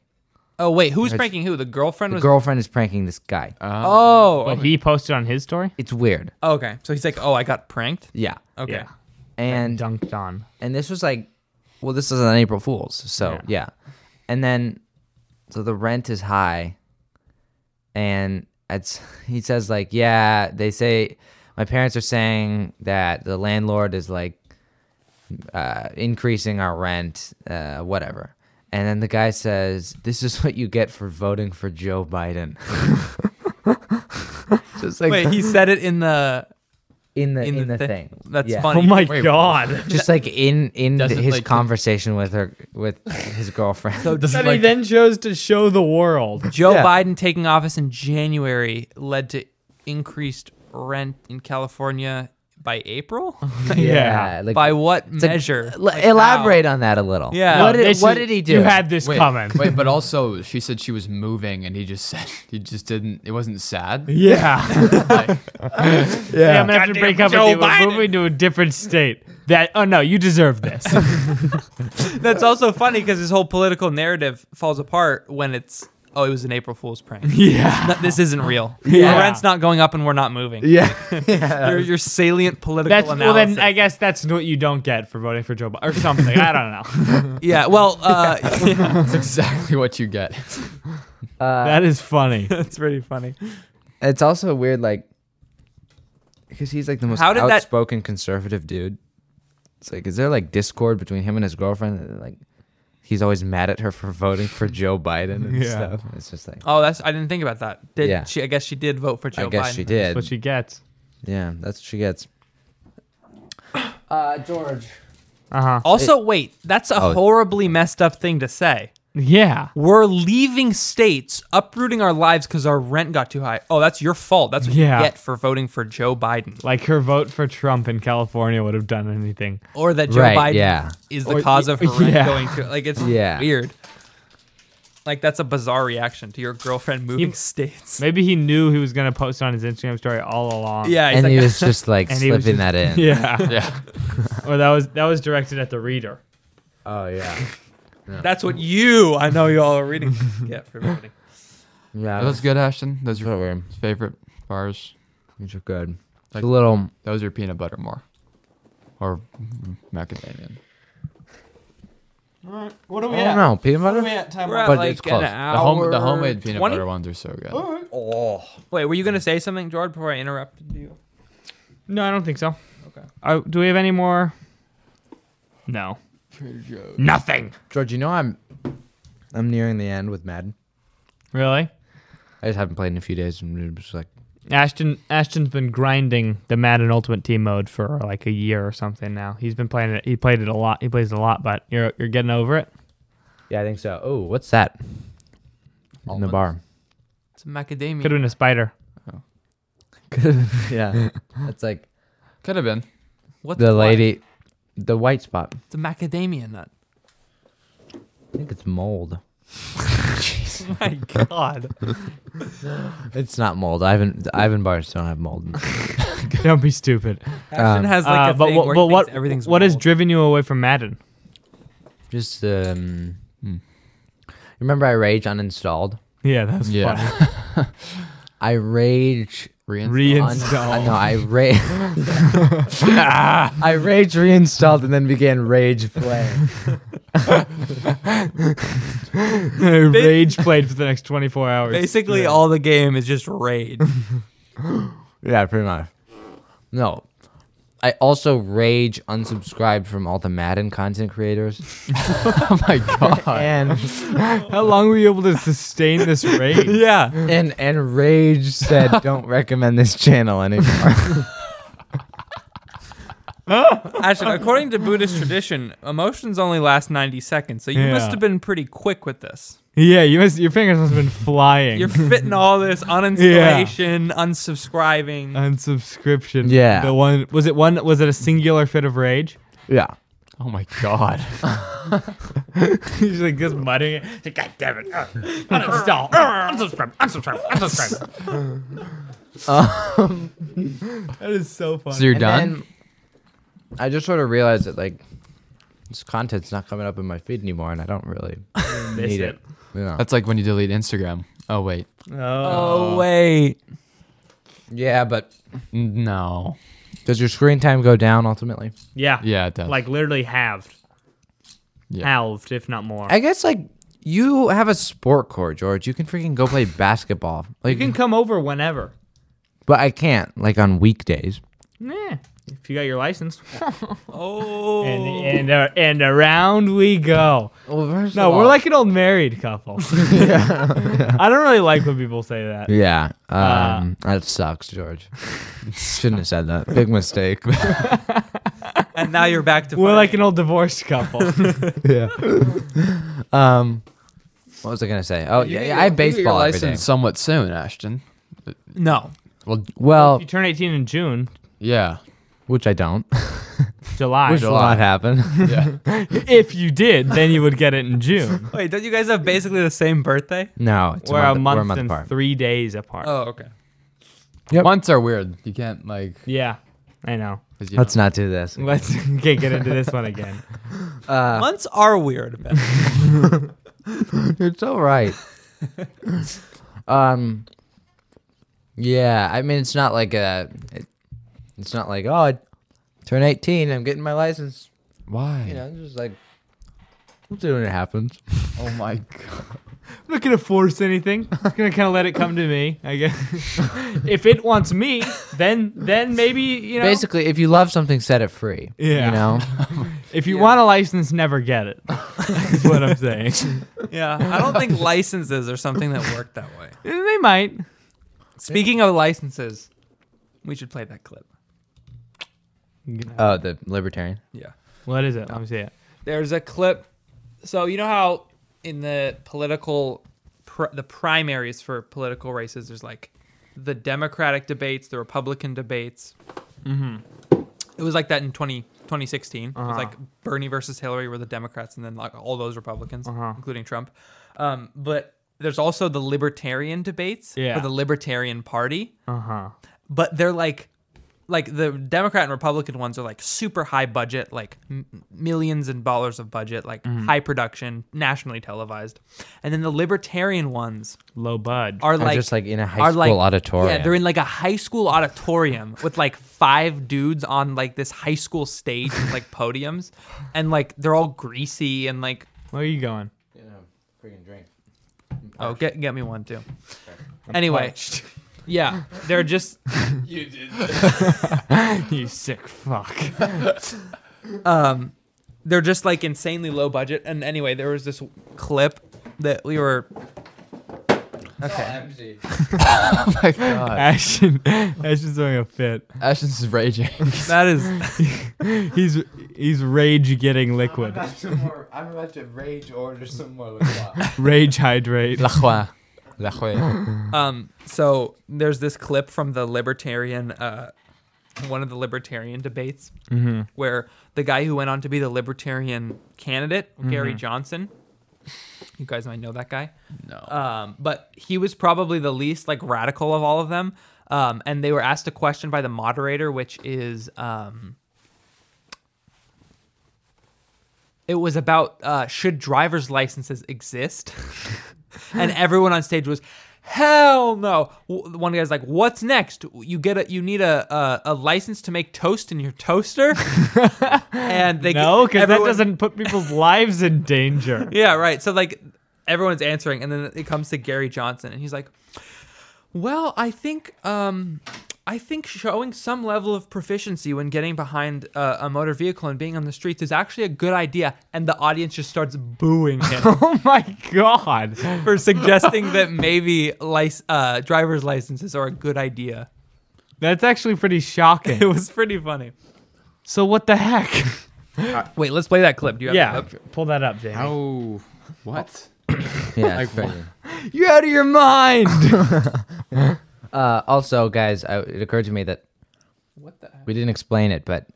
S4: oh wait, who's pranking who? The girlfriend
S3: The
S4: was.
S3: girlfriend is pranking this guy.
S4: oh,
S2: But he posted on his story.
S3: it's weird.
S4: okay. So he's like, oh, I got pranked.
S3: Yeah.
S4: Okay.
S2: Yeah.
S3: And
S2: Dunked on.
S3: and this was like well, this was on April Fools. So, yeah. And then so the rent is high and it's <laughs> he says like, "Yeah, they say my parents are saying that the landlord is like uh, increasing our rent, uh, whatever." And then the guy says, "This is <laughs> what you get for voting for Joe Biden." <laughs> Just like
S1: <laughs>
S4: Wait, he said it in the
S3: in the in,
S4: in,
S3: the,
S4: thi-
S3: thing.
S4: That's
S3: Yeah.
S4: funny.
S2: Oh my
S3: <laughs>
S1: Wait,
S2: god.
S3: Just like in in
S1: Doesn't,
S3: his
S1: like,
S3: conversation with her with his girlfriend.
S2: And he then chose to show the world.
S4: Joe
S3: Yeah.
S4: Biden taking office in January led to increased rent in California by
S3: <laughs>
S4: April.
S2: Yeah.
S3: like,
S4: by what
S3: like,
S4: measure?
S3: l-
S4: Like,
S3: elaborate on that a little.
S4: Yeah.
S3: What
S4: No,
S3: did
S2: This
S3: what
S2: is-
S3: did he do?
S2: You had this
S1: Wait,
S2: coming. <laughs>
S1: wait, but also she said she was moving, and he just <laughs> said he just didn't. It wasn't sad.
S2: <laughs> Yeah. yeah. I'm gonna have to
S6: Goddamn
S2: break up
S6: Joe
S2: with you. We're
S6: Biden.
S2: moving to a different state. That oh no, you deserve this.
S4: how- That's also funny because his whole political narrative falls apart when it's oh, it was an April Fool's prank.
S1: Yeah.
S4: No, this isn't real.
S6: Yeah.
S4: Our rent's not going up and we're not moving. <laughs>
S2: <laughs>
S1: Yeah.
S4: your, your salient political
S2: That's well.
S4: analysis.
S2: Then I guess that's what you don't get for voting for Joe Biden or something. I don't know.
S4: <laughs> yeah, well, uh, <laughs>
S1: That's exactly what you get.
S2: that is funny.
S4: Uh, <laughs> That's pretty funny.
S3: It's also weird, like, because he's like the most
S4: How did that-
S3: outspoken conservative dude. It's like, is there like discord between him and his girlfriend? Like, he's always mad at her for voting for Joe Biden and
S2: Yeah.
S3: stuff. It's just like,
S4: Oh, that's I didn't think about that. Did
S3: Yeah.
S4: she? I guess she did vote for Joe
S3: I guess
S4: Biden.
S3: she did.
S2: That's what she gets.
S3: yeah, that's what she gets. Uh, George.
S2: Uh huh.
S4: Also, wait, that's a
S3: Oh.
S4: horribly messed up thing to say.
S2: Yeah.
S4: We're leaving states, uprooting our lives because our rent got too high. Oh, that's your fault. That's what
S2: Yeah.
S4: you get for voting for Joe Biden,
S2: Like her vote for Trump in California would have done anything.
S4: or that Joe
S3: Right,
S4: Biden
S3: yeah.
S4: is the
S2: Or-
S4: cause of her rent
S2: yeah.
S4: going to. Like it's
S3: Yeah.
S4: weird. Like that's a bizarre reaction to your girlfriend moving <laughs> states.
S2: Maybe he knew he was gonna post on his Instagram story all along.
S4: Yeah, he's
S3: and he
S4: like,
S3: was
S4: <laughs>
S3: just like
S2: And he was
S3: slipping
S2: just-
S3: that in.
S2: Yeah.
S1: Yeah.
S2: <laughs> or that was that was directed at the reader.
S3: Oh yeah.
S4: <laughs> that's what you. I know you all are
S2: <laughs>
S4: reading. <laughs> get for voting.
S3: Yeah.
S1: That was good, Ashton. Those
S3: Don't
S1: were
S3: worry.
S1: favorite bars.
S3: These are good.
S1: Like-
S3: a little.
S1: Those are peanut butter more. Or mm, macadamia.
S2: What do
S3: I don't know. Peanut butter.
S4: We're at
S3: But
S4: like
S3: it's close.
S4: an
S3: The
S1: The, home, the
S4: hour
S1: homemade peanut
S4: 20?
S1: butter ones are so good.
S4: Oh.
S3: <laughs>
S4: Wait, were you gonna say something, George, before I interrupted you?
S2: No, I don't think so.
S4: Okay.
S2: Uh, do we have any more?
S6: No. Nothing.
S3: George, you know I'm. I'm nearing the end with Madden.
S2: Really?
S3: I just haven't played in a few days, and it was like
S2: Ashton Ashton's been grinding the Madden Ultimate Team mode for like a year or something now. He's been playing it. He played it a lot. He plays it a lot, but you're you're getting over it.
S3: Yeah, I think so. Oh, what's that? In the
S1: Almonds.
S3: bar.
S4: It's macadamia.
S2: Could have been a spider. <laughs>
S3: yeah. That's like
S1: Could have been.
S4: What's
S3: the
S4: what?
S3: lady, the white spot.
S4: It's a macadamia nut.
S3: I think it's mold.
S4: My God.
S3: <laughs> It's not mold. Ivan Ivan bars don't have mold. Um,
S2: don't be stupid.
S4: Ashton has like
S2: Uh,
S4: a
S2: but
S4: thing
S2: what,
S4: where
S2: but
S4: he
S2: what
S4: thinks everything's
S2: what has
S4: mold.
S2: driven you away from Madden?
S3: Just um,
S1: Hmm.
S3: remember I rage uninstalled.
S2: Yeah, that's
S1: Yeah.
S2: funny.
S3: <laughs> I rage.
S1: Reinst-
S3: Un- uh, no, I
S4: <laughs>
S1: <laughs>
S3: rage. I rage reinstalled and then began rage play.
S2: <laughs> Rage played for the next 24 hours.
S4: Basically, all the game is just
S3: <laughs>
S4: raid.
S3: Yeah, pretty much. No. I also rage unsubscribed from all the Madden content creators. <laughs>
S1: oh my god.
S3: and
S2: How long were you able to sustain this <laughs> rage?
S4: <laughs> yeah.
S3: and and rage
S2: <laughs>
S3: said don't recommend this channel anymore.
S4: Ashton, according to Buddhist tradition, emotions only last 90 seconds, so you
S2: Yeah.
S4: must have been pretty quick with this.
S2: Yeah, you must, your fingers must have been flying.
S4: You're fitting all this uninstallation, unsubscribing.
S2: Unsubscription.
S3: Yeah.
S2: The one was it one was it a singular fit of rage?
S3: yeah.
S1: Oh my
S3: <laughs>
S1: god.
S2: <laughs> He's like just muttering it.
S6: Like, God damn it. Uh, uninstall. Uh, unsubscribe. Unsubscribe. Unsubscribe.
S2: That is so funny.
S1: Um, So you're
S3: And
S1: done?
S3: then I just sort of realized that like this content's not coming up in my feed anymore and I don't
S1: <laughs>
S3: really need it. Yeah.
S1: That's like when you delete Instagram. Oh wait.
S4: oh, wait.
S3: yeah, but
S1: N- No.
S3: does your screen time go down ultimately?
S6: Yeah.
S1: Yeah, it does.
S6: Like literally halved.
S1: Yeah.
S6: Halved, if not more.
S3: I guess like you have a sport core, George. You can freaking go play basketball. Like
S2: You can come over whenever.
S3: but I can't like on weekdays.
S6: Yeah. If you got your
S2: <laughs>
S6: license.
S4: Oh.
S2: And and, uh, and around we go.
S3: Well, first
S2: No, we're like an old married
S3: <laughs>
S2: couple. <laughs> I don't really like when people say
S1: Uh,
S2: that. Uh,
S3: Yeah. Um, that sucks, George. <laughs> Shouldn't have said that. Big mistake. <laughs>
S4: and now you're back to.
S2: We're
S4: fighting.
S2: like an old divorced
S1: <laughs>
S2: couple.
S4: <laughs>
S3: yeah. um, what was I gonna say? Oh yeah, yeah, I have
S1: You get your
S3: baseball every day.
S1: license somewhat soon, Ashton.
S4: No.
S1: Well,
S3: Well,
S2: you turn 18 in June,
S1: yeah.
S3: which I don't. <laughs>
S2: July.
S3: Which will not happen. <laughs>
S1: Yeah.
S2: If you did, then you would get it in June.
S4: Wait, don't you guys have basically the same birthday?
S3: no, it's
S2: we're,
S3: a month,
S2: a month
S3: we're a month
S2: and
S3: apart.
S2: three days apart.
S4: Oh, okay.
S3: Yep.
S1: Months are weird. You can't like
S2: Yeah, I know.
S1: 'cause you
S3: Let's
S1: don't-
S3: not do this.
S2: Let's can't get into this one again.
S4: Uh,
S1: Uh, <laughs>
S4: Months are weird. Ben.
S2: <laughs>
S3: It's all right. <laughs> um, yeah. I mean, it's not like a. It, it's not like oh, I turn eighteen, I'm getting my license.
S1: Why?
S3: You know, it's just like. We'll do it when it happens.
S1: Oh my god.
S2: I'm not gonna force anything. I'm gonna kind of let it come to me. I guess <laughs> if it wants me, then then maybe you
S3: <laughs>
S2: know.
S3: Basically, if you love something, set it free.
S2: Yeah.
S3: You
S1: <laughs>
S3: know.
S2: if you want a license, never get it. Is what I'm <laughs> saying.
S4: Yeah, I don't think licenses are something that work that <laughs> way.
S2: they might.
S4: Speaking of licenses, we should play that clip.
S3: Oh, the libertarian.
S4: Yeah.
S2: What is it? Let me see it.
S4: There's a clip. So you know how in the political, pr- the primaries for political races, there's like the Democratic debates, the Republican debates.
S2: Mm-hmm.
S4: It was like that in 20, 2016. It
S2: Uh-huh.
S4: was like Bernie versus Hillary were the Democrats, and then like all those Republicans,
S2: Uh-huh.
S4: including Trump. Um, but there's also the Libertarian debates
S2: Yeah.
S4: for the Libertarian Party.
S2: Uh huh.
S4: but they're like like the democrat and republican ones are like super high budget like m- millions and dollars of budget like
S2: Mhm.
S4: high production nationally televised and then the libertarian ones
S2: Low bud
S4: are like
S3: just, like, in a high
S4: are,
S3: school auditorium.
S4: yeah they're in like a high school auditorium with like five dudes on like this high school stage with like podiums and like they're all greasy and like
S2: Where are you going?
S3: Freaking drink.
S4: oh get get me one too <laughs> anyway yeah
S3: <laughs>
S4: they're just
S2: You
S4: <laughs>
S2: did. you sick fuck.
S4: um, they're just like insanely low budget. And anyway, there was this clip that we were. Okay.
S3: <laughs>
S4: <laughs>
S1: oh my god.
S2: Ashton, Ashton's throwing a fit.
S1: Ashton's is raging.
S4: That is.
S1: <laughs>
S2: <laughs> he's he's rage getting liquid.
S3: I'm about to rage order some more. <laughs>
S2: Rage hydrate.
S1: Lachua. Lachua.
S4: Um, so there's this clip from the libertarian, uh, one of the libertarian debates,
S2: Mhm.
S4: where the guy who went on to be the libertarian candidate, Gary
S2: Mhm.
S4: Johnson. You guys might know that guy.
S1: No.
S4: Um, but he was probably the least like radical of all of them. Um, and they were asked a question by the moderator, which is um, it was about uh, should driver's licenses exist? <laughs> and everyone on stage was, hell no. W- One guy's like, what's next? You get a, you need a a, a license to make toast in your toaster,
S2: <laughs>
S4: and they
S2: no, because that
S4: everyone-
S2: doesn't
S4: <laughs>
S2: put people's lives in danger.
S4: yeah, right. So like everyone's answering, and then it comes to Gary Johnson, and he's like, "Well, I think um, I think showing some level of proficiency when getting behind uh, a motor vehicle and being on the streets is actually a good idea." And the audience just starts booing <laughs> him
S2: <laughs> Oh my god.
S4: for suggesting that maybe lic- uh, driver's licenses are a good idea.
S2: That's actually
S4: <laughs>
S2: pretty
S4: It
S2: shocking.
S4: was pretty funny.
S2: So what the heck?
S4: Wait, let's play that clip. Do you have
S2: Yeah,
S4: that clip?
S2: pull that up, Jamie.
S1: Oh.
S2: <coughs>
S1: What?
S3: Yeah.
S1: Like,
S3: it's crazy.
S2: You're out of your mind.
S4: <laughs>
S3: Uh, also, guys, I, it occurred to me that
S4: What the?
S3: we didn't explain it, but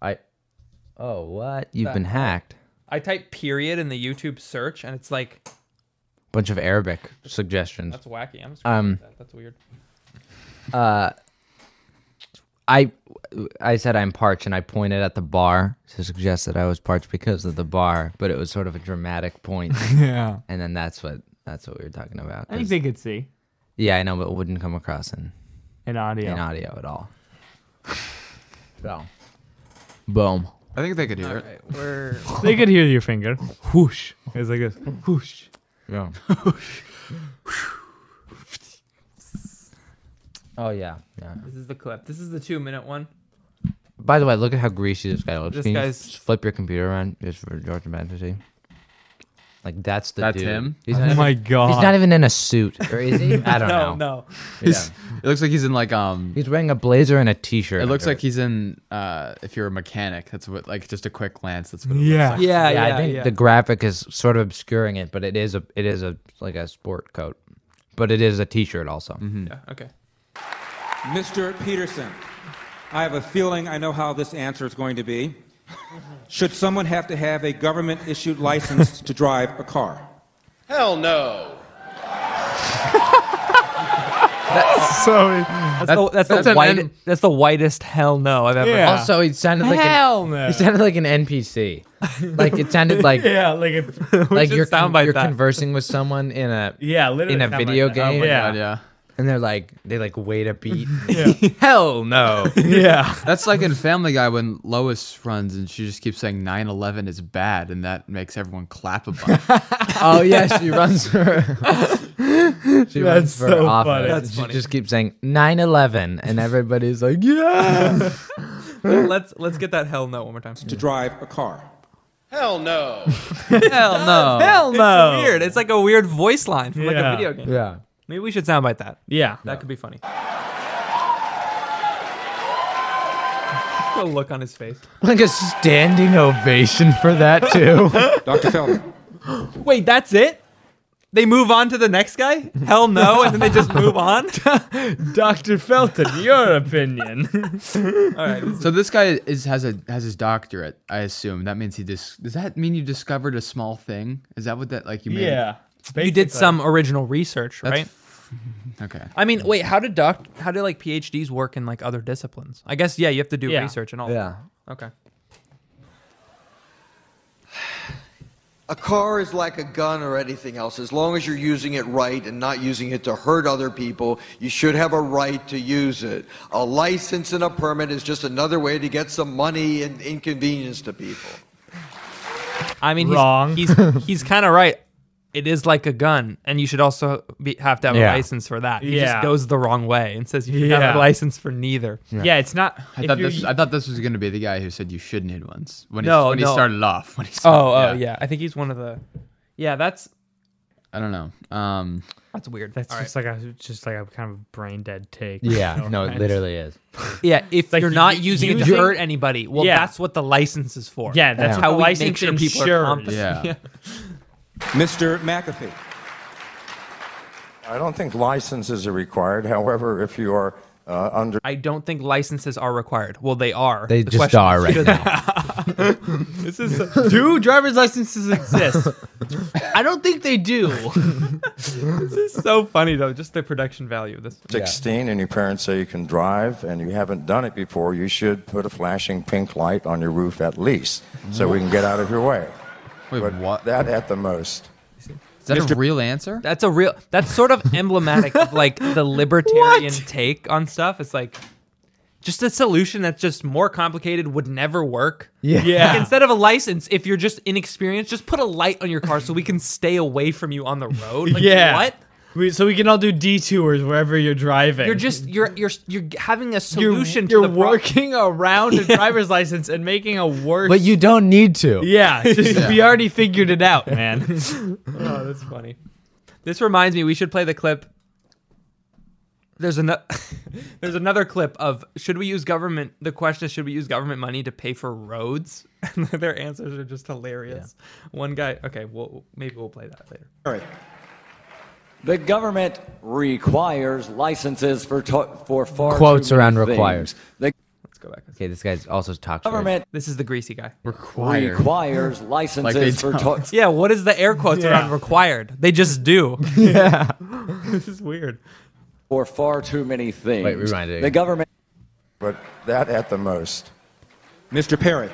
S3: I. Oh, what? You've
S4: That-
S3: been hacked.
S4: Uh, I type period in the YouTube search, and it's like
S3: Bunch of Arabic suggestions.
S4: that's wacky. I'm just
S3: Um, uh,
S4: that. that's weird.
S3: I I said I'm parched, and I pointed at the bar to suggest that I was parched because of the bar, but it was sort of a dramatic
S4: <laughs>
S3: point,
S2: yeah.
S3: and then that's what that's what we were talking about.
S2: I think
S3: 'cause-
S2: they could see
S3: yeah, I know, but it wouldn't come across in,
S2: in audio.
S3: in audio at all. So, boom.
S1: I think they could hear it.
S3: <laughs>
S4: All right,
S2: <laughs>
S1: <laughs>
S4: we're
S2: They could hear your finger. Whoosh. It's like this. Whoosh. <laughs>
S3: Yeah. oh yeah, yeah.
S4: This is the clip. This is the two minute one.
S3: By the way, look at how greasy this guy looks.
S4: This
S3: Can you
S4: guy's-
S3: just flip your computer around just for George Madden to see? Like that's the
S1: That's
S3: dude.
S1: him?
S3: He's not,
S2: Oh my god.
S3: he's not even in a suit, or is
S1: <laughs>
S3: he? I don't know.
S4: no.
S1: He's- It looks like he's in like um
S3: He's wearing a blazer and a t-shirt.
S1: it looks
S3: under
S1: like he's in uh if you're a mechanic, that's what like just a quick glance, that's what it looks
S2: yeah.
S1: like.
S4: Yeah, yeah,
S3: Yeah,
S4: yeah.
S3: I think the graphic is sort of obscuring it, but it is a it is a like a sport coat, but it is a t-shirt also.
S1: Mm-hmm.
S4: Yeah, okay.
S12: Mr. Peterson, I have a feeling I know how this answer is going to be. Should someone have to have a government issued license to drive a car?
S5: Hell no.
S2: so
S4: That's, the, that's, the white, that's the whitest hell no I've ever. heard.
S3: Also, he sounded like
S4: hell
S3: an,
S4: no.
S3: He sounded like an NPC. like it sounded like
S11: <laughs>
S2: yeah, like if,
S3: like you're
S4: sound
S3: con-
S4: bite
S3: you're
S4: that.
S3: conversing with someone in a
S2: Yeah, literally
S3: in a
S2: sound bite
S3: video
S2: that. Oh my
S3: game.
S2: God,
S1: yeah.
S3: And they're like they like wait a beat. <laughs> Hell
S4: <laughs>
S11: <laughs>
S3: no.
S2: yeah.
S1: That's like in Family Guy when Lois runs and she just keeps saying 9 11 is bad, and that makes everyone clap a bunch.
S3: oh yeah, she runs
S1: <laughs>
S3: for she runs
S1: That's
S3: for
S1: so
S3: office.
S1: funny.
S3: and
S1: That's
S3: she just keeps saying 9-11 and everybody's like, Yeah.
S4: let's let's get that hell no one more time.
S12: To drive a car.
S13: Hell
S2: <laughs>
S13: no.
S4: <laughs>
S13: <laughs>
S4: hell no.
S13: Hell no.
S4: It's weird. It's like a weird voice line from like
S13: Yeah.
S4: a video game.
S13: Yeah.
S4: Maybe we should soundbite that.
S2: Yeah.
S4: That could be funny. The look on his face.
S3: like a standing ovation for that <laughs>
S11: <laughs>
S3: too.
S12: Dr. Feldman.
S4: <gasps> Wait, that's it? They move on to the next guy? Hell no, and then they just move on? <laughs>
S2: Dr. Felton, your
S1: <laughs>
S2: opinion.
S1: All right. So this guy is has a has his doctorate, I assume. That means he dis- does that mean you discovered a small thing? Is that what that like you made?
S4: You did some original research,
S1: That's <laughs>
S4: right?
S1: Okay.
S4: I mean, wait, how did doc how did like PhDs work in like other disciplines? I guess yeah, you have to do
S13: Yeah.
S4: research and all.
S13: Yeah.
S4: Okay.
S13: A car is like a gun or anything else. As long as you're using it right and not using it to hurt other people, you should have a right to use it. A license and a permit is just another way to get some money and inconvenience to people.
S4: I mean, he's,
S13: Wrong.
S4: He's <laughs> he's kind of right. It is like a gun, and you should also be, have to have
S2: Yeah.
S4: a license for that. He
S2: Yeah.
S4: just goes the wrong way and says you should have
S2: Yeah.
S4: a license for neither.
S1: I thought this. I thought this was going to be the guy who said you shouldn't hit once when
S4: No,
S1: he, when
S4: no.
S1: he started off. When he
S4: oh,
S1: started,
S4: oh, yeah. I think he's one of the. Yeah, that's
S1: I don't know. Um,
S4: that's weird.
S2: That's just like a just like a kind of brain dead take.
S3: Yeah,
S2: <laughs> You know,
S3: no, it
S2: I just-
S3: literally is.
S4: Yeah, if
S2: Like,
S4: you're
S2: you-
S4: not
S2: you-
S4: using, it to
S2: using-
S4: hurt anybody, well,
S2: Yeah.
S4: that's what the license is for.
S2: Yeah, that's what
S4: how
S2: the
S4: we make
S2: license
S4: sure people are
S2: ensures.
S4: competent.
S2: Yeah.
S12: Mr. McAfee.
S14: I don't think licenses are required. However, if you are uh, under
S4: I don't think <laughs> licenses are required. Well, they are.
S14: They
S4: The
S14: just
S4: question
S14: are
S4: is,
S14: right
S4: should they? <laughs> this
S3: <laughs>
S4: is do driver's licenses exist? <laughs> I don't think they do. <laughs> this is so funny though. Just the production value of this.
S14: 16 and your parents say you can drive and you haven't done it before, you should put a flashing pink light on your roof at least so we can get out of your way.
S1: Wait,
S14: but
S1: what?
S14: That at the most.
S1: Is that a real answer?
S4: That's a real. That's sort of emblematic of like
S1: <laughs>
S4: the libertarian take on stuff. It's like just a solution that's just more complicated would never work.
S2: Yeah. Yeah.
S4: Like, instead of a license, if you're just inexperienced, just put a light on your car so we can stay away from you on the road.
S1: <laughs>
S4: Like,
S2: yeah.
S4: What?
S2: We, so we can all do detours wherever you're driving.
S4: You're just you're you're you're having a solution
S2: You're,
S4: to the problem.
S2: working
S4: <laughs>
S2: around a driver's license and making a worse.
S3: But you don't need to.
S4: <laughs>
S3: <laughs>
S2: Yeah, just,
S4: Yeah.
S2: we already figured it
S4: <laughs>
S2: out, man.
S4: oh, that's funny. This reminds me, we should play the clip. There's another <laughs> there's another clip of should we use government the question is should we use government money to pay for roads? <laughs> And their answers are just hilarious. One guy okay, well maybe we'll play that later.
S15: All right. The government requires licenses for to- for far
S3: Quotes
S15: too many
S3: around
S15: things.
S3: requires.
S15: The
S4: Let's go back.
S3: Okay, this guy's also talked
S15: government
S4: This is the greasy guy.
S15: Required. Requires licenses Like they for don't. to-
S4: Yeah, what is the air quotes
S15: Yeah.
S4: around required? They just
S15: <laughs>
S4: do. Yeah. <laughs> this is weird.
S15: for far too many things.
S14: Wait, rewind it
S15: The
S14: again.
S15: government
S14: But that at the most.
S12: Mr. Perry.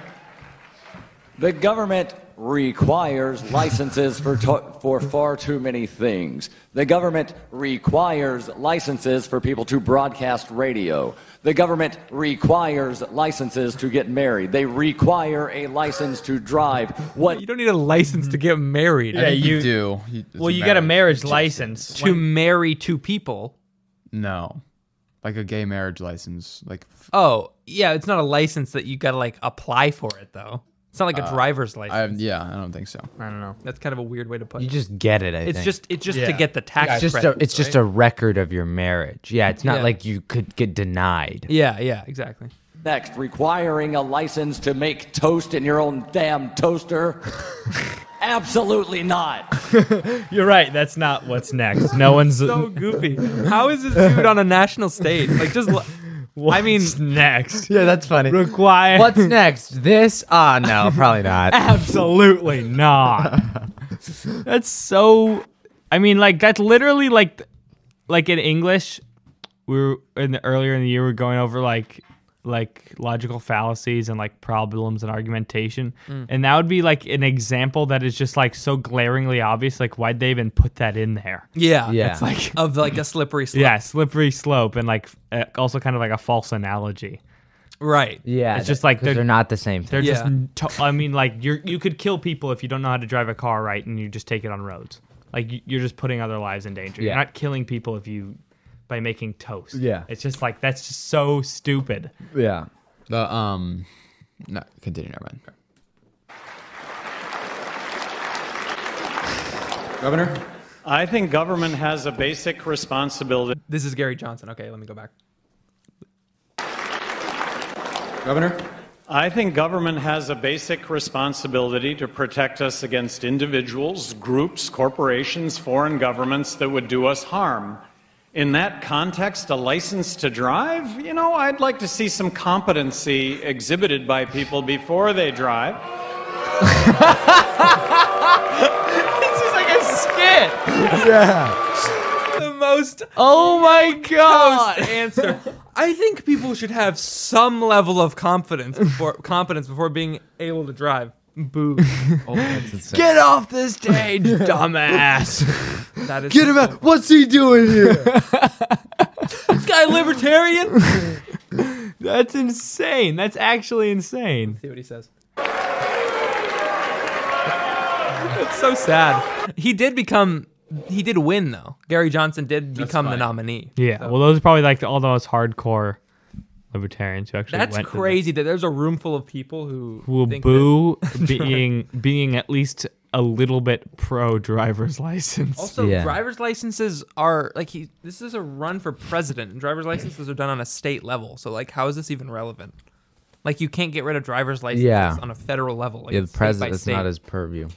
S15: The government requires licenses for to- for far too many things. The government requires licenses for people to broadcast radio. The government requires licenses to get married. They require a license to drive. What
S4: You don't need a license to get married.
S2: Yeah, I think you you- do. You- well, you get a marriage license.
S4: to marry two people.
S1: No, like a gay marriage license. Like f-
S4: Oh, yeah, it's not a license that you gotta like apply for it though. It's not like a
S1: Uh,
S4: driver's license.
S1: I, yeah, I don't think so.
S4: I don't know. That's kind of a weird way to put it.
S3: You just get it, I
S4: it's
S3: think.
S4: just it's just to get the tax
S3: It's just
S4: credit,
S3: a, it's just
S4: right?
S3: a record of your marriage. Yeah, it's not
S4: Yeah.
S3: like you could get denied.
S4: Yeah, yeah, exactly.
S15: next? Requiring a license to make toast in your own damn toaster? Absolutely not.
S2: <laughs> You're right. That's not what's next. No one's <laughs>
S4: so goofy. How is this
S3: <laughs>
S4: dude on a national stage? Like just l- I mean
S2: next.
S3: Yeah, that's funny.
S2: Require
S3: What's next?
S11: <laughs>
S3: This? Ah, no, probably
S4: <laughs>
S3: not.
S2: Absolutely <laughs> not. That's so. I mean, like that's literally like, like in English, we were in the earlier in the year we were going over like like logical fallacies and like problems and argumentation.
S6: Mm.
S2: And that would be like an example that is just like so glaringly obvious. Like why'd they even put that in there?
S4: Yeah.
S2: It's <laughs> like
S4: of like a slippery slope.
S2: yeah, slippery slope and like uh, also kind of like a false analogy.
S4: Right.
S3: Yeah,
S2: It's
S3: that-
S2: just like
S3: 'cause they're not the same
S2: They're
S3: thing.
S2: just.
S3: Yeah.
S2: n- To- I mean, like you are you could kill people if you don't know how to drive a car right, and you just take it on roads. Like you- you're just putting other lives in danger.
S3: Yeah.
S2: You're not killing people if you by making toast.
S1: Yeah.
S2: It's just like that's just so stupid.
S1: Yeah. The um, no, continue. Never mind.
S16: Governor? I think government has a basic responsibility.
S4: This is Gary Johnson. Okay, let me go back.
S16: Governor? I think government has a basic responsibility to protect us against individuals, groups, corporations, foreign governments that would do us harm. In that context, a license to drive? You know, I'd like to see some competency exhibited by people before they <laughs> drive.
S4: this is like a skit. the most
S2: oh my
S4: god answer. I think people should have some level of confidence
S3: <laughs>
S4: before competence before being able to drive. Boo.
S2: Oh,
S11: Oh,
S3: Get
S4: off the
S3: <laughs>
S4: <laughs> stage,
S2: dumbass.
S4: That is
S3: Get him out. What's he doing
S11: <laughs>
S3: here?
S4: this guy libertarian.
S3: <laughs>
S2: That's insane. That's actually insane.
S4: See what he says. It's so sad. He did become. He did win though. Gary Johnson did become the nominee.
S2: Yeah. Well, those are probably like the, all the most hardcore libertarians who actually
S4: That's
S2: went to the-
S4: crazy that there's a room full of people who
S2: who will
S4: think <laughs>
S2: boo
S4: that-
S2: being being at least a little bit pro driver's <laughs> license.
S4: Also, driver's licenses are like he. This is a run for president, and driver's licenses are done on a state level. So, like, how is this even relevant? Like, you can't get rid of driver's licenses
S3: Yeah.
S4: on a federal level. Like,
S3: yeah, the
S4: it's state by
S3: president is
S4: state.
S3: not his purview.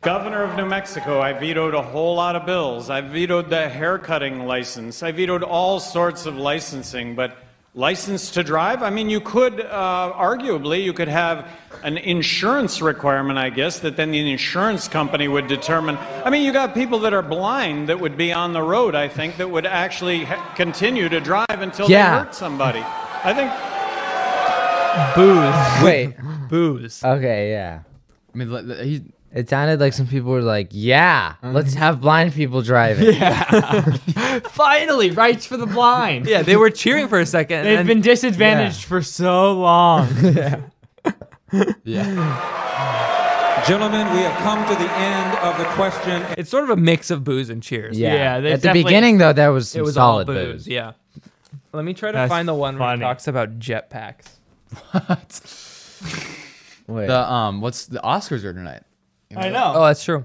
S16: Governor of New Mexico, I vetoed a whole lot of bills. I vetoed the haircutting license. I vetoed all sorts of licensing, but license to drive? I mean, you could, uh, arguably, you could have an insurance requirement, I guess, that then the insurance company would determine. I mean, you got people that are blind that would be on the road, I think, that would actually ha- continue to drive until
S3: Yeah.
S16: they hurt somebody. I think
S4: Booze.
S3: Wait.
S4: Booze.
S3: Okay, yeah.
S1: I mean, like, he.
S3: It sounded like some people were like, "Yeah, let's have blind people driving."
S2: Yeah. <laughs> Finally, rights for the blind.
S4: Yeah, they were cheering for a second.
S2: They've been disadvantaged for so long.
S12: Gentlemen, we have come to the end of the question.
S4: It's sort of a mix of booze and cheers.
S3: Yeah. Yeah, there's At the definitely- beginning, though, there was some
S4: it was all
S3: solid booze.
S4: Yeah. Let me try to
S1: That's
S4: find the one where it talks about jetpacks.
S3: Wait.
S1: The um, what's the Oscars are tonight?
S4: I know. Oh, that's true.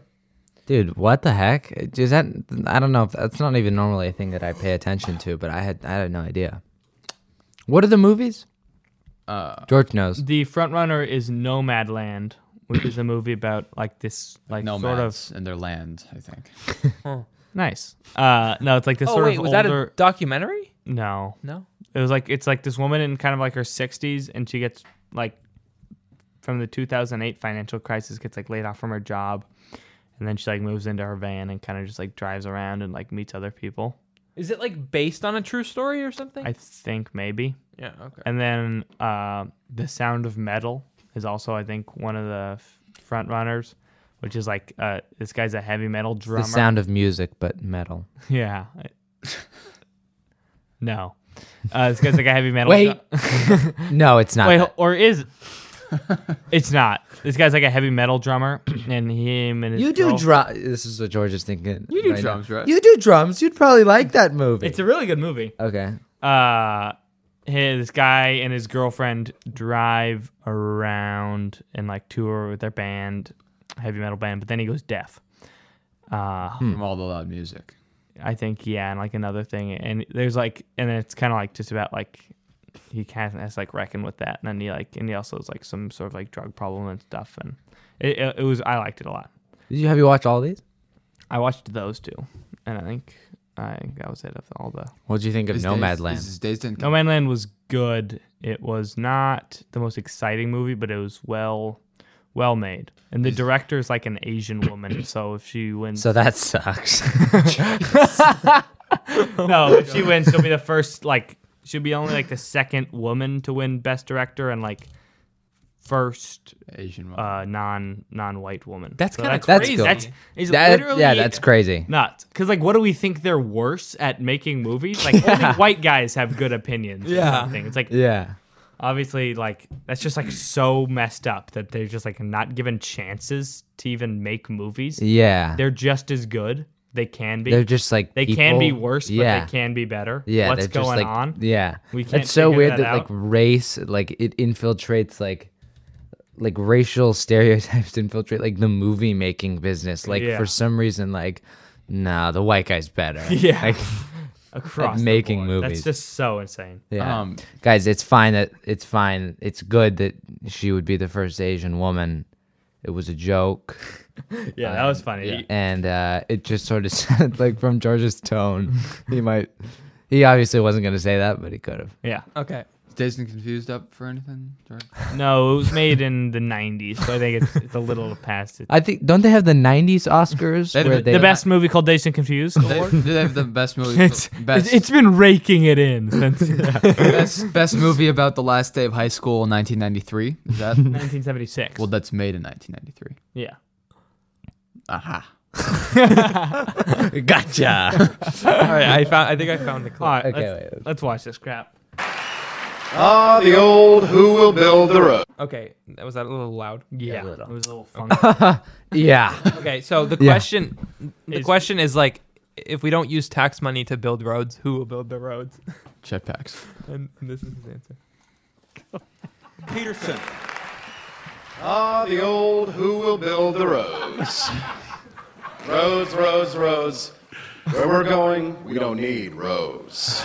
S3: Dude, what the heck? Is that I don't know if that's not even normally a thing that I pay attention to, but I had I had no idea. What are the movies?
S2: Uh,
S3: George knows.
S2: The front runner is Nomadland, which is a movie about like this like sort of
S1: Nomads and their land, I think.
S3: <laughs>
S2: Nice. Uh, no, it's like this
S4: Oh,
S2: sort
S4: wait,
S2: of
S4: was that a
S2: older
S4: documentary?
S2: No,
S4: No?
S2: It was like it's like this woman in kind of like her sixties, and she gets like from the 2008 financial crisis gets like laid off from her job, and then she like moves into her van and kind of just like drives around and like meets other people.
S4: Is it like based on a true story or something?
S2: I think maybe.
S4: Yeah, okay.
S2: And then uh, the Sound of Metal is also I think one of the f- front runners, which is like uh, this guy's a heavy metal drummer.
S3: The sound of music, but metal.
S2: <laughs> Yeah. no. Uh, this guy's like a heavy metal.
S3: Wait.
S2: <laughs>
S3: No, it's not
S2: Wait,
S3: that.
S2: or is? it's not. This guy's like a heavy metal drummer, <clears throat> and him and his
S3: You do
S2: girl-
S3: drum. Uh, This is what George is thinking.
S2: You do
S3: now.
S2: drums, right?
S3: You do drums. You'd probably like that movie.
S2: It's a really good movie.
S3: okay.
S2: Uh, his guy and his girlfriend drive around and like tour with their band, heavy metal band, but then he goes deaf. Uh,
S1: From all the loud music.
S2: I think yeah, and like another thing, and there's like, and it's kind of like just about like he kind of has like reckon with that, and then he like, and he also has like some sort of like drug problem and stuff, and it, it, it was I liked it a lot.
S3: Did you have you watched all these?
S2: I watched those two, and I think I think that was it of all the.
S3: What'd you think of These days- Nomadland? these days didn't come-
S2: Nomadland was good. It was not the most exciting movie, but it was well, well made. And
S3: <laughs>
S2: the director is like an Asian woman, so if she wins,
S3: So that sucks.
S2: <laughs> no, if she wins, she'll be the first. Like, she'll be only like the second woman to win Best Director and like first
S1: Asian
S2: uh, non non white woman.
S3: That's
S2: So
S3: kinda crazy. That's
S2: That's
S3: good.
S2: is
S3: That-
S2: literally
S3: yeah, that's crazy.
S2: Nuts. Because like, what do we think they're worse at making movies?
S3: <laughs>
S2: Like, only white guys have good opinions.
S3: Yeah.
S2: Or something. It's like
S3: Yeah.
S2: Obviously, like that's just like so messed up that they're just like not given chances to even make movies.
S3: Yeah.
S2: they're just as good. They can be.
S3: They're just like
S2: they can be
S3: people.
S2: worse, but
S3: Yeah.
S2: they can be better.
S3: Yeah, they're
S2: what's
S3: just,
S2: going
S3: like-
S2: on?
S3: Yeah,
S2: we can't.
S3: It's so
S2: figure
S3: weird
S2: that,
S3: that,
S2: out.
S3: like race, like it infiltrates like like racial stereotypes <laughs> infiltrate like the movie making business. Like
S2: Yeah.
S3: for some reason, like nah, the white guy's better.
S2: <laughs> Yeah.
S3: like,
S2: Across
S3: at
S2: the
S3: making
S2: board. That's
S3: movies.
S2: just so insane.
S3: Yeah,
S2: Um,
S3: guys, it's fine that it's fine. It's good that she would be the first Asian woman. It was a joke.
S2: <laughs>
S3: Um,
S2: Yeah, that was funny. Yeah.
S3: And uh, it just sort of <laughs> sounded like from George's tone, he might. He obviously wasn't going to say that, but he could have.
S2: Yeah.
S4: Okay.
S1: Is Disney confused up for anything?
S4: <laughs>
S1: George?
S2: No, it was made in the '90s, so I think it's, it's a little past it.
S3: I think don't they have the '90s Oscars
S2: They have
S3: where
S2: the-
S3: they
S2: the best movie called Dazed and Confused.
S1: They, they have the
S2: <laughs>
S1: best movie.
S2: It's-
S1: best,
S2: it's been raking it in
S11: <laughs>
S2: since
S1: best best movie about the last day of high school in 1993. Is that
S2: 1976?
S1: Well, that's made in 1993.
S2: Yeah.
S3: <laughs>
S1: Aha. <laughs>
S3: gotcha.
S4: All right, I found. I think I found the clip.
S2: All right,
S4: Okay,
S2: let's, let's watch this crap.
S4: Ah,
S5: the old who will build the road.
S4: Okay, that was that a little loud?
S2: Yeah, it was a
S3: <laughs>
S2: little funky.
S4: Okay.
S3: Yeah.
S4: Okay, so the
S3: Yeah.
S4: question, the
S2: Is-
S4: question is like, if we don't use tax money to build roads, who will build the roads?
S1: Jetpacks.
S4: And this is his answer.
S12: Peterson.
S5: Ah, the old who will build the roads. roads, roads, roads. Where we're going, we don't need roads.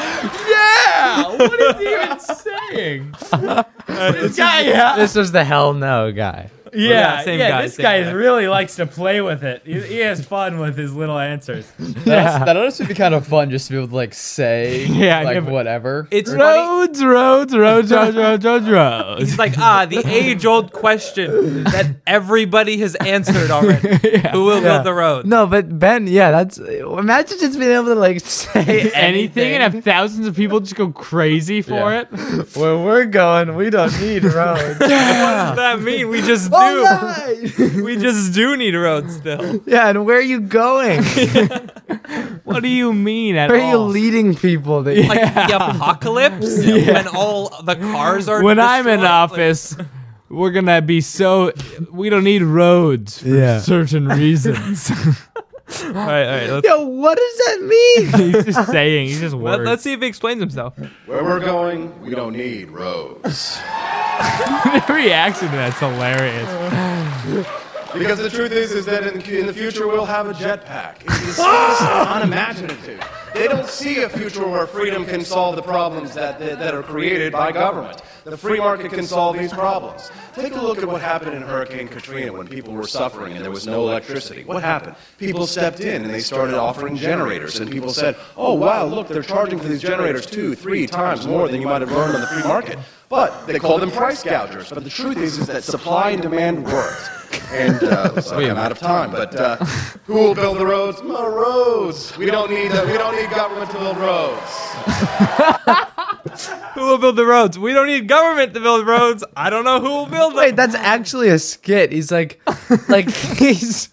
S2: yeah. What is he even saying? this guy,
S3: <laughs>
S2: yeah.
S3: <laughs> Uh, This was the hell no guy.
S2: Yeah,
S4: Oh, same
S2: yeah,
S4: guy,
S2: This
S4: same
S2: guy,
S4: guy.
S2: really likes to play with it. He, he has fun with his
S4: <laughs>
S2: little answers.
S1: That honestly would be kind of fun just to be able to
S4: <laughs>
S1: like say
S2: Yeah, I
S1: like
S2: never-
S1: whatever.
S4: It's
S2: roads, roads, roads, roads, roads, roads, roads. <laughs>
S4: He's like, ah,
S3: <laughs>
S4: the age-old question that everybody has answered already.
S3: <laughs>
S4: Who will build the road?
S3: No, but Ben, yeah, that's imagine just being able to like <laughs> say
S2: <laughs> Anything and have thousands of people just go crazy for
S3: Yeah. <laughs>
S2: it.
S3: Where we're going, we don't <laughs> need roads.
S4: What does that mean? We just do. we just do need roads still.
S3: <laughs> Yeah, and where are you
S2: <laughs>
S3: going?
S2: What do you mean at
S3: Where are you
S2: all?
S3: leading people? That
S4: Like the
S2: <laughs>
S4: apocalypse when all the cars are.
S2: when I'm in
S4: destroyed?
S2: office, we're gonna be so we don't need roads
S3: <laughs>
S2: for
S3: Yeah.
S2: certain
S3: <laughs>
S2: reasons. <laughs> all right, all right. Let's,
S3: Yo, what does that mean?
S2: <laughs> he's just saying. He's just
S4: Let,
S2: words.
S4: let's see if he explains himself.
S5: Where we're going, we don't need roads.
S4: <laughs>
S2: the reaction to that's hilarious.
S5: Because the truth is, is that in, in the future we'll have a jetpack. It is so unimaginative. They don't see a future where freedom can solve the problems that, that, that are created by government. The free market can solve these problems. Take a look at what happened in Hurricane Katrina when people were suffering and there was no electricity. What happened? People stepped in and they started offering generators, and people said, oh, wow, look, they're charging for these generators two, three times more than you might have learned on the free market. But they called them price gougers. But the truth is, is that supply and demand worked. And <laughs> uh, looks like I'm out of time, but uh, who will build the roads? My roads. We don't need that. We don't need government to build roads.
S4: Who will build the roads? We don't need government to build roads. I don't know who will build them.
S3: Wait, that's actually a skit. He's like, like these,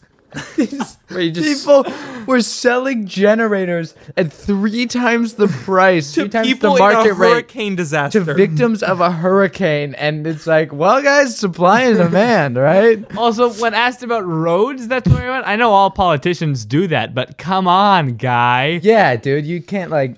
S3: these people were selling generators at three times the price, three times
S4: people
S3: the market
S4: in a
S3: rate
S4: hurricane disaster.
S3: to victims of a hurricane, and it's like, well, guys, supply and demand, right?
S2: Also, when asked about roads, that's where I went. I know all politicians do that, but come on, guy.
S3: Yeah, dude, you can't like.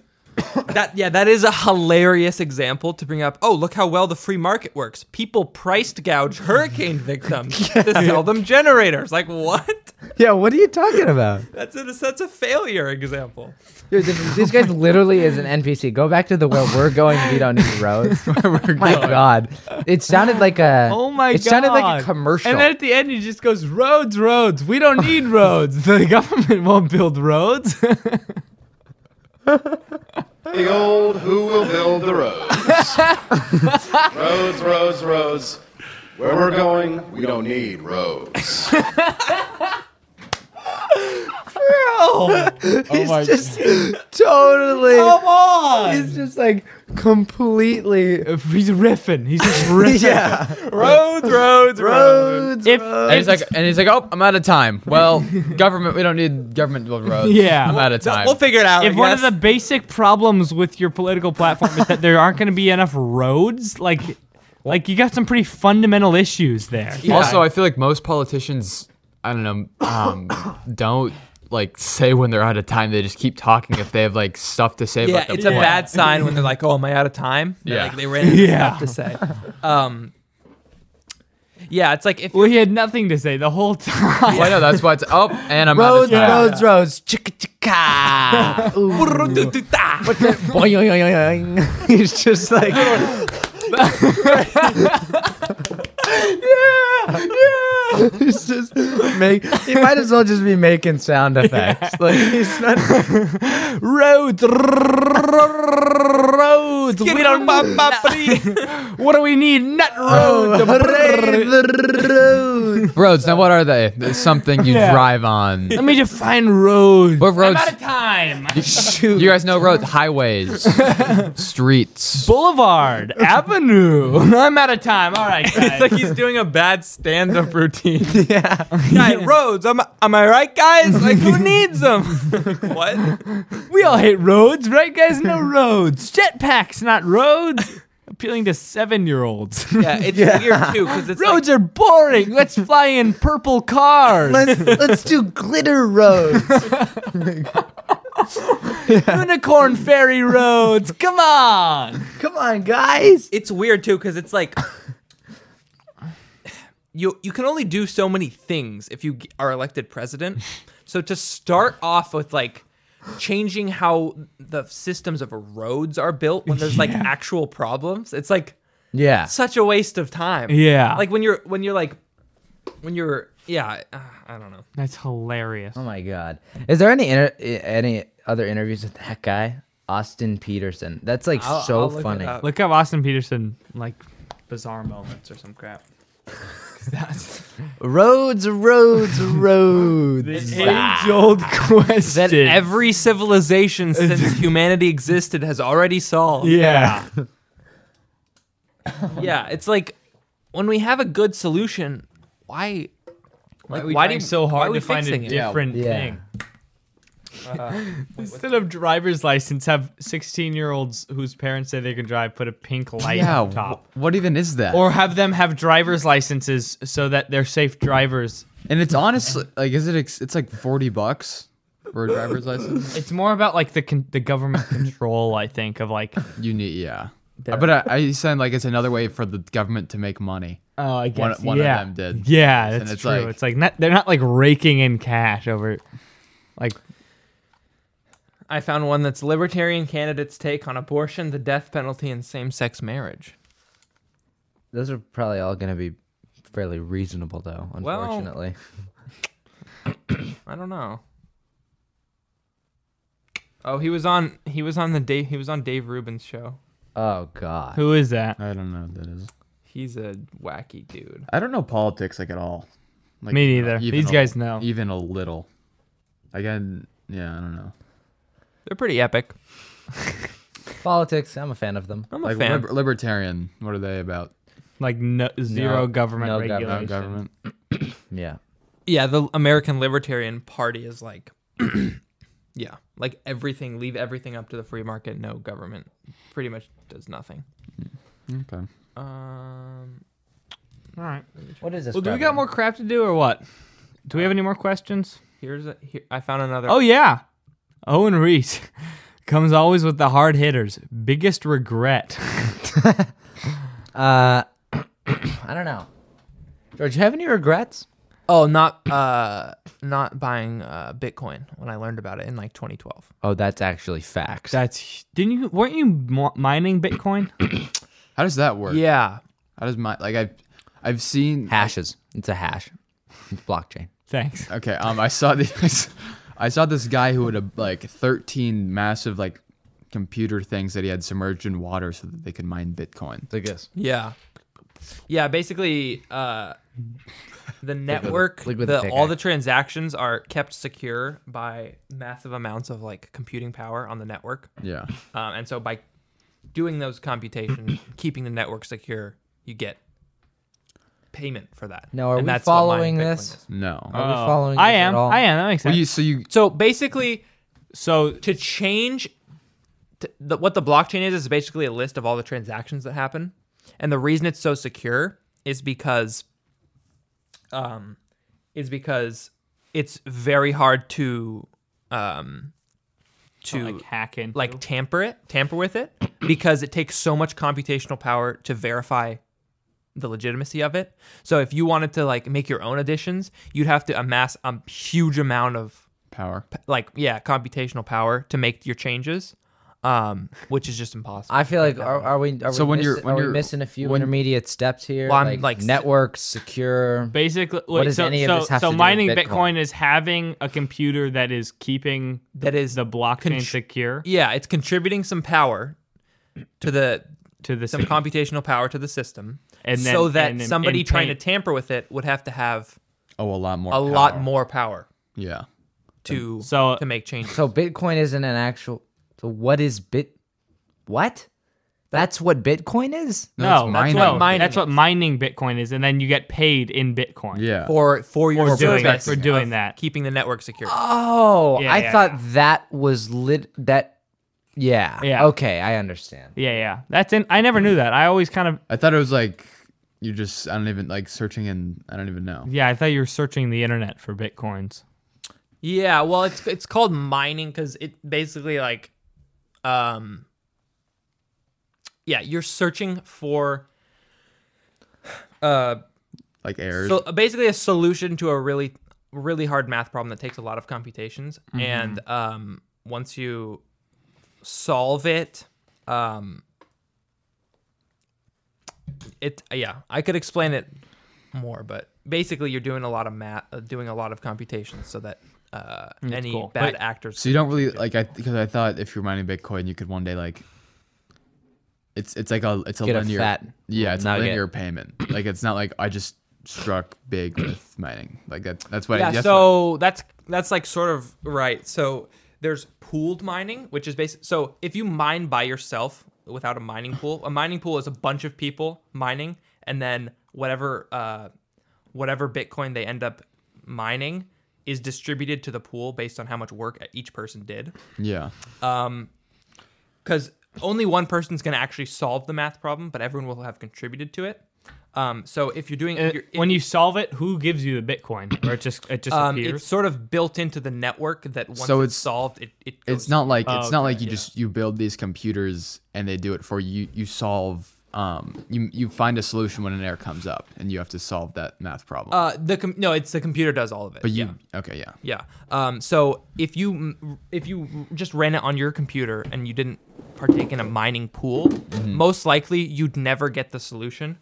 S4: that yeah, that is a hilarious example to bring up. Oh, look how well the free market works. People priced gouge
S2: <laughs>
S4: hurricane victims to sell them generators. Like what?
S3: Yeah, what are you talking about?
S4: That's a that's a failure example.
S3: Dude,
S2: <laughs>
S3: this, this guy literally is an NPC. Go back to the where we're going. We don't need
S2: <laughs>
S3: roads. my God, it sounded like a.
S2: Oh
S3: it
S2: my god.
S3: It sounded like a commercial.
S2: And then at the end he just goes, Roads, roads, we don't
S3: <laughs>
S2: need roads. The government won't build roads.
S5: The old who will build the roads? roads, roads, roads. Where
S4: <laughs>
S5: we're going, we don't need roads.
S4: Oh,
S5: Oh
S3: real. he's just totally. Come on. He's just like completely.
S2: He's riffing. He's just riffing.
S3: <laughs> yeah.
S2: Roads, roads,
S3: roads.
S2: If,
S1: And he's like, and he's like, oh, I'm out of time. Well, government, we don't need government built <laughs> roads.
S2: Yeah.
S1: I'm out of time.
S2: figure it
S1: out,
S2: If
S1: I
S2: one of
S1: guess.
S2: the basic problems with your political platform is that there aren't going to be enough roads, like, like you got some pretty fundamental issues there.
S1: Also, I feel like most politicians, I don't know, um, <coughs> don't like say when they're out of time. They just keep talking if they have like stuff to say.
S4: yeah,
S1: about the
S4: it's a
S1: plan.
S4: bad sign when they're like, "Oh, am I out of time?" They're
S1: Yeah.
S4: like they ran out of
S1: Yeah.
S4: stuff to say. Um, yeah, it's like if
S2: well, he had nothing to say the whole time.
S1: Well, I know that's why it's up and I'm
S3: roads,
S1: out of time.
S3: roads, roads. Chicka
S2: <laughs>
S3: chicka. Ooh. But then- boing, <laughs> boing, boing. He's just
S2: <laughs>
S3: like. <laughs> He's just make. He might as well just be making
S2: <laughs>
S3: sound effects. Like he's not.
S2: roads, roads. We don't bump up. What do we need? Nut
S3: Oh. <laughs>
S2: roads.
S1: <laughs> Roads. Now, what are they? It's something you
S2: Yeah.
S1: drive on.
S2: Let me define roads.
S1: What roads?
S2: I'm out of time.
S1: You, you guys know roads, highways, streets,
S2: Boulevard, Avenue. <laughs> <laughs> I'm out of time. All right, guys.
S4: <laughs> it's like he's doing a bad
S2: <laughs>
S4: stand-up routine. yeah, guy <laughs> roads. Am, am I right, guys? Like
S2: <laughs>
S4: who needs them? what?
S2: We all hate roads, right, guys? <laughs> No roads. Jetpacks, not roads. <laughs> Appealing to seven-year-olds.
S4: <laughs> Yeah, it's weird too because it's
S2: roads are boring. Let's fly in purple cars.
S3: Let's let's do glitter
S2: <laughs>
S3: roads. <laughs>
S2: unicorn fairy roads. Come on.
S3: Come on, guys.
S4: It's weird too because it's like you you can only do so many things if you g- are elected president. So to start off with like changing how the systems of roads are built when there's like actual problems, it's like
S3: Yeah.
S4: such a waste of time.
S2: Yeah.
S4: like when you're when you're like when you're yeah uh, I don't know.
S2: That's hilarious.
S3: Oh my god. Is there any inter- i- any other interviews with that guy, Austin Peterson? That's like
S2: I'll-
S3: so
S2: I'll look it
S3: funny.
S2: up. Look up Austin Peterson like bizarre moments or some crap. 'Cause that's
S3: Roads,
S2: <laughs>
S3: roads, roads.
S2: age-old question.
S4: that every civilization
S2: <laughs>
S4: since humanity existed has already solved.
S2: Yeah.
S4: yeah, it's like when we have a good solution, why?
S2: Why
S4: Like,
S2: are we
S4: why
S2: trying
S4: do
S2: so
S4: why
S2: hard
S4: are we
S2: to find a
S4: fixing it?
S2: different thing? <laughs> Instead of driver's license, have 16 year olds whose parents say they can drive put a pink light
S1: Yeah,
S2: on top.
S1: wh- what even is that?
S2: Or have them have driver's licenses so that they're safe drivers.
S1: and it's honestly like, is it? Ex- it's like forty bucks for a driver's license.
S2: It's more about like the con- the government control, I think, of like
S1: you need yeah.
S2: There.
S1: But I, I said like it's another way for the government to make money.
S2: Oh, I
S1: One-
S2: guess
S1: one,
S2: yeah.
S1: of them did.
S2: Yeah,
S1: And
S2: that's
S1: it's
S2: true.
S1: like-
S2: it's like not, they're not like raking in cash over, like
S4: I found one that's libertarian candidates take on abortion, the death penalty, and same-sex marriage.
S3: Those are probably all going to be fairly reasonable though,
S4: Well-
S3: unfortunately.
S4: I don't know. Oh, he was on. He was on the Dave. He was on Dave Rubin's show.
S3: oh god.
S2: who is that?
S1: I don't know what that is.
S4: He's a wacky dude.
S1: I don't know politics like at all. Like,
S2: Me neither. These
S1: a-
S2: guys know.
S1: even a little. Like I, yeah, I don't know.
S4: They're pretty epic.
S3: Politics, I'm a fan of them.
S4: I'm a
S1: Like
S4: fan.
S1: lib- libertarian, what are they about?
S2: Like no, zero government
S3: no government.
S2: regulation.
S3: No
S1: government.
S3: Yeah.
S4: yeah, the American Libertarian Party is like, <clears throat> yeah, like everything. Leave everything up to the free market. No government. Pretty much does nothing.
S1: Okay.
S4: Um,
S2: All right.
S3: What is this?
S2: Well, do we got more crap to do or what? Do we have any more questions?
S4: Uh, here's a, here, I found another.
S2: Oh yeah, Owen Reese <laughs> comes always with the hard hitters. Biggest regret.
S3: <laughs> Uh <clears throat> I don't know. George, you have any regrets?
S4: Oh, not uh, not buying uh Bitcoin when I learned about it in like 2012.
S3: Oh, that's actually facts.
S2: That's didn't you? Weren't you mo- mining
S3: <clears throat>
S2: Bitcoin?
S1: How does that work?
S4: Yeah,
S1: How does my like I've I've seen
S3: hashes. It's a hash. It's blockchain.
S2: Thanks.
S1: Okay. Um, <laughs> I saw this. I saw this guy who had a, like 13 massive like computer things that he had submerged in water so that they could mine Bitcoin.
S3: I guess.
S4: yeah, yeah. Basically, uh,
S3: <laughs>
S4: The
S3: with-
S4: network,
S3: like with
S4: the-
S3: the
S4: all the transactions are kept secure by massive amounts of like computing power on the network.
S1: Yeah.
S4: Um, and so by doing
S3: <clears throat>
S4: those computations, keeping the network secure, you get payment for that.
S3: Now, are
S4: And
S3: we
S4: that's what mining
S3: following
S4: Bitcoin
S3: this?
S4: is.
S1: No.
S3: Are we following
S2: Oh. I
S3: this
S2: am.
S3: At all?
S2: I am. That makes sense.
S1: so you
S4: So basically, so to change t the, what the blockchain is is basically a list of all the transactions that happen, and the reason it's so secure is because, um, is because it's very hard to, um, to
S6: like, hack into?
S4: like tamper it, tamper with it, because it takes so much computational power to verify the legitimacy of it. So if you wanted to like make your own additions, you'd have to amass a huge amount of
S1: power,
S4: like yeah, computational power to make your changes, um, which is just impossible.
S3: I feel like are, are we are
S4: So
S3: we
S4: when
S3: missi-
S4: you're- when
S3: are we
S4: you're-
S3: missing a few
S4: when-
S3: intermediate steps here?
S4: Well, I'm,
S3: like,
S4: like, s-
S3: network secure.
S6: Basically,
S3: what
S6: wait,
S3: does
S6: so,
S3: any
S6: so,
S3: of this have
S6: so
S3: to do with
S6: mining
S3: Bitcoin?
S6: Bitcoin is having a computer that is keeping
S4: that is
S6: the blockchain
S4: contr-
S6: secure.
S4: Yeah, it's contributing some power to the
S6: to the
S4: some computational power to the system,
S6: And
S4: so
S6: then-
S4: that
S6: and then-
S4: somebody
S6: and
S4: trying to
S6: paint-
S4: tamper with it would have to have
S1: Oh, a lot more.
S4: a
S1: power.
S4: lot more power
S1: Yeah.
S4: to
S6: so
S4: to make changes.
S3: So Bitcoin isn't an actual. So what is bit? What? That's what Bitcoin is.
S6: No, that's what mining. That's what mining Bitcoin is, and then you get paid in Bitcoin.
S3: Yeah.
S4: for for your
S6: doing
S4: service
S6: for doing
S4: of
S6: that.
S4: keeping the network secure.
S3: Oh,
S6: Yeah,
S3: I
S6: yeah,
S3: thought that was lit. That. Yeah.
S6: Yeah.
S3: Okay, I understand.
S6: Yeah, yeah. That's in. I never knew that. I always kind of.
S1: I thought it was like you're just I don't even like searching and I don't even know.
S6: Yeah, I thought you were searching the internet for bitcoins.
S4: Yeah, well, it's it's called mining because it basically like, um, yeah, you're searching for, uh,
S1: Like errors.
S4: so basically a solution to a really really hard math problem that takes a lot of computations,
S1: Mhm.
S4: and um, once you solve it, um, it yeah, I could explain it more, but basically you're doing a lot of math, uh, doing a lot of computations so that. Uh,
S1: That's
S4: any
S1: cool.
S4: bad
S1: Wait,
S4: actors
S1: So you don't really like I because I thought if you're mining Bitcoin, you could one day like. It's it's like a it's a
S3: Get a
S1: linear
S3: fat
S1: yeah it's
S3: nugget.
S1: a linear payment like it's not like I just struck big with mining like that that's why
S4: yeah
S1: that's
S4: so that's that's like sort of right so there's pooled mining which is basic so if you mine by yourself without a mining pool a mining pool is a bunch of people mining and then whatever uh whatever bitcoin they end up mining is distributed to the pool based on how much work each person did
S1: Yeah.
S4: um because only one person's going to actually solve the math problem but everyone will have contributed to it um so if you're doing
S6: Uh,
S4: if you're-
S6: when you solve it, who gives you the bitcoin, or it just it just
S4: um,
S6: appears?
S4: it's sort of built into the network that once
S1: So
S4: it's,
S1: it's-
S4: solved, it, it goes.
S1: it's not like
S4: Oh,
S1: it's not
S4: okay,
S1: like you
S4: yeah.
S1: just you build these computers and they do it for you. You solve um you you find a solution when an error comes up and you have to solve that math problem.
S4: Uh, the com- no, it's the computer does all of it.
S1: but you okay yeah
S4: yeah. yeah. Um, so if you m- if you just ran it on your computer and you didn't partake in a mining pool,
S1: Mm-hmm.
S4: most likely you'd never get the solution.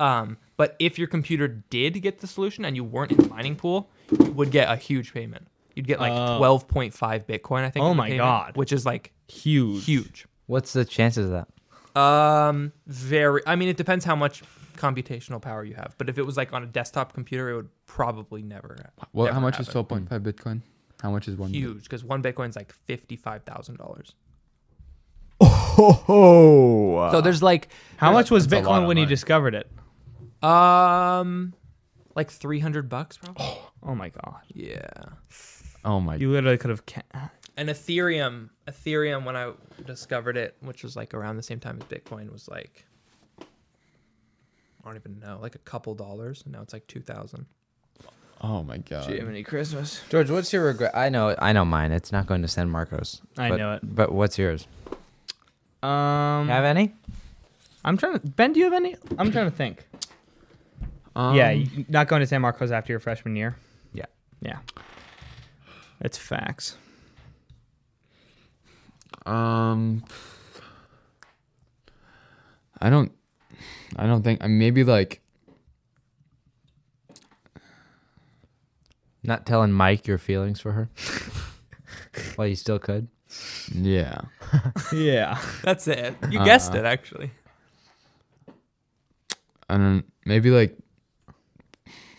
S4: Um, but if your computer did get the solution and you weren't in the mining pool, you would get a huge payment. You'd get like
S6: Oh.
S4: twelve point five Bitcoin, I think.
S6: Oh
S4: is the
S6: my
S4: payment,
S6: God.
S4: which is like
S6: huge,
S4: huge.
S3: What's the chances of that?
S4: Um, very. I mean, it depends how much computational power you have. But if it was like on a desktop computer, it would probably never.
S1: Well,
S4: never
S1: how much is
S4: happen.
S1: twelve point five Bitcoin? How much is one? bit-
S4: Huge, because one bitcoin's like fifty-five thousand dollars.
S3: Oh.
S4: So there's like
S6: how
S4: there's-
S6: much was
S4: That's a lot
S6: Bitcoin
S4: of
S6: when you
S4: money.
S6: discovered it?
S4: Um, like three hundred bucks, probably.
S6: Oh my god.
S4: Yeah.
S1: Oh my.
S6: You literally could have. Ca-
S4: And Ethereum, Ethereum, when I discovered it, which was like around the same time as Bitcoin, was like I don't even know, like a couple dollars, and now it's like two thousand.
S1: Oh my god.
S4: Jiminy Christmas.
S3: George, what's your regret? I know, I know mine. It's not going to San Marcos.
S6: I
S3: But-
S6: know it.
S3: But what's yours?
S6: Um,
S3: Have any?
S6: I'm trying to. Ben, do you have any? I'm trying to think. yeah, you- not going to San Marcos after your freshman year.
S3: Um, Yeah.
S6: Yeah. It's facts.
S1: Um, I don't, I don't think. I maybe like
S3: Not telling Mike your feelings for her. well, you still could.
S1: Yeah.
S6: yeah.
S4: <laughs>
S6: Uh-huh.
S4: That's it. You guessed
S1: Uh,
S4: it, actually.
S1: I don't. Maybe like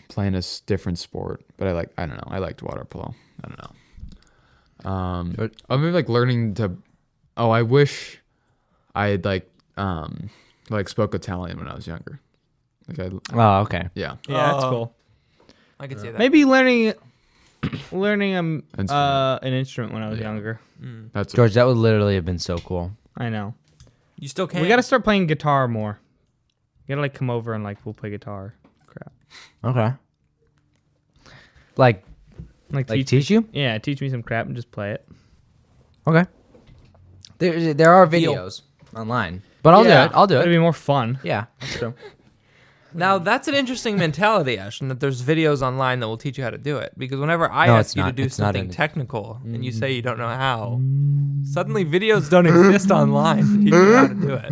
S1: playing a s- different sport, but I like I don't know. I liked water polo. I don't know. Um, I mean, like learning to. Oh, I wish I had like um like spoke Italian when I was younger. Like I.
S3: Oh, okay.
S1: Yeah.
S2: Yeah,
S4: Oh.
S2: that's cool.
S4: I could see that.
S2: Maybe learning <clears throat> learning um,
S3: Instrument.
S2: uh, an instrument when I was younger.
S3: <laughs>
S1: That's
S3: George. That would literally have been so cool.
S2: I know.
S4: You still
S2: We
S4: can.
S2: gotta start playing guitar more. You gotta like come over and like we'll play guitar. Crap.
S3: Okay. Like,
S2: Like,
S3: like teach,
S2: me-
S3: you?
S2: Yeah, teach me some crap and just play it.
S3: Okay. There, there are
S2: Deal.
S3: videos online, but I'll
S2: Yeah.
S3: do it. I'll do it.
S2: It'd be more fun.
S3: Yeah.
S2: That's true.
S4: Now that's an interesting mentality, Ashton. That there's videos online that will teach you how to do it. Because whenever I
S3: No,
S4: ask
S3: it's
S4: you
S3: not.
S4: to do
S3: It's not Mm.
S4: something
S3: an-
S4: technical and you say you don't know how, suddenly <laughs> videos don't exist online to teach you how to
S3: <laughs>
S4: do it.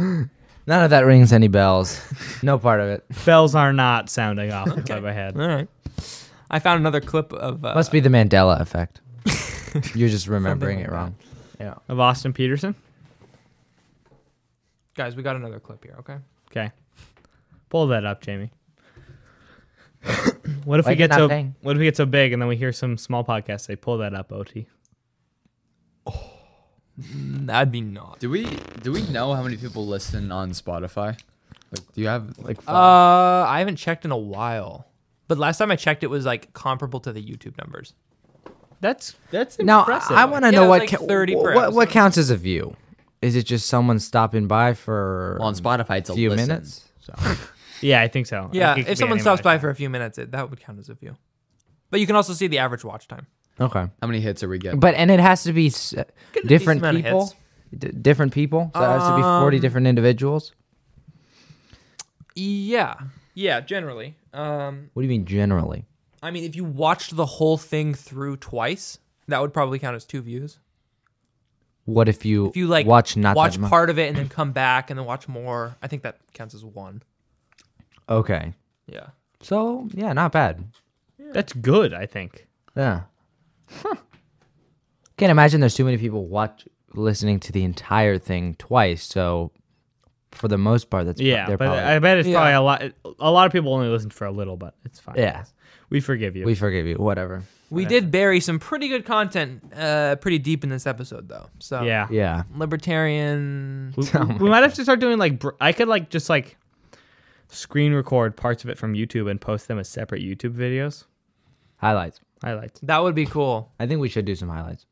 S3: None of that rings any bells. No part of it.
S2: <laughs> Bells are not sounding off the top of my head.
S4: All right. I found another clip of uh,
S3: Must be the Mandela effect. You're just remembering
S4: like
S3: it wrong. Yeah.
S2: Of Austin Peterson.
S4: guys. We got another clip here. Okay.
S2: Okay. Pull that
S3: <coughs>
S2: up, Jamie. what
S3: Why
S2: if we
S3: is it
S2: get
S3: not
S2: so
S3: playing?
S2: what if we get so big and then we hear some small podcast say pull that up, OT?
S4: That'd be not.
S1: Do we do we know how many people listen on Spotify? Like, do you have like?
S4: Uh, I haven't checked in a while, but last time I checked, it was like comparable to the YouTube numbers.
S2: That's that's
S3: Now
S4: impressive.
S3: I want to
S4: Yeah,
S3: know
S4: it was
S3: what
S4: like
S3: ca-
S4: <laughs> 30 per
S3: wh- what, what
S4: episode.
S3: counts as a view. Is it just someone stopping by for
S1: on Spotify? It's a
S3: few
S1: listen,
S3: minutes.
S2: Yeah, I think
S3: Oh,
S2: so. I
S4: Yeah,
S2: think it
S4: if
S2: could be
S4: someone
S2: anybody.
S4: stops by for a few minutes, it, that would count as a view. But you can also see the average watch time.
S3: Okay.
S1: How many hits are we getting?
S3: But and it has to be s-
S4: decent
S3: different
S4: amount of
S3: people. D- different people. So it has to be forty
S4: Um,
S3: different individuals.
S4: Yeah, yeah, generally. Um,
S3: What do you mean generally?
S4: I mean, if you watched the whole thing through twice, that would probably count as two views.
S3: What if you
S4: If you like
S3: watch not that
S4: watch
S3: mu-
S4: part of it and then come back and then watch more, I think that counts as one.
S3: Okay.
S4: Yeah.
S3: So yeah, not bad.
S2: That's good, I think.
S3: Yeah. Can't imagine there's too many people watch listening to the entire thing twice. So for the most part, that's
S2: yeah,
S3: they're
S2: but
S3: probably,
S2: I bet it's
S3: Yeah.
S2: probably a lot. A lot of people only listen for a little, but it's fine.
S3: Yeah.
S2: we forgive you.
S3: we forgive you. Whatever.
S4: We did bury some pretty good content, uh, pretty deep in this episode, though. So
S2: Yeah.
S3: Yeah. <laughs>
S4: libertarian.
S2: We,
S3: Oh
S2: we- we might have to start doing like br- I could like just like screen record parts of it from YouTube and post them as separate YouTube videos.
S3: Highlights.
S2: Highlights.
S4: That would be cool.
S3: I think we should do some highlights.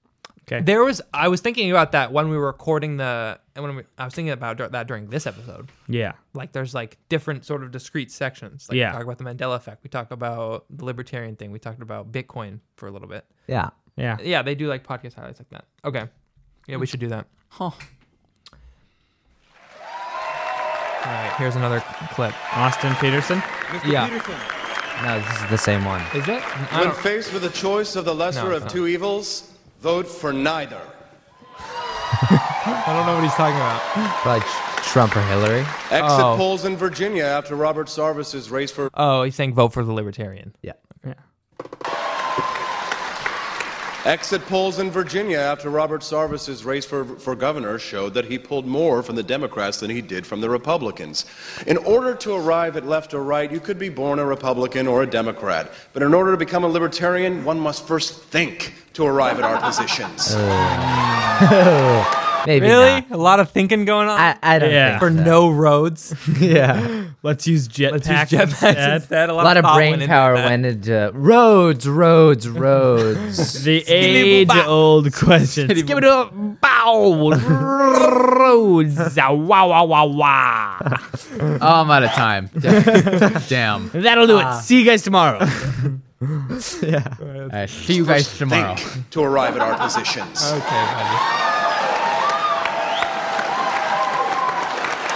S2: Okay.
S4: There was I was thinking about that when we were recording the and when we, I was thinking about dur- that during this episode.
S2: Yeah.
S4: Like there's like different sort of discrete sections. Like
S2: Yeah.
S4: we talk about the Mandela effect. We talk about the libertarian thing. We talked about Bitcoin for a little bit.
S3: Yeah.
S2: Yeah.
S4: Yeah, they do like podcast highlights like that. Okay. Yeah, we should do that. Huh. All right, here's another clip.
S2: Austin Peterson.
S4: Mr. Yeah. Peterson.
S3: No, Uh, this is the same one.
S4: Is it?
S5: When faced with a choice of the lesser
S4: No, it's
S5: of
S4: not.
S5: two evils, vote for neither.
S4: <gasps> I don't know what he's talking about.
S3: <gasps> Probably Tr- Trump or Hillary.
S5: Exit
S4: Oh.
S5: polls in Virginia after Robert Sarvis's race for
S4: Oh, he's saying vote for the libertarian.
S3: Yeah.
S5: Exit polls in Virginia after Robert Sarvis's race for, for governor showed that he pulled more from the Democrats than he did from the Republicans. In order to arrive at left or right, you could be born a Republican or a Democrat. But in order to become a libertarian, one must first think to arrive at our positions.
S3: <laughs>
S1: Uh,
S3: Maybe
S4: really?
S3: not.
S4: A lot of thinking going on?
S3: I, I don't
S2: Yeah.
S3: think
S4: for
S3: so.
S4: no roads.
S3: <laughs> Yeah.
S2: Let's use jetpack.
S4: Let's use jetpacks instead.
S3: A lot of
S4: thought
S3: brain
S4: went into
S3: power
S4: that.
S3: went
S2: <laughs>
S3: into roads, roads,
S4: <laughs>
S3: roads.
S2: The
S3: <laughs>
S2: age-old question.
S4: Give it a bow. Roads. Wow, wow, wow, wow.
S1: Oh, I'm out of time.
S3: <laughs>
S2: <laughs>
S1: Damn. Damn.
S2: That'll do
S4: Ah.
S2: it. See you
S4: <laughs>
S2: guys tomorrow.
S1: Uh, see you guys tomorrow.
S5: Think to arrive at our positions.
S4: Okay, buddy.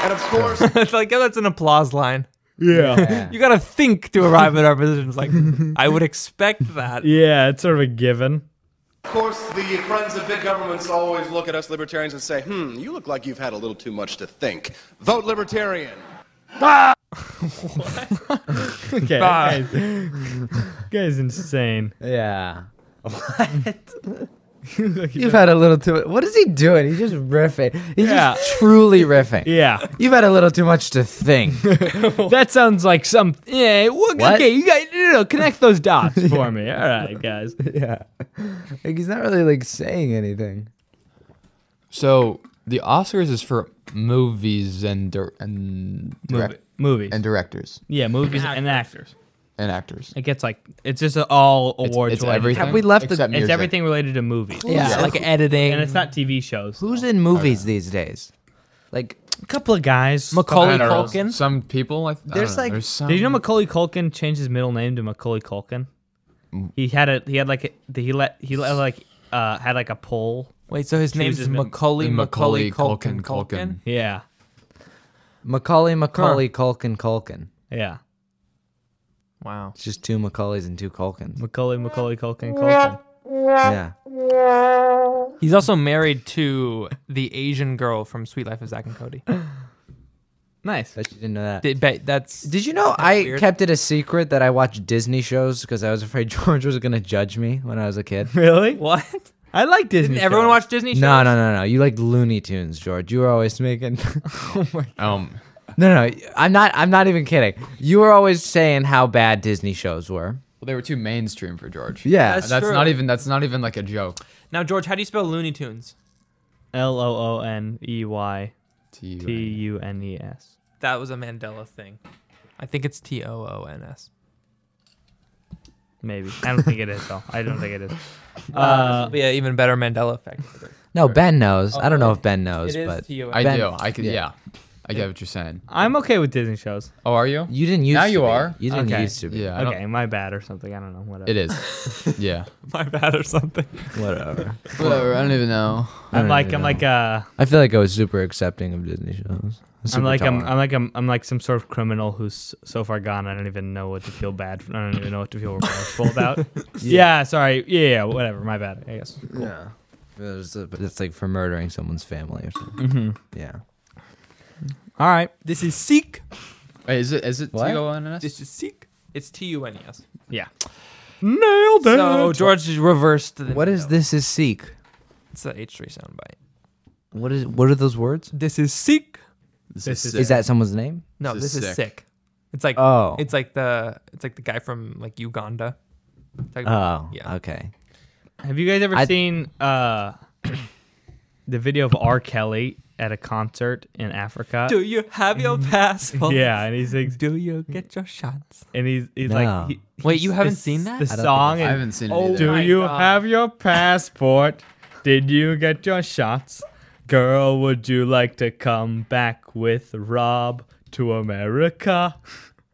S5: And of
S4: <laughs>
S5: course,
S4: it's like, yeah, that's an applause line.
S2: Yeah.
S4: <laughs> You gotta think to arrive at our positions.
S2: <laughs>
S4: Like, I would expect that.
S2: Yeah, it's sort of a given.
S5: Of course, the friends of big governments always look at us libertarians and say, hmm, you look like you've had a little too much to think. Vote libertarian.
S2: <laughs> Okay. Guys, <laughs> guys insane.
S3: Yeah. You've had a little too. What is he doing? He's just riffing. He's just truly riffing.
S2: Yeah. <laughs>
S3: You've had a little too much to think.
S2: That sounds like some. Yeah. wha-
S3: What?
S2: Okay. You guys.
S4: no. Connect
S3: <laughs>
S4: those dots
S2: for me. All right, guys.
S3: Yeah. Like he's not really like saying anything.
S1: So the Oscars is for movies and dir- and
S2: Movie- movies
S1: and directors
S2: Yeah, movies and actors.
S1: and actors.
S2: It gets like it's just all
S1: It's-
S2: awards.
S1: it's
S2: related.
S1: everything Have we left the- except
S2: It's
S1: music.
S2: everything related to movies.
S3: Yeah, Yeah. like
S4: editing.
S2: And it's not TV shows.
S3: Who's in movies
S2: Oh,
S3: these days? Like
S2: a couple of guys.
S1: Macaulay I don't know. Culkin? Some people. I,
S2: There's like. Did you know Macaulay Culkin changed his middle name to Macaulay Culkin? He had a. He had like. A, he let. He let like. Uh, had like a poll.
S4: Wait, so his
S2: Choose
S4: name's
S2: middle-
S4: Macaulay Macaulay Culkin Culkin.
S2: Yeah.
S3: Macaulay, Macaulay, Culkin, Culkin.
S2: Yeah.
S4: Wow.
S3: It's just two Macaulays and two Culkins.
S2: Macaulay, Macaulay, Culkin, Culkin.
S3: Yeah.
S4: He's also married to the Asian girl from Sweet Life of Zack and Cody.
S2: Nice.
S3: Bet you didn't know that.
S4: Did, but that's
S3: Did you
S11: Oh,
S3: know I kept it a secret that I watched Disney shows because I was afraid <laughs> George was going to judge me when I was a kid?
S2: <laughs> Really? What? I like Disney.
S4: Didn't everyone
S2: shows.
S4: watch Disney shows?
S3: No, no, no, no. You liked Looney Tunes, George. You were always making. <laughs> oh my
S1: Um.
S3: No, no. I'm not. I'm not even kidding. You were always saying how bad Disney shows were.
S1: Well, they were too mainstream for George.
S3: Yeah.
S1: that's,
S3: That's
S1: not
S4: true.
S1: even that's not even like a joke.
S4: Now, George, how do you spell Looney Tunes?
S2: L O O N E Y T U N E S.
S4: That was a Mandela thing. I think it's T O O N S.
S2: Maybe. I don't think it is though. I don't think it
S3: <laughs>
S2: is.
S4: Uh,
S2: Uh,
S4: this will be an even better Mandela effect.
S3: No, Ben knows. I don't know
S4: Oh,
S3: if Ben knows,
S4: it is
S3: but
S4: to you,
S1: I
S3: Ben-
S1: do. I could. Yeah. I get what you're saying.
S2: I'm okay with Disney shows.
S1: Oh, are you?
S3: You didn't use
S1: Now
S3: to
S1: you
S3: be.
S1: are.
S3: You didn't used to be.
S1: Yeah. I don't-
S2: Okay, my bad or something. I don't know. Whatever. <laughs>
S1: It is. yeah.
S4: My bad or something.
S3: <laughs> Whatever.
S1: Whatever. I don't even know.
S3: I
S2: I'm
S3: don't
S2: like
S3: even
S2: I'm
S3: know.
S2: like uh
S3: I feel like I was super accepting of Disney shows.
S2: I'm
S3: Super
S2: like um, I'm,
S3: tolerant.
S2: I'm like I'm, I'm like some sort of criminal who's so far gone. I don't even know what to feel bad. For. I don't even know what to feel remorseful about.
S3: <laughs>
S2: yeah. sorry. Yeah, yeah, whatever. My bad. I guess. Cool.
S3: Yeah. It was, uh, but it's like for murdering someone's family or something.
S2: Mhm.
S1: Mm-hmm.
S3: Yeah.
S2: All right.
S4: This is Seek.
S1: Wait, is it is it T
S3: What?
S1: O N S?
S4: This is Seek. It's T U N E S.
S2: Yeah. Nailed it.
S4: So George just reversed the.
S3: What is this is seek?
S4: It's an H three soundbite.
S3: What is what are those words?
S4: This is Seek.
S2: This
S3: Is that someone's name?
S4: No, this, is, sick. It's like
S3: Oh.
S4: it's like the it's like the guy from like Uganda. It's like-
S3: Oh. Okay.
S2: Have you guys ever
S3: I-
S2: seen uh <clears throat> the video of R. Kelly at a concert in Africa? Mm-hmm.
S4: Do you have your passport?
S2: <laughs> Yeah, and he sings.
S4: Do you get your shots?
S2: And he's he's
S3: No.
S2: like, he,
S4: Wait,
S2: he's-
S4: you haven't
S2: this-
S4: seen that?
S2: The
S4: I don't
S2: song.
S1: think I-
S2: and-
S1: I haven't seen it
S2: Oh,
S1: either.
S2: do
S1: My
S2: you
S4: God.
S2: have your passport? Did you get your shots? Girl, would you like to come back with Rob to America?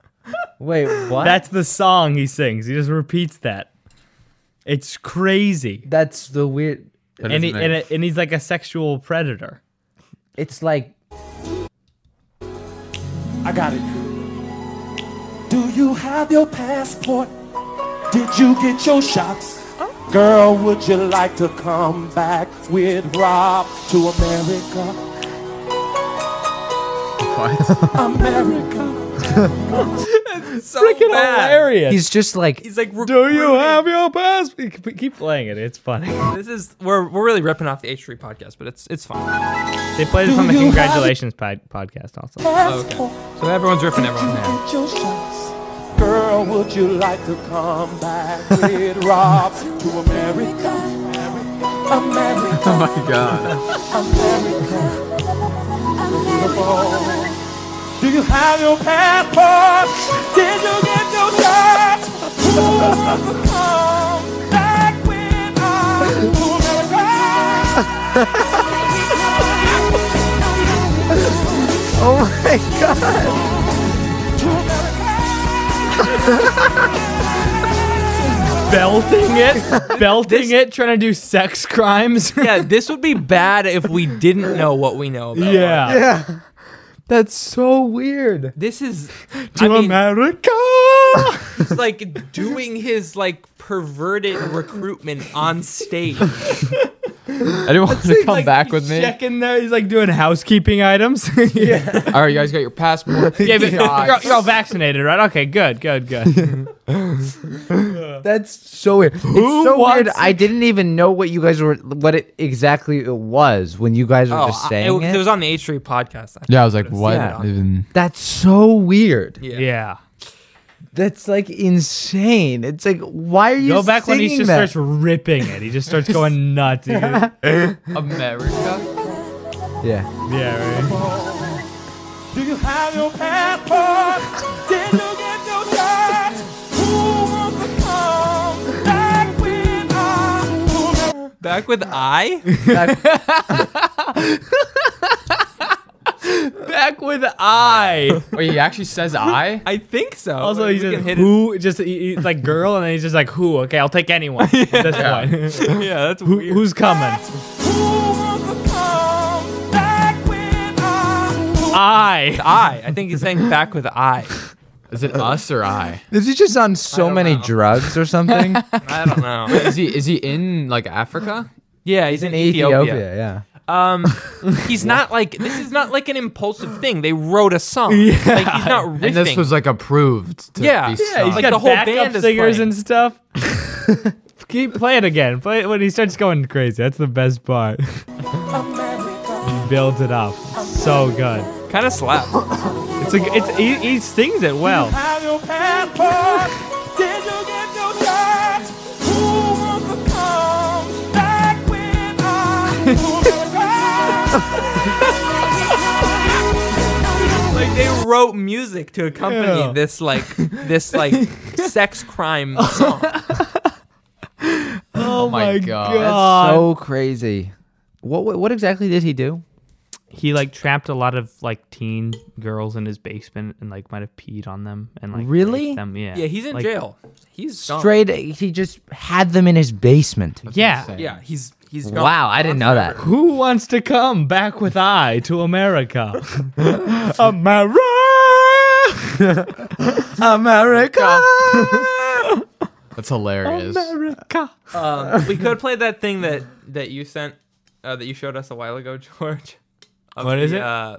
S2: <laughs>
S3: Wait, what?
S2: That's the song he sings. He just repeats that. It's crazy.
S3: That's the weird.
S1: That
S2: and, he,
S1: doesn't
S2: and,
S1: make-
S2: it- and he's like a sexual predator.
S3: It's like
S11: I got it. Do you have your passport? Did you get your shots? Girl, would you like to come back with Rob to America?
S2: um,
S11: America.
S1: <laughs> What?
S4: It's so freaking
S2: hilarious.
S3: he's just like
S4: He's like,
S2: Do you have your passport? Keep playing it. It's funny.
S4: This is we're we're really ripping off the H three podcast, but it's it's fine.
S2: They play this on the
S11: Do you have-
S2: Congratulations pod- podcast also.
S4: Okay.
S1: Oh,
S4: So everyone's ripping everyone.
S11: Did you get your shots? Girl, would you like to come back
S3: <laughs>
S11: with Rob to America? America.
S1: Oh my god.
S11: America. Beautiful. Do you have your passport? Did you get your shots? Who's to come back with us to America?
S3: <laughs> Oh my god.
S2: belting it, belting it, trying to do sex crimes.
S4: Yeah, this would be bad if we didn't know what we <laughs> know about.
S2: yeah.
S3: <laughs> Yeah. That's so weird.
S4: This is
S2: To
S4: I mean,
S2: America.
S4: he's like doing his like perverted recruitment on stage.
S1: Anyone want to come back with me?
S2: Check in there. He's like doing housekeeping items.
S3: <laughs>
S2: <laughs> yeah.
S1: All right, you guys got your
S2: <laughs>
S1: passport.
S2: Yeah, but you're,
S1: Shots.
S2: all- you're all vaccinated, right? Okay, good, good, good.
S3: That's so weird. It's
S2: Who
S3: so weird.
S2: wants-
S3: I didn't even know what you guys were what it exactly it was when you guys were
S4: Oh,
S3: just
S4: I-
S3: saying
S4: it,
S3: it.
S4: it was on the H three podcast.
S1: Yeah, I was like, what
S4: Yeah.
S1: even?
S3: That's so weird.
S4: Yeah.
S2: Yeah.
S3: That's like insane. It's like, why are you
S2: Go back when he
S3: singing
S2: just
S3: that?
S2: starts ripping it. He just
S3: <laughs>
S2: starts going
S4: <laughs>
S2: nuts. He goes,
S1: America.
S3: Yeah.
S2: Yeah, right.
S11: Do you have your passport? Did you get your shot? Who wants to come back with us?
S4: Back with I? <laughs>
S1: Back with
S2: <laughs>
S1: I.
S4: Oh,
S1: Wait, he actually says I?
S4: I think so.
S2: Also, he
S4: We
S2: just
S4: can hit it.
S2: who just he, he- like girl, and then he's just like who? Okay, I'll take anyone.
S4: <laughs>
S2: yeah. This one.
S4: yeah, that's
S2: who, who's coming. <laughs>
S4: I. I. I think he's saying back with I.
S1: Is it us or I?
S3: Is he just on so many drugs or something?
S4: I don't know.
S1: Wait, <laughs> is he is he in like Africa?
S4: Yeah, he's, in, Ethiopia.
S3: yeah.
S4: Um,
S1: <laughs>
S4: he's not like this is not like an impulsive thing. They wrote a song. Oh, Like he's
S2: <laughs>
S4: not riffing.
S1: And this was like approved. To
S4: yeah,
S1: be
S4: yeah.
S1: sung.
S4: Like the whole band is
S2: singers
S4: playing.
S2: and
S4: <laughs>
S2: stuff. Keep playing again. Play it when he starts going crazy. That's the best part. <laughs> he builds it up. So good.
S4: Kind of slaps.
S2: It's a. It's he, he sings it well.
S11: Have your passport? Did you get your shot? Who wants to come back with us?
S4: <laughs> Like they wrote music to accompany
S2: Yeah.
S4: this like this
S2: <laughs>
S4: like sex crime song.
S2: Oh,
S1: my God.
S3: That's so crazy. What, what what exactly did he do?
S6: He like trapped a lot of like teen girls in his basement and like might have peed on them and like raped
S3: Really?
S6: them. Yeah.
S4: Yeah, he's in
S6: Like-
S4: jail. He's gone.
S3: Straight, he just had them in his basement.
S2: Yeah.
S4: Yeah, he's he's gone.
S3: Wow, I didn't know that.
S2: Who wants to come back with I to America? America.
S3: America.
S1: That's hilarious.
S2: America.
S4: Um, we could play that thing that that you sent uh, that you showed us a while ago, <laughs> George. Of
S2: What is it?
S4: Uh,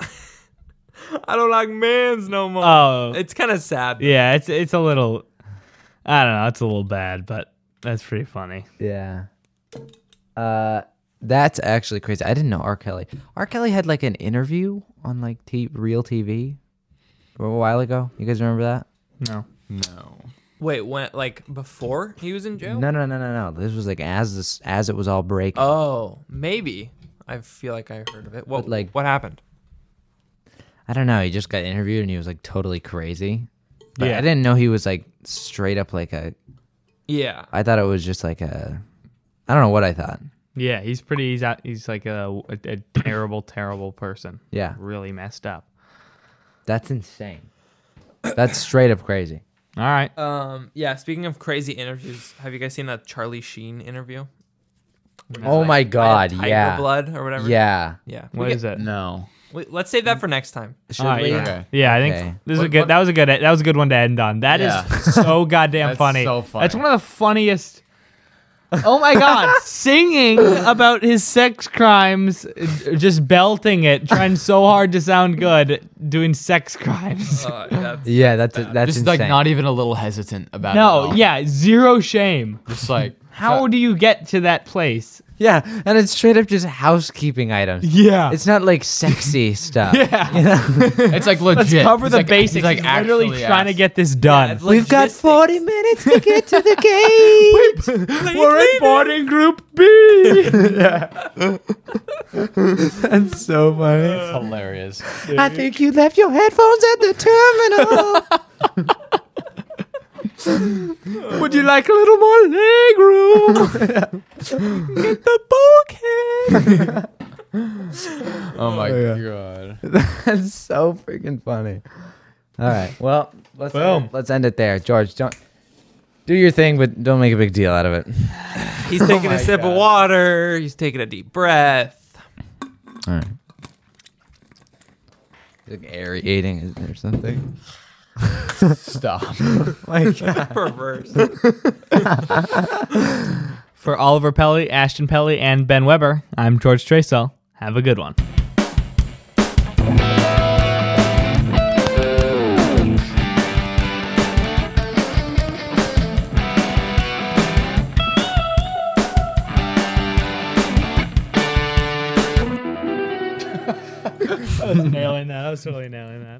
S4: I don't like mans no more.
S2: Oh.
S4: it's kind of sad.
S2: Yeah, it's it's a little. I don't know. It's a little bad, but that's pretty funny.
S3: Yeah. Uh, that's actually crazy. I didn't know R. Kelly. R. Kelly had like an interview on like t- real TV a while ago. You guys remember that?
S6: No.
S1: No.
S4: Wait, when like before he was in jail?
S3: No, no, no, no, no. This was like as this as it was all breaking.
S4: Oh, maybe. I feel like I heard of it. Well,
S3: But, like-
S4: like what happened?
S3: I don't know. He just got interviewed and he was like totally crazy. But
S4: Yeah.
S3: I didn't know he was like straight up like a.
S4: Yeah.
S3: I thought it was just like a. I don't know what I thought.
S6: Yeah, he's pretty. He's out, he's like a, a, a terrible, terrible person.
S3: Yeah.
S6: really messed up.
S3: That's insane. That's straight up crazy.
S6: All right.
S4: Um. Yeah. Speaking of crazy interviews, have you guys seen that Charlie Sheen interview? Where he's
S3: Oh my
S4: "I had
S3: God,
S4: Tiger
S3: yeah.
S4: Blood or whatever.
S3: Yeah.
S4: Yeah.
S6: What
S4: We
S6: is it?
S1: No.
S4: Wait, let's save that for next time.
S2: All right, yeah. Yeah, I think
S3: Okay.
S2: this is a
S1: What-
S2: good.
S1: what-
S2: That was a good. That was a good one to end on. That is
S1: Yeah.
S2: so goddamn
S1: That's
S2: funny.
S1: so funny.
S2: That's one of the funniest. Oh my god, singing about his sex crimes, uh, just belting it, trying so hard to sound good, doing sex crimes.
S1: Oh,
S4: Uh, that's,
S3: Yeah, that's that's
S1: Just
S3: insane.
S1: like not even a little hesitant about it. at
S2: no,
S1: all.
S2: Oh, yeah, zero shame.
S1: Just like
S2: <laughs> How do you get to that place?
S3: Yeah, and it's straight up just housekeeping items.
S2: Yeah.
S3: It's not like sexy stuff.
S2: Yeah.
S1: it's
S3: <laughs>
S1: like legit.
S2: Let's cover
S1: He's
S2: the
S1: like- he's
S2: basics. He's like literally
S1: actually
S2: trying to
S1: asked.
S2: get this done.
S4: it's
S3: We've got
S4: logistics.
S3: 40 minutes to get to
S2: <laughs>
S3: the gate.
S2: We're in boarding group <laughs>
S3: <laughs>
S2: B. <laughs>
S3: That's so funny.
S1: hilarious.
S3: I think you left your headphones at the
S2: <laughs> Would you like a little more
S3: <laughs>
S2: leg room? Get the bulkhead.
S3: <laughs>
S1: Oh my
S3: yeah.
S1: god.
S3: terminal. <laughs> that's so freaking funny. All right. <laughs> Well, let's
S2: Boom.
S3: let's end it there. George, don't do your thing, but don't make a big deal out of it.
S4: He's
S3: Oh
S4: taking a sip of water. He's taking a deep breath.
S3: All right. Like aerating or something.
S1: Stop. <laughs>
S3: Oh
S11: <laughs>
S3: Like
S4: Perverse.
S2: <laughs>
S3: <laughs>
S2: For Oliver Pelly, Ashton Pelly, and Ben Weber, I'm George Tracell. Have a <laughs> good one. Nailing that. I was totally nailing that.